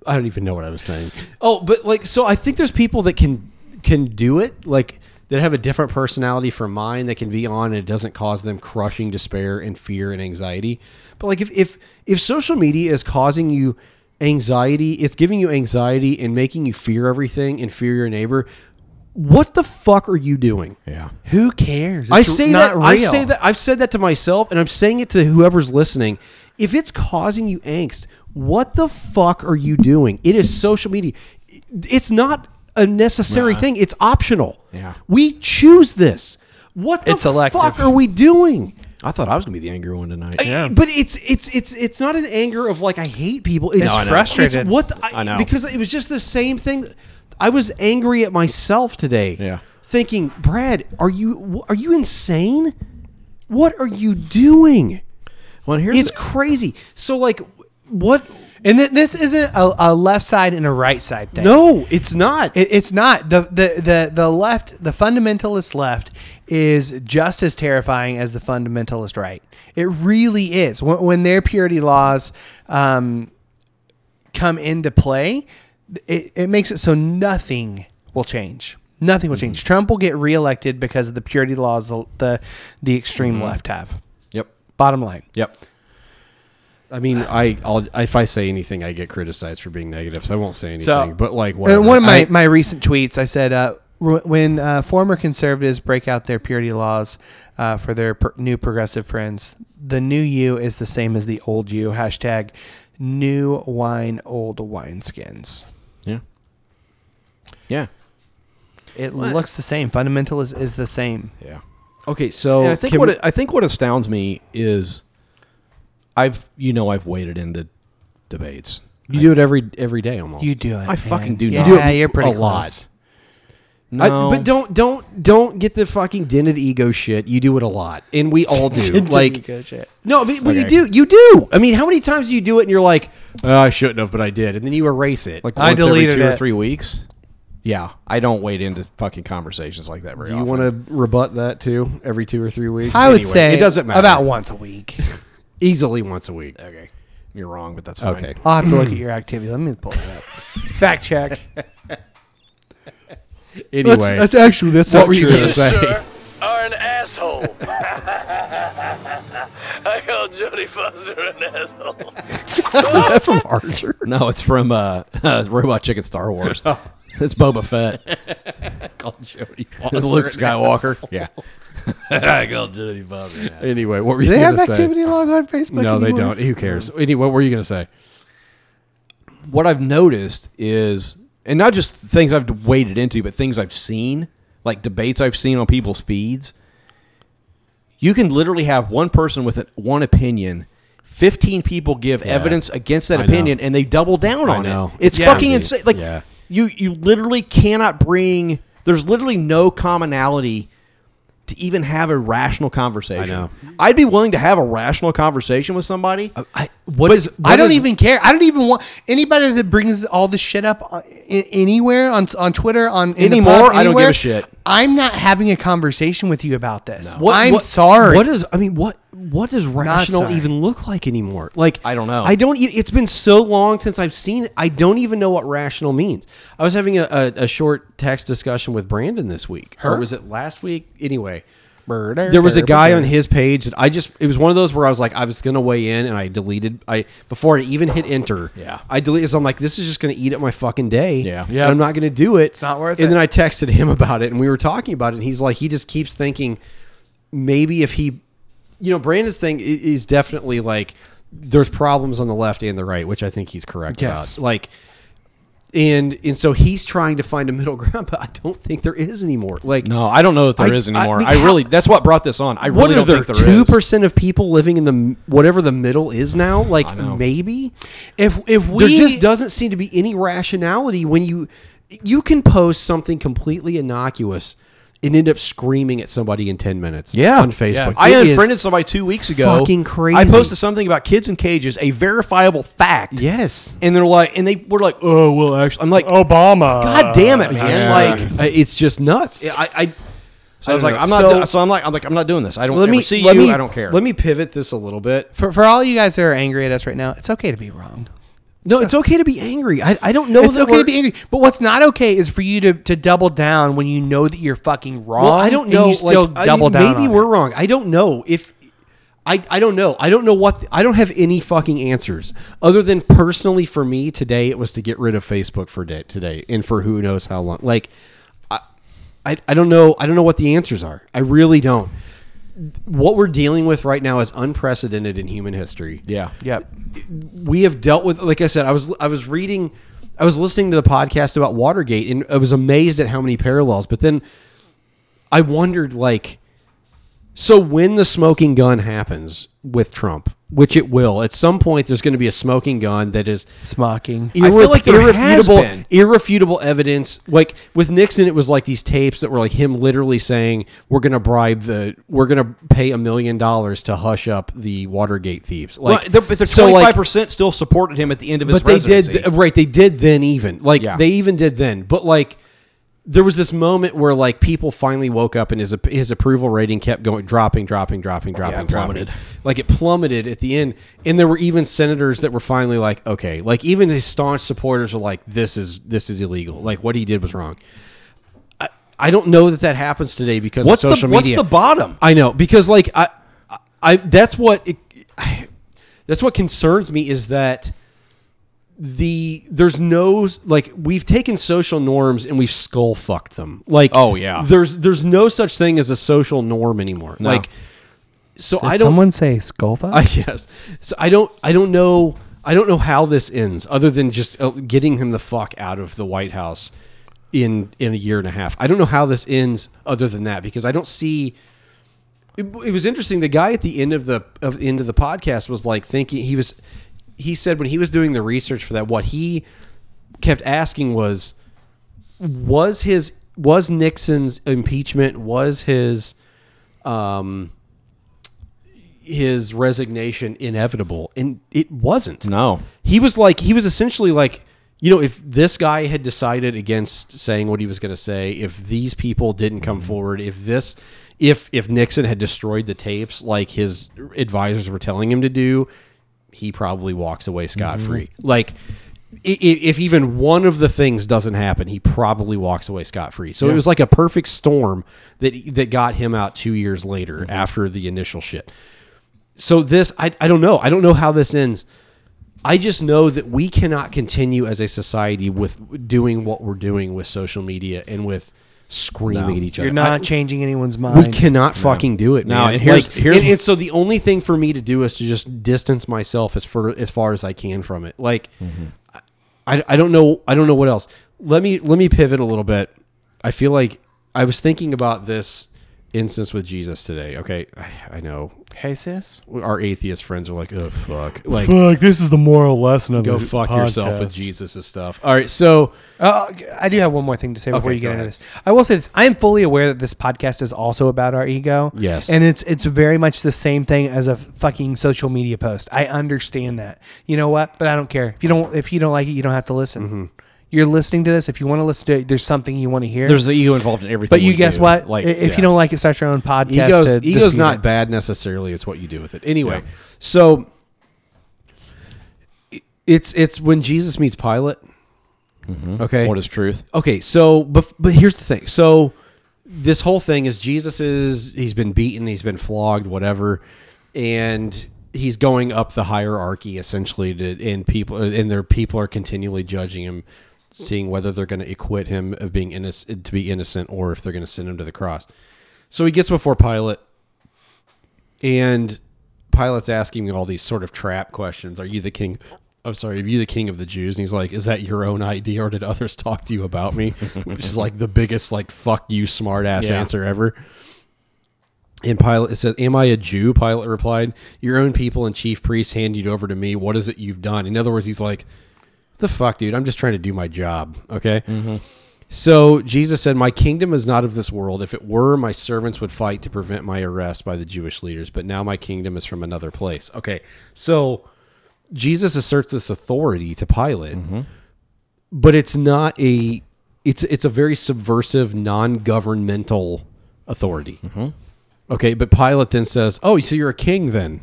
Speaker 2: I don't even know what I was saying. Oh, but like, so I think there's people that can can do it, like that have a different personality from mine that can be on and it doesn't cause them crushing despair and fear and anxiety. But like, if if if social media is causing you anxiety, it's giving you anxiety and making you fear everything and fear your neighbor. What the fuck are you doing?
Speaker 3: yeah.
Speaker 1: Who cares?
Speaker 2: I
Speaker 1: It's
Speaker 2: say
Speaker 1: not
Speaker 2: that I
Speaker 1: real.
Speaker 2: say that I've said that to myself and I'm saying it to whoever's listening. If it's causing you angst, what the fuck are you doing? It is social media. It's not a necessary thing. It's optional.
Speaker 3: Yeah.
Speaker 2: We choose this. What the
Speaker 1: It's elective.
Speaker 2: fuck are we doing?
Speaker 3: I thought I was going to be the angry one tonight.
Speaker 2: I- But it's it's it's it's not an anger of like I hate people. It's
Speaker 1: No, I know. frustrated.
Speaker 2: It's what the, I,
Speaker 3: I know.
Speaker 2: because it was just the same thing. I was angry at myself today.
Speaker 3: Yeah.
Speaker 2: thinking, Brad, are you are you insane? What are you doing?
Speaker 3: Well, here's
Speaker 2: It's crazy. So like, what?
Speaker 1: And th- this isn't a, a left side and a right side thing.
Speaker 2: No, it's not.
Speaker 1: It, it's not the, the the the left. The fundamentalist left is just as terrifying as the fundamentalist right. It really is. When, when their purity laws um, come into play, it, it makes it so nothing will change. Nothing
Speaker 2: Mm-hmm.
Speaker 1: will change. Trump will get reelected because of the purity laws the the, the extreme
Speaker 2: Mm-hmm.
Speaker 1: left have.
Speaker 3: yep,
Speaker 1: Bottom line.
Speaker 3: yep.
Speaker 2: I mean, I I'll, if I say anything, I get criticized for being negative, so I won't say anything.
Speaker 1: So-
Speaker 2: but like,
Speaker 1: Uh,
Speaker 2: whatever.
Speaker 1: one of my,
Speaker 2: I-
Speaker 1: my recent tweets, I said, uh, r- when uh, former conservatives break out their purity laws uh, for their pr- new progressive friends, the new you is the same as the old you. Hashtag new wine, old wineskins.
Speaker 3: Yeah. Yeah.
Speaker 1: It looks the same. Fundamental is, is the same.
Speaker 2: Yeah.
Speaker 3: Okay, so
Speaker 2: And I think
Speaker 3: can
Speaker 2: what
Speaker 3: we-
Speaker 2: it-
Speaker 3: I think what astounds me is I've you know I've waded into debates.
Speaker 2: You do it every every day almost.
Speaker 1: You do it.
Speaker 3: I fucking do
Speaker 1: yeah,
Speaker 3: not.
Speaker 1: Yeah, you're pretty
Speaker 2: A lot.
Speaker 1: close.
Speaker 3: No,
Speaker 2: I, but don't don't don't get the fucking dented ego shit. You do it a lot, and we all do. like no, but, but you do you do. I mean, how many times do you do it and you're like, "Uh, I shouldn't have, but I did, and then you erase it.
Speaker 3: like
Speaker 1: I
Speaker 3: once every
Speaker 1: deleted
Speaker 3: two or
Speaker 1: it.
Speaker 3: three weeks. Yeah, I don't wade into fucking conversations like that very
Speaker 2: do you
Speaker 3: often.
Speaker 2: want to rebut that too? Every two or three weeks,
Speaker 1: I would
Speaker 2: Anyway,
Speaker 1: say
Speaker 2: it doesn't matter.
Speaker 1: about once a week.
Speaker 2: easily once a week.
Speaker 3: Okay, you're wrong, but that's fine.
Speaker 2: Okay,
Speaker 1: I'll have to look at your activity. Let me pull it up. Fact check.
Speaker 2: anyway,
Speaker 1: actually that's
Speaker 2: what were you going to say?
Speaker 5: are an asshole. I call Jody Foster an asshole.
Speaker 3: Is that from Archer? Oh. no, it's from uh, Robot Chicken Star Wars. it's Boba Fett.
Speaker 2: Called Jody
Speaker 3: It's Luke Skywalker. yeah.
Speaker 2: Anyway, what were you
Speaker 1: Do they
Speaker 2: going
Speaker 1: have
Speaker 2: to say?
Speaker 1: activity log on Facebook?
Speaker 2: No, they
Speaker 1: anymore?
Speaker 2: don't. Who cares? Anyway, what were you going to say?
Speaker 3: What I've noticed is, and not just things I've waded into, but things I've seen, like debates I've seen on people's feeds. You can literally have one person with one opinion. 15 people give evidence against that
Speaker 2: I know.
Speaker 3: opinion and they double down
Speaker 2: I
Speaker 3: on
Speaker 2: know.
Speaker 3: it. It's
Speaker 1: Yeah.
Speaker 3: fucking insane. Like
Speaker 2: Yeah.
Speaker 3: you you literally cannot bring there's literally no commonality to even have a rational conversation.
Speaker 2: know. Uh,
Speaker 3: I'd be willing to have a rational conversation with somebody.
Speaker 2: I, what is?
Speaker 1: I don't even care. I don't even want anybody that brings all this shit up uh, i- anywhere on on Twitter on in the
Speaker 3: Anymore,
Speaker 1: pub,
Speaker 3: I don't give a
Speaker 1: anywhere.
Speaker 3: shit.
Speaker 1: I'm not having a conversation with you about this.
Speaker 2: What-
Speaker 1: I'm
Speaker 2: what-
Speaker 1: sorry.
Speaker 2: What is? I mean, what what does rational
Speaker 1: sorry.
Speaker 2: even look like anymore? Like
Speaker 3: I don't know.
Speaker 2: I don't. e- It's been so long since I've seen it. I don't even know what rational means. I was having a, a, a short text discussion with Brandon this week, or was it last week? Anyway,
Speaker 1: Murder,
Speaker 2: there was a
Speaker 1: murder,
Speaker 2: guy on
Speaker 1: murder.
Speaker 2: his page that I just. It was one of those where I was like, I was gonna weigh in, and I deleted. I before I even hit enter.
Speaker 3: Yeah.
Speaker 2: I deleted. So I'm like, this is just gonna eat up my fucking day.
Speaker 3: Yeah.
Speaker 2: and I'm not gonna do it. It's
Speaker 1: not worth
Speaker 2: And
Speaker 1: it.
Speaker 2: then I texted him about it, and we were talking about it, and he's like, he just keeps thinking maybe if he, you know, Brandon's thing i- is definitely like there's problems on the left and the right, which I think he's correct
Speaker 1: Yes.
Speaker 2: about. Like, and and so he's trying to find a middle ground, but I don't think there is anymore. Like,
Speaker 3: No, I don't know if there
Speaker 2: I-
Speaker 3: is
Speaker 2: I
Speaker 3: anymore. I,
Speaker 2: mean, how-
Speaker 3: really that's what brought this on. I
Speaker 2: what
Speaker 3: really
Speaker 2: are
Speaker 3: don't
Speaker 2: there?
Speaker 3: think there is.
Speaker 2: Two percent of people living in the m- whatever the middle is now. Like,
Speaker 3: know.
Speaker 2: maybe
Speaker 1: if if
Speaker 2: there
Speaker 1: we
Speaker 2: just doesn't seem to be any rationality when you you can post something completely innocuous and end up screaming at somebody in 10 minutes
Speaker 3: Yeah.
Speaker 2: on facebook
Speaker 3: I
Speaker 2: It is-
Speaker 3: unfriended somebody two weeks ago.
Speaker 2: fucking crazy.
Speaker 3: I posted something about kids in cages, a verifiable fact.
Speaker 2: yes
Speaker 3: And they're like, and they were like, oh, well, actually, I'm like,
Speaker 1: Obama,
Speaker 3: God damn it, man!
Speaker 2: Yeah.
Speaker 3: Like,
Speaker 2: Uh, it's just nuts i, I
Speaker 3: so I
Speaker 2: don't
Speaker 3: was like,
Speaker 2: know.
Speaker 3: I'm not.
Speaker 2: So-
Speaker 3: do- So I'm like, I'm like, I'm not doing this. I don't.
Speaker 2: let
Speaker 3: ever
Speaker 2: me
Speaker 3: see
Speaker 2: let
Speaker 3: you.
Speaker 2: me
Speaker 3: I don't care.
Speaker 2: let me pivot this a little bit
Speaker 1: For for all you guys that are angry at us right now, it's okay to be wrong.
Speaker 2: no it's okay to be angry i, I don't know
Speaker 1: It's
Speaker 2: that
Speaker 1: okay to
Speaker 2: we're-
Speaker 1: be angry, but what's not okay is for you to, to double down when you know that you're fucking wrong.
Speaker 2: Well, I don't know.
Speaker 1: And you still
Speaker 2: like, I-
Speaker 1: double down.
Speaker 2: Maybe
Speaker 1: on
Speaker 2: we're
Speaker 1: it.
Speaker 2: wrong. I don't know if. I, I don't know. I don't know what. I don't have any fucking answers other than personally for me today. It was to get rid of Facebook for day, today and for who knows how long. Like, I, I I don't know. I don't know what the answers are. I really don't. What we're dealing with right now is unprecedented in human history
Speaker 3: yeah.
Speaker 1: Yep.
Speaker 2: we have dealt with like I said, I was I was reading I was listening to the podcast about Watergate and I was amazed at how many parallels, but then I wondered like so when the smoking gun happens with Trump, which it will, at some point there's going to be a smoking gun that is
Speaker 1: Smocking.
Speaker 2: irre-
Speaker 3: I feel like there has
Speaker 2: irrefutable
Speaker 3: been.
Speaker 2: irrefutable evidence. Like with Nixon, it was like these tapes that were like him literally saying, "We're going to bribe the, we're going to pay a million dollars to hush up the Watergate thieves." Like,
Speaker 3: Like, but the
Speaker 2: so, like,
Speaker 3: 25 percent still supported him at the end of his
Speaker 2: but they
Speaker 3: presidency.
Speaker 2: did right they did then even like
Speaker 3: Yeah.
Speaker 2: they even did then but like there was this moment where like people finally woke up and his ap- his approval rating kept going dropping dropping dropping dropping
Speaker 3: Oh, it
Speaker 2: plummeted.
Speaker 3: plummeted.
Speaker 2: like it plummeted at the end and there were even senators that were finally like okay like even his staunch supporters were like this is this is illegal like what he did was wrong I- I don't know that that happens today because
Speaker 3: What's
Speaker 2: of
Speaker 3: the
Speaker 2: social
Speaker 3: what's
Speaker 2: media.
Speaker 3: the bottom?
Speaker 2: I know because like I, I- I that's what it, I, that's what concerns me is that the there's no like we've taken social norms and we've skull fucked them. Like
Speaker 3: Oh, yeah.
Speaker 2: there's there's no such thing as a social norm anymore. Like so I don't
Speaker 1: Someone say Sculpa?
Speaker 2: I yes. So I don't I don't know oh, I don't know how this ends other than just uh, getting him the fuck out of the White House in in a year and a half. I don't know how this ends other than that because I don't see. It, it was interesting. The guy at the end of the of the end of the podcast was like thinking he was. He said when he was doing the research for that, what he kept asking was, was his was Nixon's impeachment was his um his resignation inevitable and it wasn't
Speaker 3: No.
Speaker 2: he was like he was essentially like you know if this guy had decided against saying what he was going to say if these people didn't come forward if this if if nixon had destroyed the tapes like his advisors were telling him to do he probably walks away scot-free like i- i- if even one of the things doesn't happen he probably walks away scot-free so it was like a perfect storm that that got him out two years later after the initial shit so this I, I don't know i don't know how this ends I just know that we cannot continue as a society with doing what we're doing with social media and with screaming at each other.
Speaker 1: You're
Speaker 2: I-
Speaker 1: not changing anyone's mind.
Speaker 2: we cannot fucking do it
Speaker 3: No,
Speaker 2: now.
Speaker 3: and here's- here's-
Speaker 2: and, and so the only thing for me to do is to just distance myself as far as far as I can from it. Like, I, I don't know I don't know what else. Let me let me pivot a little bit. I feel like I was thinking about this instance with Jesus today. Okay, I, I know
Speaker 1: Hey sis,
Speaker 2: our atheist friends are like, oh fuck, like
Speaker 8: Fuck, this is the moral lesson of
Speaker 2: go
Speaker 8: this
Speaker 2: fuck yourself with
Speaker 8: podcast.
Speaker 2: Jesus' stuff. All right, so
Speaker 1: uh, I do have one more thing to say before
Speaker 2: Okay,
Speaker 1: you get
Speaker 2: go
Speaker 1: into
Speaker 2: ahead.
Speaker 1: this. I will say this: I am fully aware that this podcast is also about our ego.
Speaker 2: Yes.
Speaker 1: and it's it's very much the same thing as a fucking social media post. I understand that. You know what? But I don't care if you don't if you don't like it, you don't have to listen. You're listening to this. If you want to listen to it, there's something you want to hear.
Speaker 3: There's the ego involved in everything.
Speaker 1: but you
Speaker 3: we
Speaker 1: guess
Speaker 3: do.
Speaker 1: what?
Speaker 3: Like,
Speaker 1: I- if
Speaker 3: yeah.
Speaker 1: you don't like it, start your own podcast.
Speaker 2: ego's,
Speaker 1: to
Speaker 2: ego's
Speaker 1: dispute
Speaker 2: not
Speaker 1: it.
Speaker 2: bad necessarily. It's what you do with it. Anyway,
Speaker 3: Yeah.
Speaker 2: so i- it's it's when Jesus meets Pilate. Okay,
Speaker 3: Mm-hmm. what is truth?
Speaker 2: okay so but but here's the thing so this whole thing is jesus is he's been beaten he's been flogged whatever and he's going up the hierarchy essentially to and people and their people are continually judging him seeing whether they're going to acquit him of being innocent to be innocent or if they're going to send him to the cross so he gets before pilate and Pilate's asking all these sort of trap questions. Are you the king? I'm sorry, are you the king of the Jews? And he's like, Is that your own idea or did others talk to you about me? Which is like the biggest, like, fuck you, smart ass
Speaker 3: Yeah.
Speaker 2: answer ever. And Pilate says, Am I a Jew? Pilate replied, Your own people and chief priests hand you over to me. What is it you've done? In other words, he's like, The fuck, dude? I'm just trying to do my job. Okay. So Jesus said, My kingdom is not of this world. If it were, my servants would fight to prevent my arrest by the Jewish leaders, but now my kingdom is from another place. Okay. So Jesus asserts this authority to Pilate, but it's not a it's it's a very subversive, non-governmental authority. Okay, but Pilate then says, Oh, so you're a king then.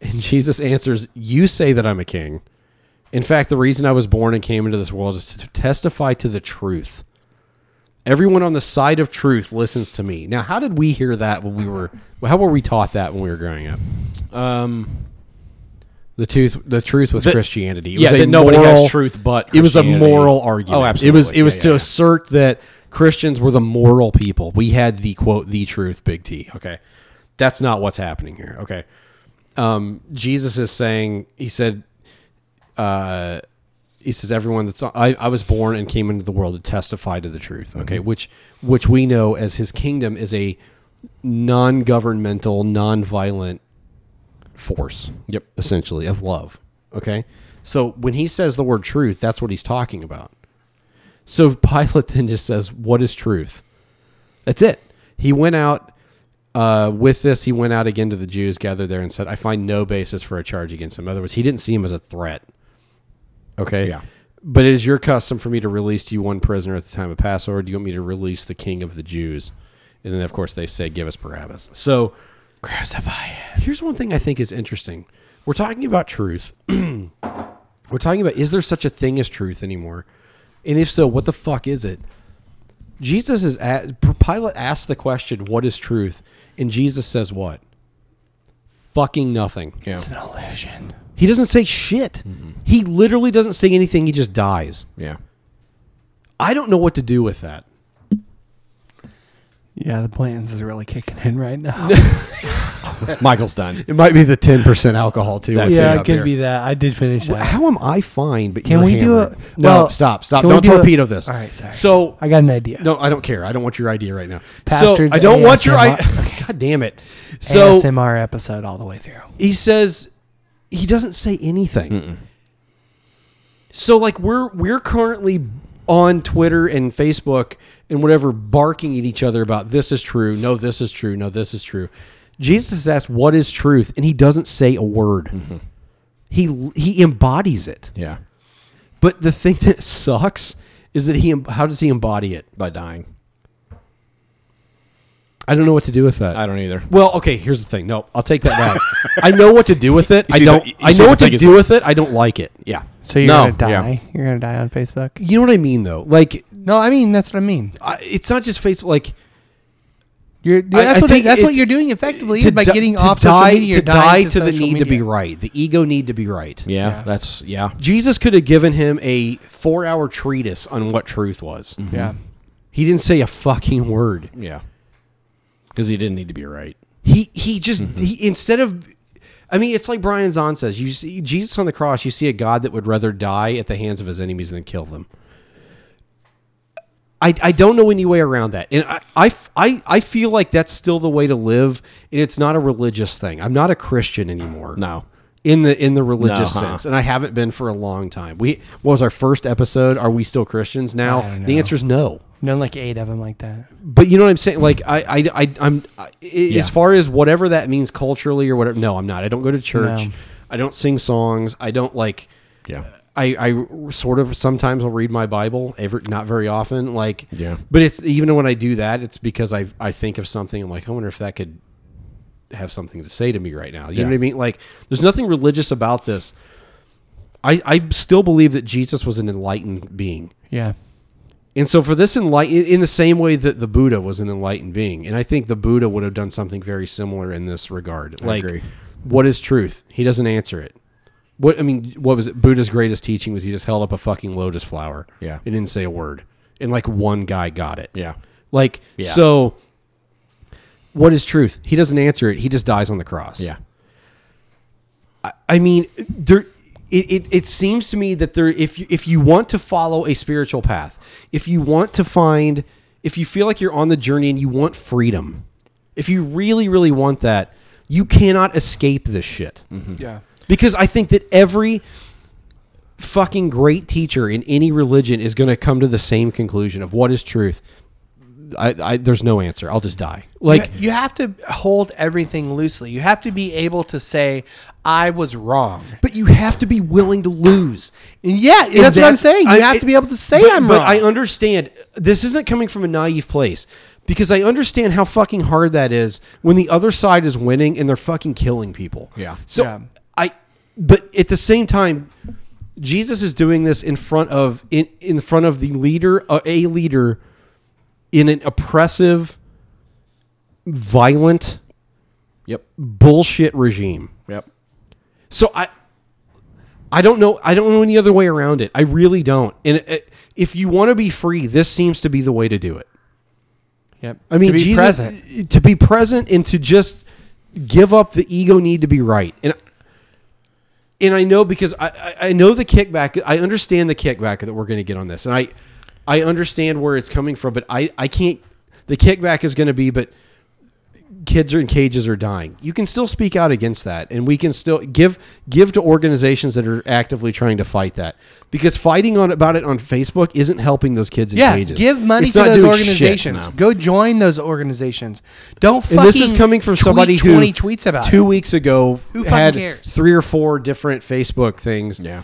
Speaker 2: And Jesus answers, You say that I'm a king. In fact, the reason I was born and came into this world is to testify to the truth. Everyone on the side of truth listens to me. Now, how did we hear that when we were? How were we taught that when we were growing up?
Speaker 3: Um,
Speaker 2: The truth, the truth was
Speaker 3: That-
Speaker 2: Christianity. It
Speaker 3: yeah,
Speaker 2: was a
Speaker 3: that nobody has
Speaker 2: moral-
Speaker 3: truth but
Speaker 2: it was a
Speaker 3: Christianity.
Speaker 2: moral argument.
Speaker 3: Oh,
Speaker 2: It was
Speaker 3: absolutely.
Speaker 2: it was
Speaker 3: Yeah,
Speaker 2: to
Speaker 3: yeah, yeah.
Speaker 2: assert that Christians were the moral people. We had the quote the truth, big T. Okay, that's not what's happening here. Okay, um, Jesus is saying he said uh, he says everyone that's I, I was born and came into the world to testify to the truth okay which which we know as his kingdom is a non-governmental non-violent force
Speaker 3: Yep.
Speaker 2: essentially of love okay so when he says the word truth that's what he's talking about so pilate then just says what is truth that's it he went out uh, with this, he went out again to the Jews gathered there and said, I find no basis for a charge against him. In other words, he didn't see him as a threat. Okay.
Speaker 3: Yeah.
Speaker 2: But it is your custom for me to release to you one prisoner at the time of Passover. Do you want me to release the king of the Jews? And then, of course, they say, Give us Barabbas. So, crucify him. Here's one thing I think is interesting. We're talking about truth. We're talking about is there such a thing as truth anymore? And if so, what the fuck is it? Jesus is at, Pilate asked the question, "What is truth?" And Jesus says, "What? Fucking nothing."
Speaker 3: Yeah.
Speaker 1: It's an illusion.
Speaker 2: He doesn't say shit. He literally doesn't say anything. He just dies.
Speaker 3: Yeah.
Speaker 2: I don't know what to do with that.
Speaker 1: Yeah, the plans is really kicking in right now.
Speaker 3: Michael's done.
Speaker 2: It might be the ten percent alcohol too.
Speaker 3: That's
Speaker 1: yeah,
Speaker 3: it
Speaker 1: it
Speaker 3: up
Speaker 1: could
Speaker 3: there.
Speaker 1: be that. I did finish that.
Speaker 2: How am I fine? But
Speaker 1: Can
Speaker 2: you're
Speaker 1: we do
Speaker 2: hammered?
Speaker 1: a-
Speaker 2: no?
Speaker 1: well,
Speaker 2: stop! Stop!
Speaker 1: can we
Speaker 2: Don't
Speaker 1: do a-
Speaker 2: torpedo this.
Speaker 1: All right, sorry.
Speaker 2: So
Speaker 1: I got an idea.
Speaker 2: No, I don't care. I don't want your idea right now.
Speaker 1: Pastors
Speaker 2: so I don't want your idea.
Speaker 1: ASMR.
Speaker 2: God damn it! So
Speaker 1: ASMR episode all the way through.
Speaker 2: he says he doesn't say anything. So like we're we're currently on Twitter and Facebook and whatever barking at each other about this is true, no this is true, no this is true. Jesus asks what is truth and he doesn't say a word.
Speaker 3: Mm-hmm.
Speaker 2: He he embodies it.
Speaker 3: Yeah,
Speaker 2: But the thing that sucks is that he em- how does he embody it?
Speaker 3: by dying.
Speaker 2: I don't know what to do with that.
Speaker 3: I don't either.
Speaker 2: Well, okay, here's the thing. No, I'll take that back. I know what to do with it. I
Speaker 3: see the-
Speaker 2: don't
Speaker 3: you
Speaker 2: I
Speaker 3: see
Speaker 2: know
Speaker 3: the
Speaker 2: what to
Speaker 3: thing is-
Speaker 2: do with it. I don't like it.
Speaker 3: Yeah.
Speaker 1: So you're
Speaker 3: No,
Speaker 1: gonna die.
Speaker 3: yeah.
Speaker 1: You're gonna die on Facebook.
Speaker 2: You know what I mean though? Like
Speaker 1: No, I mean that's what I mean.
Speaker 2: I, it's not just Facebook. Like
Speaker 1: You're
Speaker 2: I-
Speaker 1: that's
Speaker 2: I
Speaker 1: what
Speaker 2: think
Speaker 1: that's what
Speaker 2: it's-
Speaker 1: you're doing effectively
Speaker 2: to
Speaker 1: is by
Speaker 2: di-
Speaker 1: getting
Speaker 2: to
Speaker 1: off
Speaker 2: die,
Speaker 1: social media.
Speaker 2: to
Speaker 1: you're dying
Speaker 2: die to, the
Speaker 1: social
Speaker 2: need to be
Speaker 1: media.
Speaker 2: right. The ego need to be right.
Speaker 3: yeah, that's yeah.
Speaker 2: Jesus could have given him a four-hour treatise on what truth was.
Speaker 1: Yeah.
Speaker 2: He didn't say a fucking word.
Speaker 3: Yeah. Because he didn't need to be right. Mm-hmm.
Speaker 2: He he just he, instead of. I mean, it's like Brian Zahn says. You see Jesus on the cross. You see a God that would rather die at the hands of his enemies than kill them. I, I don't know any way around that. And I, I, I, I feel like that's still the way to live. And it's not a religious thing. I'm not a Christian anymore.
Speaker 3: No.
Speaker 2: In the in the religious
Speaker 3: No, huh.
Speaker 2: sense. And I haven't been for a long time. We what was our first episode? Are we still Christians now?
Speaker 1: I don't
Speaker 2: The
Speaker 1: know.
Speaker 2: answer is no.
Speaker 1: Known like eight of them like that.
Speaker 2: But you know what I'm saying? Like I I I I'm I, as far as whatever that means culturally or whatever. No, I'm not. I don't go to church.
Speaker 1: No.
Speaker 2: I don't sing songs. I don't like
Speaker 3: Yeah.
Speaker 2: I, I sort of sometimes I'll read my Bible, every, not very often. Like,
Speaker 3: Yeah.
Speaker 2: But it's even when I do that, it's because I I think of something. I'm like, I wonder if that could have something to say to me right now. You know
Speaker 3: Yeah.
Speaker 2: what I mean? Like, there's nothing religious about this. I I still believe that Jesus was an enlightened being,
Speaker 1: Yeah.
Speaker 2: and so for this enlightened, in the same way that the Buddha was an enlightened being, and I think the Buddha would have done something very similar in this regard. like,
Speaker 3: agree.
Speaker 2: what is truth? He doesn't answer it. What I mean, what was it? Buddha's greatest teaching was he just held up a fucking lotus flower.
Speaker 3: Yeah.
Speaker 2: and didn't say a word, and like one guy got it.
Speaker 3: Yeah.
Speaker 2: like
Speaker 3: Yeah.
Speaker 2: so. What is truth? He doesn't answer it. He just dies on the cross.
Speaker 3: Yeah.
Speaker 2: I mean, there. It, it, it seems to me that there, if you, if you want to follow a spiritual path, if you want to find, if you feel like you're on the journey and you want freedom, if you really really want that, you cannot escape this shit.
Speaker 1: Yeah.
Speaker 2: Because I think that every fucking great teacher in any religion is going to come to the same conclusion of what is truth. I, I there's no answer. I'll just die. Like
Speaker 1: Like you have to hold everything loosely. You have to be able to say, I was wrong.
Speaker 2: But you have to be willing to lose. And
Speaker 1: Yeah,
Speaker 2: and
Speaker 1: that's what I'm saying. You have to be able to say
Speaker 2: but,
Speaker 1: I'm
Speaker 2: but
Speaker 1: wrong.
Speaker 2: I understand. This isn't coming from a naive place because I understand how fucking hard that is when the other side is winning and they're fucking killing people.
Speaker 3: Yeah.
Speaker 2: So
Speaker 1: Yeah.
Speaker 2: I, but at the same time, Jesus is doing this in front of in in front of the leader, uh, a leader, in an oppressive, violent,
Speaker 3: Yep.
Speaker 2: bullshit regime.
Speaker 3: Yep.
Speaker 2: So I, I don't know. I don't know any other way around it. I really don't. And it, it- if you want to be free, this seems to be the way to do it.
Speaker 1: Yep.
Speaker 2: I mean,
Speaker 1: to be
Speaker 2: Jesus,
Speaker 1: present.
Speaker 2: to be present and to just give up the ego need to be right. And and I know because I I, I know the kickback. I understand the kickback that we're going to get on this, and I I understand where it's coming from. But I I can't. The kickback is going to be, but kids are in cages are dying. You can still speak out against that, and we can still give give to organizations that are actively trying to fight that. Because fighting on about it on Facebook isn't helping those kids in
Speaker 1: Yeah,
Speaker 2: cages.
Speaker 1: give money
Speaker 2: It's
Speaker 1: to
Speaker 2: not
Speaker 1: those
Speaker 2: doing shit,
Speaker 1: organizations.
Speaker 2: no.
Speaker 1: Go join those organizations. Don't fucking
Speaker 2: And this is coming from
Speaker 1: tweet
Speaker 2: somebody who
Speaker 1: 20 tweets about
Speaker 2: two
Speaker 1: it.
Speaker 2: weeks ago
Speaker 1: Who fucking
Speaker 2: had
Speaker 1: cares?
Speaker 2: three or four different Facebook things
Speaker 3: Yeah.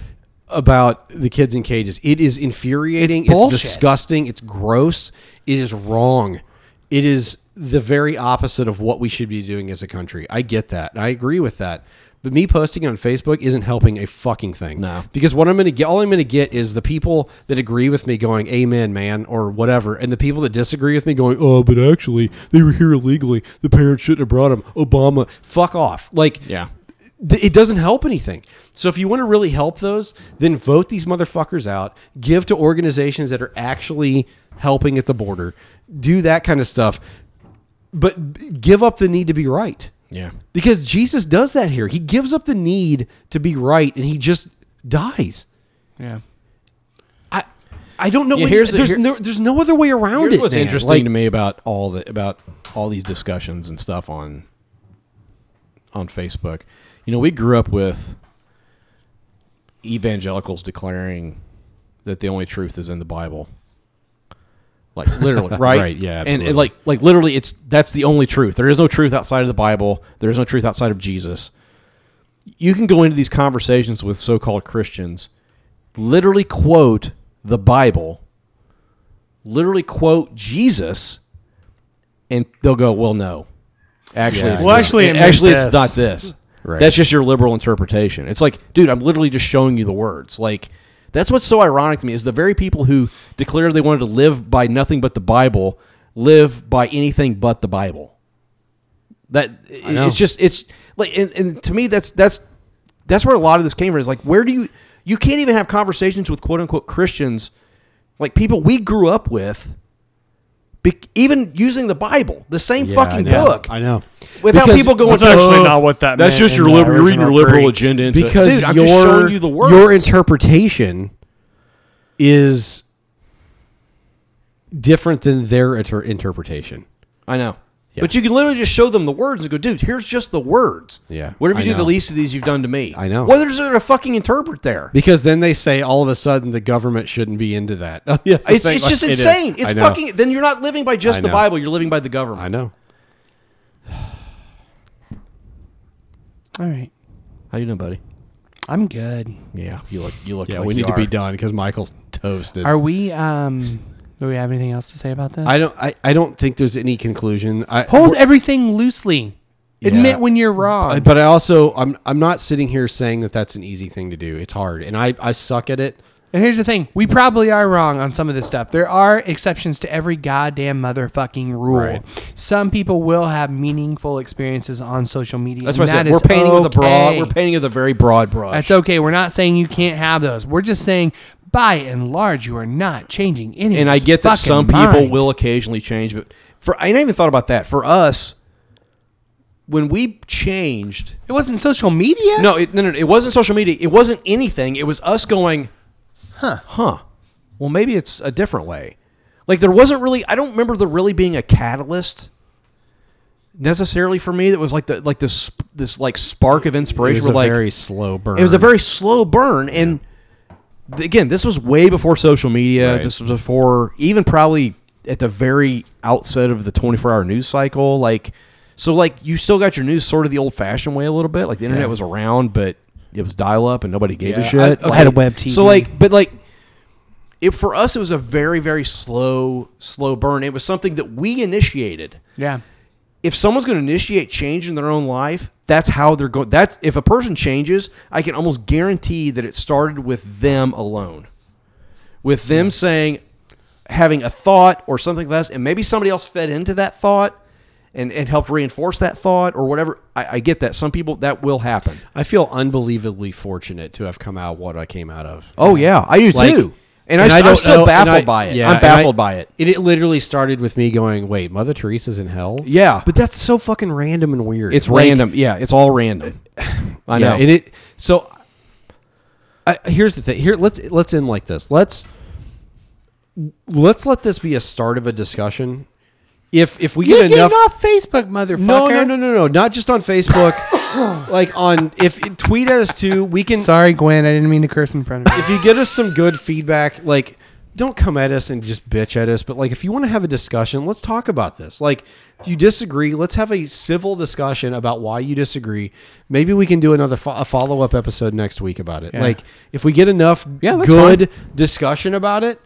Speaker 2: about the kids in cages. It is infuriating.
Speaker 1: It's
Speaker 2: It's,
Speaker 1: bullshit.
Speaker 2: disgusting. It's gross. It is wrong. It is the very opposite of what we should be doing as a country. I get that. and I agree with that. But me posting on Facebook isn't helping a fucking thing.
Speaker 3: No.
Speaker 2: Because what I'm going to get, all I'm going to get is the people that agree with me going, amen, man, or whatever. And the people that disagree with me going, oh, but actually, they were here illegally. The parents shouldn't have brought them. Obama, fuck off. Like,
Speaker 3: Yeah.
Speaker 2: th- it doesn't help anything. So if you want to really help those, then vote these motherfuckers out. Give to organizations that are actually helping at the border. Do that kind of stuff. But b- give up the need to be right.
Speaker 3: Yeah.
Speaker 2: Because Jesus does that here. He gives up the need to be right and he just dies.
Speaker 1: Yeah.
Speaker 2: I I don't know.
Speaker 3: Yeah,
Speaker 2: when-
Speaker 3: here's the-
Speaker 2: there's,
Speaker 3: here-
Speaker 2: no, there's no other way around
Speaker 3: Here's
Speaker 2: it.
Speaker 3: what's
Speaker 2: man.
Speaker 3: interesting
Speaker 2: Like,
Speaker 3: to me about all the about all these discussions and stuff on on Facebook. You know, we grew up with evangelicals declaring that the only truth is in the Bible. Like literally, right?
Speaker 2: Right, yeah,
Speaker 3: and,
Speaker 2: absolutely.
Speaker 3: and like like literally, it's that's the only truth. There is no truth outside of the Bible. There is no truth outside of Jesus. You can go into these conversations with so-called Christians, literally quote the Bible literally quote Jesus, and they'll go, "Well, no, actually, it's
Speaker 10: Well,
Speaker 3: this.
Speaker 10: actually, it meant
Speaker 3: actually, it's
Speaker 10: this."
Speaker 3: not this.
Speaker 2: Right.
Speaker 3: That's just your liberal interpretation." It's like, dude, I'm literally just showing you the words. Like, that's what's so ironic to me is the very people who declare they wanted to live by nothing but the Bible live by anything but the Bible. That
Speaker 2: know.
Speaker 3: it's just it's like, and, and to me, that's that's that's where a lot of this came from. Is like, where do you you can't even have conversations with quote unquote Christians like people we grew up with, be, even using the Bible, the same
Speaker 2: yeah,
Speaker 3: fucking
Speaker 2: I know.
Speaker 3: book,
Speaker 2: I know.
Speaker 3: without
Speaker 2: Because-
Speaker 3: people going.
Speaker 10: That's actually
Speaker 3: "Oh,
Speaker 10: not what that
Speaker 3: That's
Speaker 10: meant
Speaker 3: just
Speaker 10: in
Speaker 3: your
Speaker 10: the
Speaker 3: liberal. You're reading your
Speaker 10: original
Speaker 3: liberal
Speaker 10: Greek."
Speaker 3: agenda into
Speaker 2: because
Speaker 3: Dude, I'm
Speaker 2: your,
Speaker 3: just showing you the words.
Speaker 2: your interpretation is different than their inter- interpretation.
Speaker 3: I know. But you can literally just show them the words and go, dude, here's just the words.
Speaker 2: Yeah,
Speaker 3: Whatever you
Speaker 2: I
Speaker 3: do, the
Speaker 2: know.
Speaker 3: least of these you've done to me.
Speaker 2: I know.
Speaker 3: Whether there's a fucking interpret there.
Speaker 2: Because then they say all of a sudden the government shouldn't be into that. Yes,
Speaker 3: It's,
Speaker 2: like-
Speaker 3: it's just
Speaker 2: it is.
Speaker 3: insane.
Speaker 2: I
Speaker 3: It's
Speaker 2: know.
Speaker 3: fucking. Then you're not living by just
Speaker 2: I
Speaker 3: the
Speaker 2: know.
Speaker 3: Bible. You're living by the government.
Speaker 2: I know.
Speaker 1: All right.
Speaker 3: How you doing, buddy?
Speaker 1: I'm good.
Speaker 3: Yeah, you look. You look.
Speaker 2: Yeah,
Speaker 3: like
Speaker 2: we
Speaker 3: you
Speaker 2: need to be
Speaker 3: are.
Speaker 2: done because Michael's toasted.
Speaker 1: Are we? Um. Do we have anything else to say about this?
Speaker 2: I don't. I, I don't think there's any conclusion. I,
Speaker 1: hold everything loosely. Admit when you're wrong.
Speaker 2: I- but I also I'm I'm not sitting here saying that that's an easy thing to do. It's hard, and I I suck at it.
Speaker 1: and here's the thing: we probably are wrong on some of this stuff. There are exceptions to every goddamn motherfucking rule.
Speaker 2: Right.
Speaker 1: Some people will have meaningful experiences on social media.
Speaker 3: That's
Speaker 1: and
Speaker 3: what I said.
Speaker 1: that
Speaker 3: We're
Speaker 1: is
Speaker 3: painting with a broad.
Speaker 1: okay.
Speaker 3: We're painting with a very broad brush.
Speaker 1: That's okay. We're not saying you can't have those. We're just saying, by and large, you are not changing anything.
Speaker 3: and I get that some people will occasionally change, but for I even thought about that. For us, when we changed,
Speaker 1: It wasn't social media.
Speaker 3: no, it, no, no, it wasn't social media. It wasn't anything. It was us going, huh, huh. Well, maybe it's a different way. Like there wasn't really. I don't remember there really being a catalyst necessarily for me. That was like the like this this like spark of
Speaker 2: It
Speaker 3: inspiration.
Speaker 2: was
Speaker 3: where
Speaker 2: a
Speaker 3: like
Speaker 2: very slow burn.
Speaker 3: it was a very slow burn, and th- again, this was way before social media.
Speaker 2: Right.
Speaker 3: This was before even probably at the very outset of the twenty-four hour news cycle. Like, so like you still got your news sort of the old-fashioned way a little bit. Like the internet was around, but it was dial-up, and nobody gave a
Speaker 2: Yeah,
Speaker 3: shit.
Speaker 2: I-
Speaker 3: Like,
Speaker 1: had a web TV.
Speaker 3: So like, but like. It, for us, it was a very, very slow, slow burn. It was something that we initiated
Speaker 1: Yeah.
Speaker 3: if someone's going to initiate change in their own life, that's how they're going. That's if a person changes, I can almost guarantee that it started with them alone, with them saying, having a thought or something less, and maybe somebody else fed into that thought and, and helped reinforce that thought or whatever. I, I get that. Some people that will happen.
Speaker 2: I feel unbelievably fortunate to have come out what I came out of.
Speaker 3: Oh yeah, I do
Speaker 2: Like-
Speaker 3: too. And, I,
Speaker 2: don't
Speaker 3: am still
Speaker 2: know- and
Speaker 3: baffled
Speaker 2: I-
Speaker 3: by it.
Speaker 2: yeah,
Speaker 3: I'm
Speaker 2: and I-
Speaker 3: baffled by it.
Speaker 2: And it literally started with me going, "Wait, Mother Teresa's in hell?"
Speaker 3: Yeah,
Speaker 2: but that's so fucking random and weird.
Speaker 3: It's
Speaker 2: Like,
Speaker 3: random. Yeah, it's all random.
Speaker 2: yeah,
Speaker 3: I know.
Speaker 2: and it so. I, here's the thing. Here, let's let's end like this. Let's let's let this be a start of a discussion. If if we
Speaker 1: You're
Speaker 2: get
Speaker 1: getting
Speaker 2: enough,
Speaker 1: off Facebook, motherfucker.
Speaker 2: no, no, no, no, no, not just on Facebook, like on if tweet at us too. We can
Speaker 1: Sorry, Gwen. I didn't mean to curse in front of you.
Speaker 2: if you get us some good feedback, like don't come at us and just bitch at us, but like if you want to have a discussion, let's talk about this. Like if you disagree, let's have a civil discussion about why you disagree. Maybe we can do another fo- a follow-up episode next week about it. Like if we get enough
Speaker 3: that's
Speaker 2: good discussion about it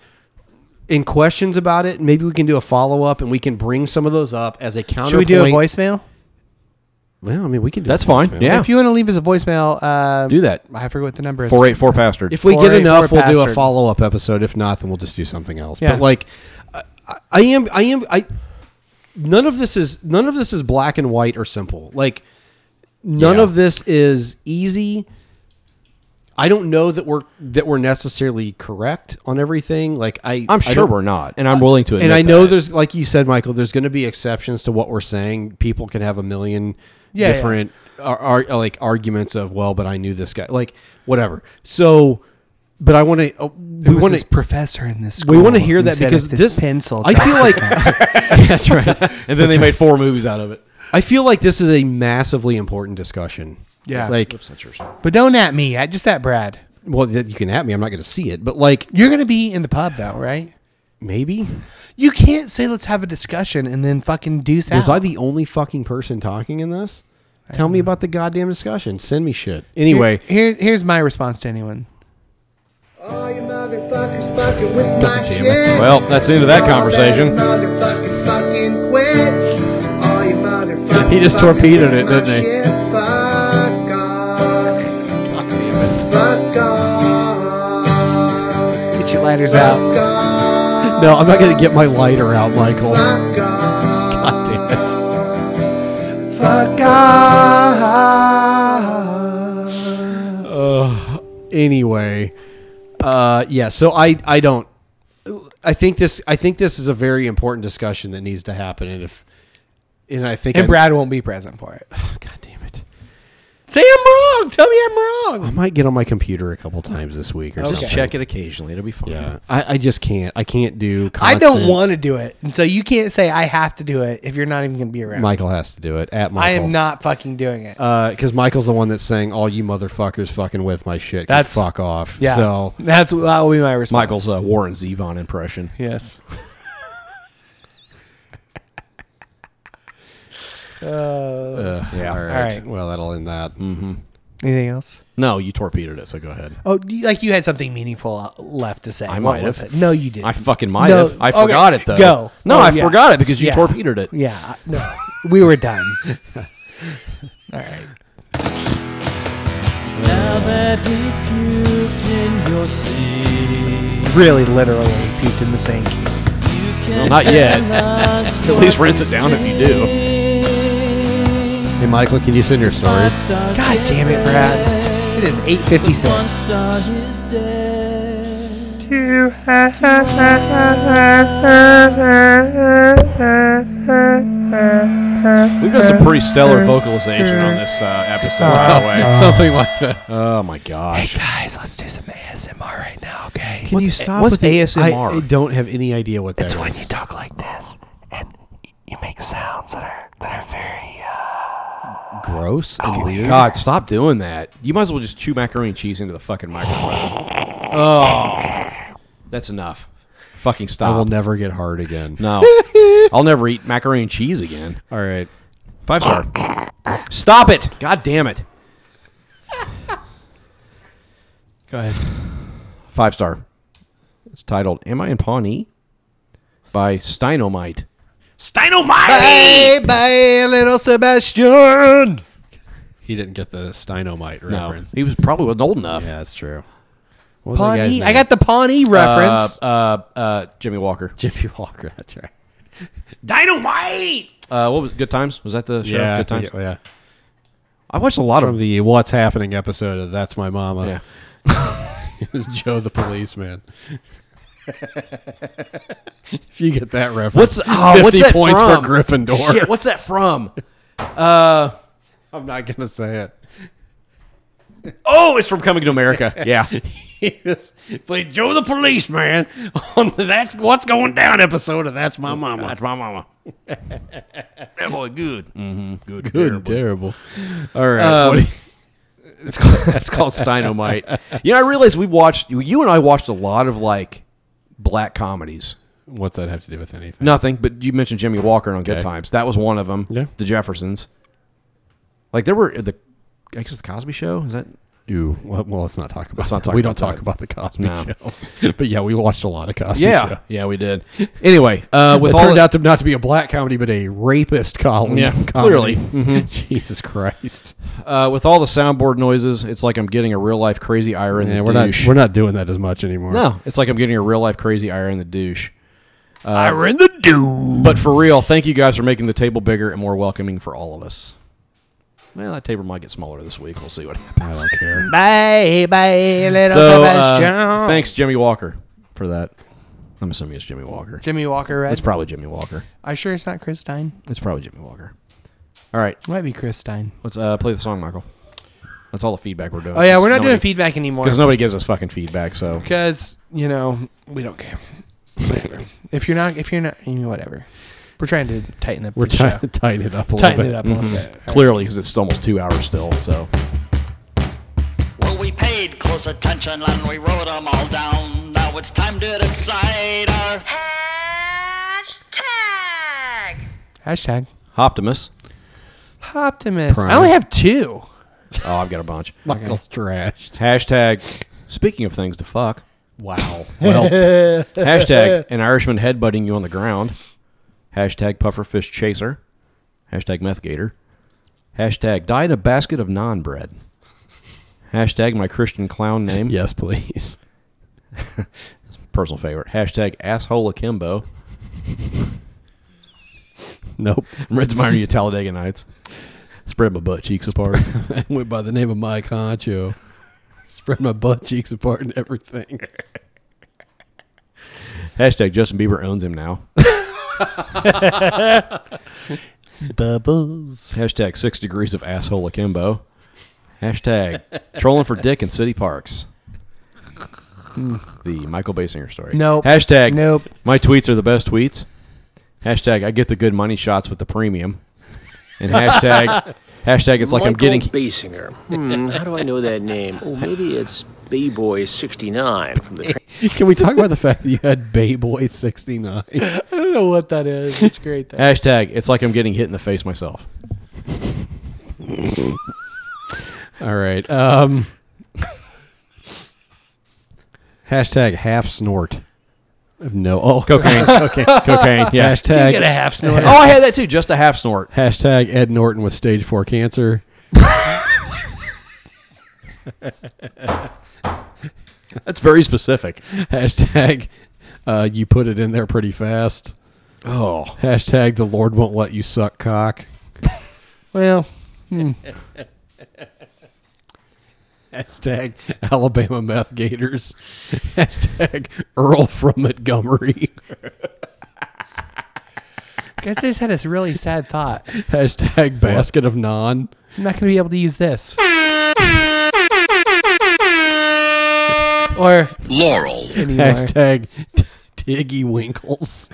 Speaker 2: and questions about it, maybe we can do a follow-up and we can bring some of those up as a counterpoint.
Speaker 1: Should we do a voicemail?
Speaker 2: Well, I mean, we can do
Speaker 3: That's
Speaker 2: a
Speaker 3: fine.
Speaker 2: voicemail.
Speaker 3: Yeah,
Speaker 1: If you want to leave us a voicemail, uh,
Speaker 3: do that.
Speaker 1: I forget what the number is.
Speaker 3: Four eight four pastor.
Speaker 2: If we
Speaker 1: Or
Speaker 2: get
Speaker 1: a-
Speaker 2: enough,
Speaker 1: or a
Speaker 2: we'll do a
Speaker 1: bastard.
Speaker 2: follow up episode. If not, then we'll just do something else.
Speaker 1: Yeah.
Speaker 2: But like, I, I- I am, I am, I. None of this is none of this is black and white or simple. Like, none
Speaker 3: Yeah.
Speaker 2: of this is easy. I don't know that we're that we're necessarily correct on everything. Like I, I
Speaker 3: I'm sure
Speaker 2: don't-
Speaker 3: we're not, and I'm willing to. Admit
Speaker 2: and I know
Speaker 3: that.
Speaker 2: there's, like you said, Michael, there's going to be exceptions to what we're saying. People can have a million
Speaker 1: Yeah, yeah.
Speaker 2: different Ar- ar- like arguments of well, but I knew this guy, like whatever. So, but I want to. we
Speaker 1: There was
Speaker 2: want
Speaker 1: this
Speaker 2: to.
Speaker 1: professor in this.
Speaker 2: We want to
Speaker 1: school
Speaker 2: hear
Speaker 1: who
Speaker 2: that
Speaker 1: said
Speaker 2: because
Speaker 1: if this,
Speaker 2: this
Speaker 1: pencil.
Speaker 2: I feel
Speaker 1: touches
Speaker 2: like
Speaker 1: that-
Speaker 2: that's right.
Speaker 3: And then they made four movies out of it.
Speaker 2: I feel like this is a massively important discussion.
Speaker 1: Yeah.
Speaker 2: Like,
Speaker 1: but don't at me. At just at Brad.
Speaker 2: well, that you can at me. I'm not going to see it, but like,
Speaker 1: You're gonna be in the pub though, right?
Speaker 2: maybe
Speaker 1: You can't say let's have a discussion and then fucking deuce
Speaker 2: was
Speaker 1: out.
Speaker 2: I the only fucking person talking in this? Tell me about the goddamn discussion. Send me shit. Anyway,
Speaker 1: Here, here- here's my response to anyone.
Speaker 7: All you motherfuckers fucking with
Speaker 2: damn
Speaker 7: my
Speaker 2: it.
Speaker 7: shit.
Speaker 3: Well, that's the end of that conversation.
Speaker 7: Motherfucking fucking quit. All you motherfucking
Speaker 3: He just
Speaker 7: fuckers
Speaker 3: torpedoed
Speaker 7: with
Speaker 3: it,
Speaker 7: my
Speaker 3: didn't he?
Speaker 7: shit. Fuck off. Fuck off.
Speaker 1: Get your lighters out.
Speaker 7: Fuck off.
Speaker 2: no, I'm not going to get my lighter out, Michael.
Speaker 7: Fuck off.
Speaker 2: God damn it.
Speaker 1: Fuck off.
Speaker 2: Anyway, uh, yeah. So I, I don't. I think this. I think this is a very important discussion that needs to happen. And if, and I think
Speaker 1: And
Speaker 2: I-
Speaker 1: Brad won't be present for it.
Speaker 2: God damn it.
Speaker 1: Say I'm wrong. Tell me I'm wrong.
Speaker 2: I might get on my computer a couple times this week or
Speaker 3: Just
Speaker 2: something.
Speaker 3: check it occasionally. It'll be fine.
Speaker 2: Yeah, I, I just can't. I can't do.
Speaker 1: I don't
Speaker 2: constant-
Speaker 1: want to do it, and so you can't say I have to do it if you're not even gonna be around.
Speaker 2: Michael has to do it at
Speaker 1: I
Speaker 2: Michael.
Speaker 1: am not fucking doing it.
Speaker 2: because Michael's the one that's saying all you motherfuckers fucking with my shit. can
Speaker 1: That's-
Speaker 2: fuck off.
Speaker 1: yeah.
Speaker 2: So
Speaker 1: that's that will be my response.
Speaker 3: Michael's uh, Warren Zevon impression.
Speaker 1: Yes.
Speaker 2: uh,
Speaker 3: Yeah.
Speaker 2: All right.
Speaker 1: right.
Speaker 2: Well, that'll end that.
Speaker 1: Anything else?
Speaker 3: No, you torpedoed it, so go ahead.
Speaker 1: Oh, you- like you had something meaningful uh, left to say.
Speaker 3: I
Speaker 1: What
Speaker 3: might
Speaker 1: was
Speaker 3: have.
Speaker 1: it? No, you didn't.
Speaker 3: I fucking might
Speaker 1: No,
Speaker 3: have. I
Speaker 1: okay,
Speaker 3: forgot it though.
Speaker 1: go.
Speaker 3: No,
Speaker 1: Oh,
Speaker 3: I
Speaker 1: yeah.
Speaker 3: forgot it because you
Speaker 1: Yeah.
Speaker 3: torpedoed it.
Speaker 1: Yeah. No, we were done. All right.
Speaker 7: Now that we puked in your seat,
Speaker 1: Really, literally puked in the sink.
Speaker 7: you
Speaker 3: Well,
Speaker 7: can
Speaker 3: not yet.
Speaker 7: tell us
Speaker 3: At least rinse it down if you do.
Speaker 2: Hey, Michael, can you send your stories?
Speaker 1: God damn it, Brad. It is eight fifty
Speaker 7: One
Speaker 1: six.
Speaker 7: star is dead.
Speaker 3: We've done some pretty stellar vocalization on this uh, episode, by the way. Something like that. Oh my gosh!
Speaker 1: Guys, let's do some ASMR right now, okay?
Speaker 2: Can you stop? What's ASMR? I, I don't have any idea what that is.
Speaker 1: talk like this and you make sounds that are that are very. Uh, Oh
Speaker 2: Gross. and weird.
Speaker 3: God, stop doing that. You might as well just chew macaroni and cheese into the fucking microphone. Oh, that's enough. Fucking
Speaker 2: I will
Speaker 3: stop.
Speaker 2: never get hard again.
Speaker 3: no, I'll never eat macaroni and cheese again.
Speaker 2: All right.
Speaker 3: Five star. Stop it! God damn it!
Speaker 2: Go ahead.
Speaker 3: Five star. It's titled "Am I in Pawnee?" by Steinomite. Steinomite.
Speaker 1: bye, bye, little Sebastian.
Speaker 2: He didn't get the Steinomite
Speaker 3: No,
Speaker 2: reference.
Speaker 3: he was probably wasn't old enough.
Speaker 2: Yeah, that's true. What was that guy's
Speaker 1: Pawnee. I
Speaker 2: name?
Speaker 1: got the Pawnee reference.
Speaker 3: Uh, uh, uh, Jimmy Walker.
Speaker 2: Jimmy Walker. That's right.
Speaker 3: Dynamite. Uh, what was Good Times? Was that the show?
Speaker 2: Yeah, I
Speaker 3: Good
Speaker 2: think
Speaker 3: Times.
Speaker 2: it- yeah.
Speaker 3: I watched a lot
Speaker 2: from
Speaker 3: of. uh,
Speaker 2: the What's Happening episode of That's My Mama.
Speaker 3: Yeah.
Speaker 2: It was Joe the policeman. if you get that reference,
Speaker 3: What's oh,
Speaker 2: 50
Speaker 3: what's that
Speaker 2: points
Speaker 3: from?
Speaker 2: for Gryffindor.
Speaker 3: Shit, what's that from? Uh,
Speaker 2: I'm not gonna say it.
Speaker 3: Oh, it's from Coming to America. Yeah,
Speaker 2: He was- played Joe the policeman on the That's What's Going Down episode of That's My Mama. That's My Mama.
Speaker 3: that boy good.
Speaker 2: Mm-hmm. Good, and terrible. All right.
Speaker 3: Um,
Speaker 2: what do you-
Speaker 3: It's called that's called Steinomite. You know, I realized we watched you and I watched a lot of like black comedies.
Speaker 2: what's that have to do with anything?
Speaker 3: Nothing, but you mentioned Jimmy Walker on Good
Speaker 2: Okay.
Speaker 3: Times. That was one of them.
Speaker 2: Yeah.
Speaker 3: The Jeffersons. Like there were the, I guess the Cosby Show is that
Speaker 2: Ooh, well, well, let's not talk about. that.
Speaker 3: not talk
Speaker 2: we
Speaker 3: about
Speaker 2: don't talk
Speaker 3: that.
Speaker 2: about the Cosby
Speaker 3: No.
Speaker 2: Show. but yeah, we watched a lot of Cosby.
Speaker 3: Yeah,
Speaker 2: Show.
Speaker 3: yeah, we did. Anyway, uh, with
Speaker 2: it
Speaker 3: all
Speaker 2: turned
Speaker 3: the-
Speaker 2: out to not to be a black comedy, but a rapist column.
Speaker 3: Yeah,
Speaker 2: comedy.
Speaker 3: clearly. Mm-hmm.
Speaker 2: Jesus Christ.
Speaker 3: uh, with all the soundboard noises, it's like I'm getting a real life crazy ire in
Speaker 2: Yeah,
Speaker 3: the
Speaker 2: we're
Speaker 3: douche.
Speaker 2: not we're not doing that as much anymore.
Speaker 3: no, it's like I'm getting a real life crazy ire in the douche.
Speaker 1: We're in the doom.
Speaker 3: But for real, thank you guys for making the table bigger and more welcoming for all of us. Well, that table might get smaller this week. We'll see what
Speaker 2: I
Speaker 3: happens.
Speaker 2: don't care.
Speaker 1: Bye, bye, little
Speaker 3: So, uh,
Speaker 1: Sebastian.
Speaker 3: thanks, Jimmy Walker, for that. I'm assuming it's Jimmy Walker.
Speaker 1: Jimmy Walker, right?
Speaker 3: It's probably Jimmy Walker.
Speaker 1: I sure it's not Chris Stein.
Speaker 3: It's probably Jimmy Walker. All right.
Speaker 1: Might be Chris Stein.
Speaker 3: Let's uh, play the song, Michael. That's all the feedback we're doing.
Speaker 1: Oh yeah, we're not doing feedback anymore
Speaker 3: because nobody gives us fucking feedback. So
Speaker 1: because you know we don't care. Whatever. if you're not, if you're not, you know, whatever. We're trying to tighten the
Speaker 2: We're
Speaker 1: the
Speaker 2: trying
Speaker 1: show.
Speaker 2: to tighten it up a little
Speaker 1: tighten
Speaker 2: bit.
Speaker 1: it up a little bit.
Speaker 3: clearly, because it's almost two hours still. So
Speaker 7: Well, we paid close attention and we wrote them all down. Now it's time to decide our.
Speaker 11: Hashtag.
Speaker 1: Hashtag
Speaker 3: Optimus.
Speaker 1: Optimus.
Speaker 2: Prime.
Speaker 1: I only have two.
Speaker 3: Oh, I've got a bunch.
Speaker 2: Michael's trashed.
Speaker 3: Hashtag. Speaking of things to fuck.
Speaker 2: Wow.
Speaker 3: Well, hashtag an Irishman headbutting you on the ground. Hashtag pufferfish chaser. Hashtag meth gator. Hashtag die in a basket of non bread. Hashtag my Christian clown name.
Speaker 2: yes, please.
Speaker 3: Personal favorite. Hashtag asshole akimbo.
Speaker 2: Nope.
Speaker 3: I'm admiring you Talladega Nights. Spread my butt cheeks apart.
Speaker 2: I went by the name of Mike Honcho. Spread my butt cheeks apart and everything.
Speaker 3: Hashtag Justin Bieber owns him now.
Speaker 1: Bubbles.
Speaker 3: Hashtag six degrees of asshole akimbo. Hashtag trolling for dick in city parks. The Michael Basinger story.
Speaker 1: Nope.
Speaker 3: Hashtag
Speaker 1: Nope.
Speaker 3: My tweets are the best tweets. Hashtag I get the good money shots with the premium. And hashtag hashtag it's like I'm
Speaker 5: Michael
Speaker 3: getting
Speaker 5: Basinger. Hmm, how do I know that name? Oh, maybe it's B-Boy 69 from the tra-
Speaker 2: Can we talk about the fact that you had Bayboy sixty nine?
Speaker 1: I don't know what that is. It's great though.
Speaker 3: hashtag it's like I'm getting hit in the face myself.
Speaker 2: All right. Um, hashtag half snort. No. Oh,
Speaker 3: Cocaine. cocaine. Cocaine. Yeah.
Speaker 2: hashtag
Speaker 1: Get a half snort.
Speaker 3: Oh, I had that too. Just a half snort.
Speaker 2: Hashtag Ed Norton with stage four cancer.
Speaker 3: That's very specific.
Speaker 2: Hashtag uh, you put it in there pretty fast.
Speaker 3: Oh.
Speaker 2: Hashtag the Lord won't let you suck cock.
Speaker 1: Well, hmm.
Speaker 2: Hashtag Alabama meth gators. Hashtag Earl from Montgomery.
Speaker 1: guys, I just had a really sad thought.
Speaker 2: Hashtag basket of non.
Speaker 1: I'm not going to be able to use this. Or
Speaker 7: Laurel.
Speaker 1: anymore.
Speaker 2: Hashtag t- Tiggy Winkles.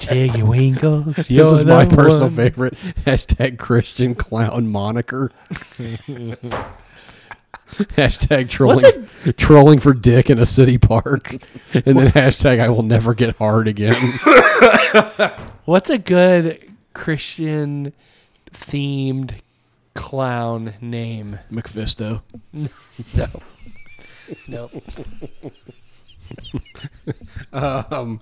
Speaker 1: Tiggy Winkles.
Speaker 2: This is my personal favorite. Hashtag Christian clown moniker. hashtag trolling, trolling for dick in a city park. And then hashtag I will never get hard again.
Speaker 1: What's a good Christian themed clown name?
Speaker 3: McFisto.
Speaker 1: No. no.
Speaker 2: um,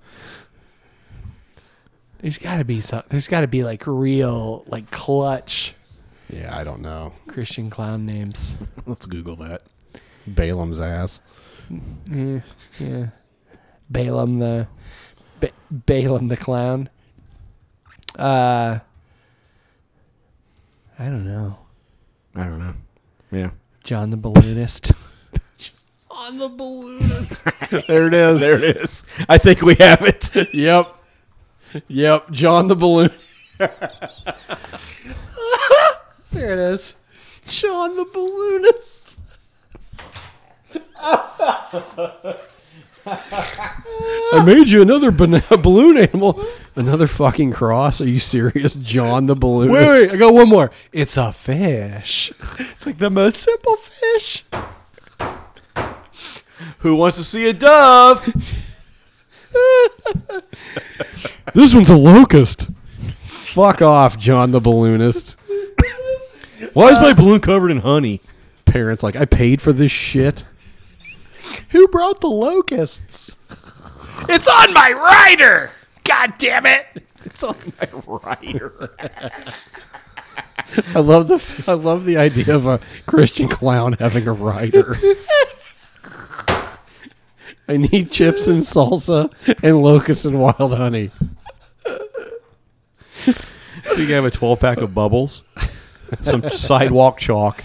Speaker 1: There's got to be some. There's got to be like real, like clutch
Speaker 2: yeah, I don't know.
Speaker 1: Christian clown names.
Speaker 2: Let's Google that. Balaam's ass.
Speaker 1: Yeah. yeah. Balaam the ba- Balaam the clown. Uh I don't know.
Speaker 3: I don't know. Yeah.
Speaker 1: John the balloonist.
Speaker 2: On the balloonist.
Speaker 3: There it is. There it is. I think we have it.
Speaker 2: yep. Yep. John the balloon.
Speaker 1: there it is.
Speaker 2: John the balloonist. I made you another bana- balloon animal. Another fucking cross. Are you serious? John the balloonist.
Speaker 1: Wait, wait, I got one more. It's a fish. It's like the most simple fish.
Speaker 3: Who wants to see a dove?
Speaker 2: This one's a locust. Fuck off, John the balloonist.
Speaker 3: Why
Speaker 1: Uh,
Speaker 3: is my balloon covered in honey?
Speaker 2: Parents like, I paid for this shit.
Speaker 1: Who brought the locusts? It's on my rider. God damn it. It's on
Speaker 2: I love the I love the idea of a Christian clown having a rider. I need chips and salsa and locusts and wild honey.
Speaker 3: You can have a 12 pack of bubbles, some sidewalk chalk.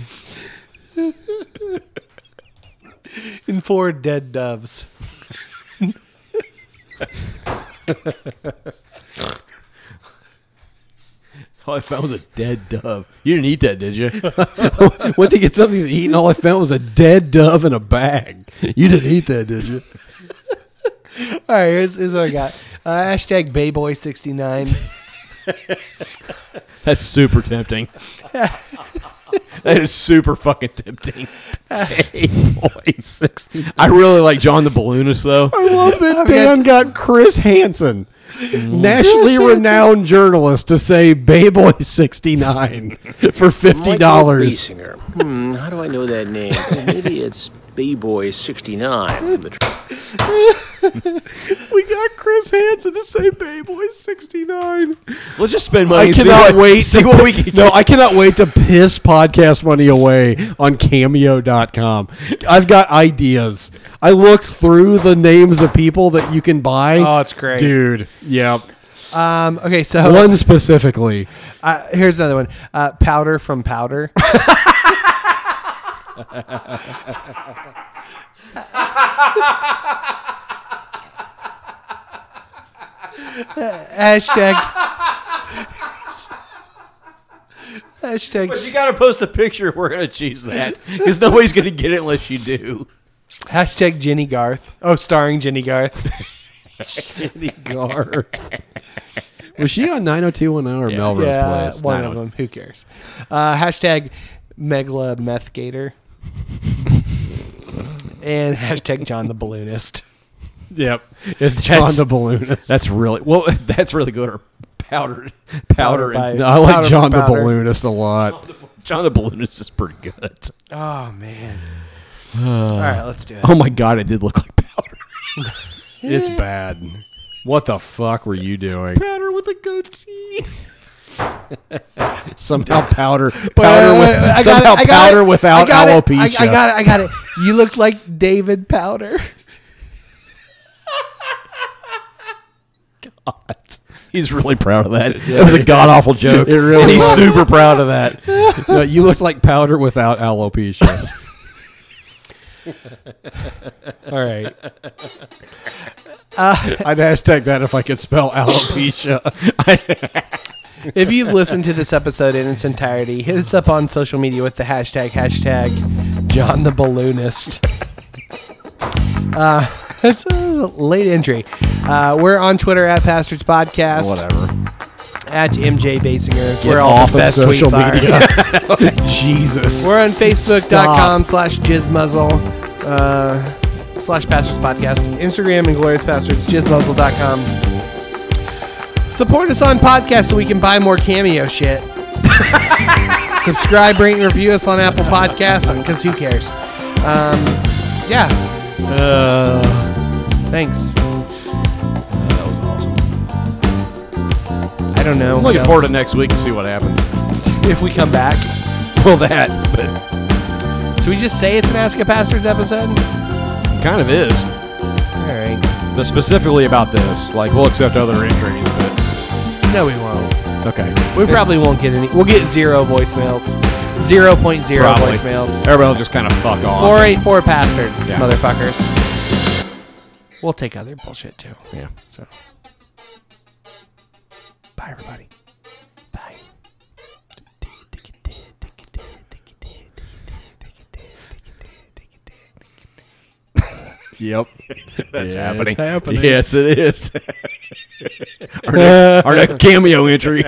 Speaker 1: in four dead doves.
Speaker 3: Oh, all I found was a dead dove. You didn't eat that, did you?
Speaker 2: Went to get something to eat, and all I found was a dead dove in a bag. You didn't eat that, did you?
Speaker 1: All right, here's, here's what I got. Uh, hashtag Bayboy69.
Speaker 3: That's super tempting. that is super fucking tempting. Hey, boy, sixty. I really like John the Balloonist though.
Speaker 2: I love that Dan got Chris Hansen, nationally renowned journalist, to say Bayboy 69 for $50.
Speaker 5: Michael Basinger. Hmm, how do I know that name? Well, maybe it's B-Boy69 from the tr-
Speaker 2: We got Chris Hansen to say Bayboy 69.
Speaker 3: Let's just spend money.
Speaker 2: I
Speaker 3: and see
Speaker 2: cannot
Speaker 3: what-
Speaker 2: wait.
Speaker 3: See
Speaker 2: to
Speaker 3: what
Speaker 2: pi-
Speaker 3: we can.
Speaker 2: No, I cannot wait to piss podcast money away on cameo.com. I've got ideas. I looked through the names of people that you can buy.
Speaker 1: Oh, it's great.
Speaker 2: Dude. Yeah.
Speaker 1: Um, okay, so
Speaker 2: One specifically.
Speaker 1: Uh, here's another one. Uh, powder from powder. hashtag.
Speaker 3: You
Speaker 1: hashtag.
Speaker 3: gotta post a picture. We're gonna choose that because nobody's gonna get it unless you do.
Speaker 1: Hashtag Jenny Garth. Oh, starring Jenny Garth.
Speaker 2: Garth. Was she on 90210 or Melrose
Speaker 1: yeah,
Speaker 2: Place?
Speaker 1: one
Speaker 2: I
Speaker 1: of
Speaker 2: don't-
Speaker 1: them. Who cares? Uh, hashtag Megla Meth Gator. and hashtag John the Balloonist.
Speaker 2: Yep. It's John
Speaker 3: That's-
Speaker 2: the Balloonist.
Speaker 3: That's really well. That's really good. Or powdered,
Speaker 1: Powder
Speaker 3: powder, and
Speaker 1: by-
Speaker 2: No, I like
Speaker 1: Powder
Speaker 2: John
Speaker 1: for
Speaker 2: the
Speaker 1: powder.
Speaker 2: Balloonist a lot.
Speaker 3: John the Balloonist is pretty good.
Speaker 1: Oh man.
Speaker 2: Uh,
Speaker 1: All right, let's do it.
Speaker 3: Oh my god, it did look like powder.
Speaker 2: It's bad. What the fuck were you doing?
Speaker 3: powder with a goatee.
Speaker 2: Somehow powder, powder
Speaker 1: Wait, wait, wait,
Speaker 2: with,
Speaker 1: wait, I got
Speaker 2: somehow
Speaker 1: it, I got
Speaker 2: powder
Speaker 1: it,
Speaker 2: without
Speaker 1: I got it,
Speaker 2: alopecia.
Speaker 1: I, I got it. I got it. You look like David Powder.
Speaker 3: He's really proud of that. It was a god awful joke.
Speaker 2: It really
Speaker 3: And he's
Speaker 2: was.
Speaker 3: super proud of that.
Speaker 2: No, you look like powder without alopecia.
Speaker 1: All right.
Speaker 2: I'd hashtag that if I could spell alopecia.
Speaker 1: If you've listened to this episode in its entirety, hit us up on social media with the hashtag hashtag John the Balloonist. Uh, it's a late entry. Uh, we're on Twitter at Pastors Podcast.
Speaker 2: Whatever.
Speaker 1: At MJ Basinger. We're all
Speaker 2: off
Speaker 1: the
Speaker 2: of
Speaker 1: best
Speaker 2: social
Speaker 1: tweets are.
Speaker 2: media. Jesus.
Speaker 1: We're on Facebook.com slash Jizmuzzle uh, slash Pastors Podcast, Instagram and Glorious Pastors, Jizmuzzle.com. Support us on podcasts so we can buy more cameo shit. Subscribe, rate, and review us on Apple Podcasts because who cares? Um, yeah.
Speaker 3: Uh,
Speaker 1: Thanks. That was awesome. I don't know.
Speaker 3: I'm
Speaker 1: what
Speaker 3: looking forward to
Speaker 1: else.
Speaker 3: next week and see what happens.
Speaker 1: if we come back.
Speaker 3: Well, that, but
Speaker 1: Should we just say it's an Ask a Pastors episode?
Speaker 3: kind of is.
Speaker 1: All right.
Speaker 3: But specifically about this, like we'll accept other entries, but
Speaker 1: No, we won't.
Speaker 3: okay.
Speaker 1: We probably won't get any. We'll get zero voicemails. 0.0
Speaker 3: Probably.
Speaker 1: voicemails.
Speaker 3: Everybody will just kind of fuck off.
Speaker 1: 484 Pastor,
Speaker 3: Yeah.
Speaker 1: motherfuckers. We'll take other bullshit too.
Speaker 3: Yeah.
Speaker 1: So. Bye, everybody. Bye.
Speaker 2: Yep.
Speaker 3: That's
Speaker 2: Yeah,
Speaker 3: happening.
Speaker 2: it's happening.
Speaker 3: Yes, it is. our, next, our next cameo entry.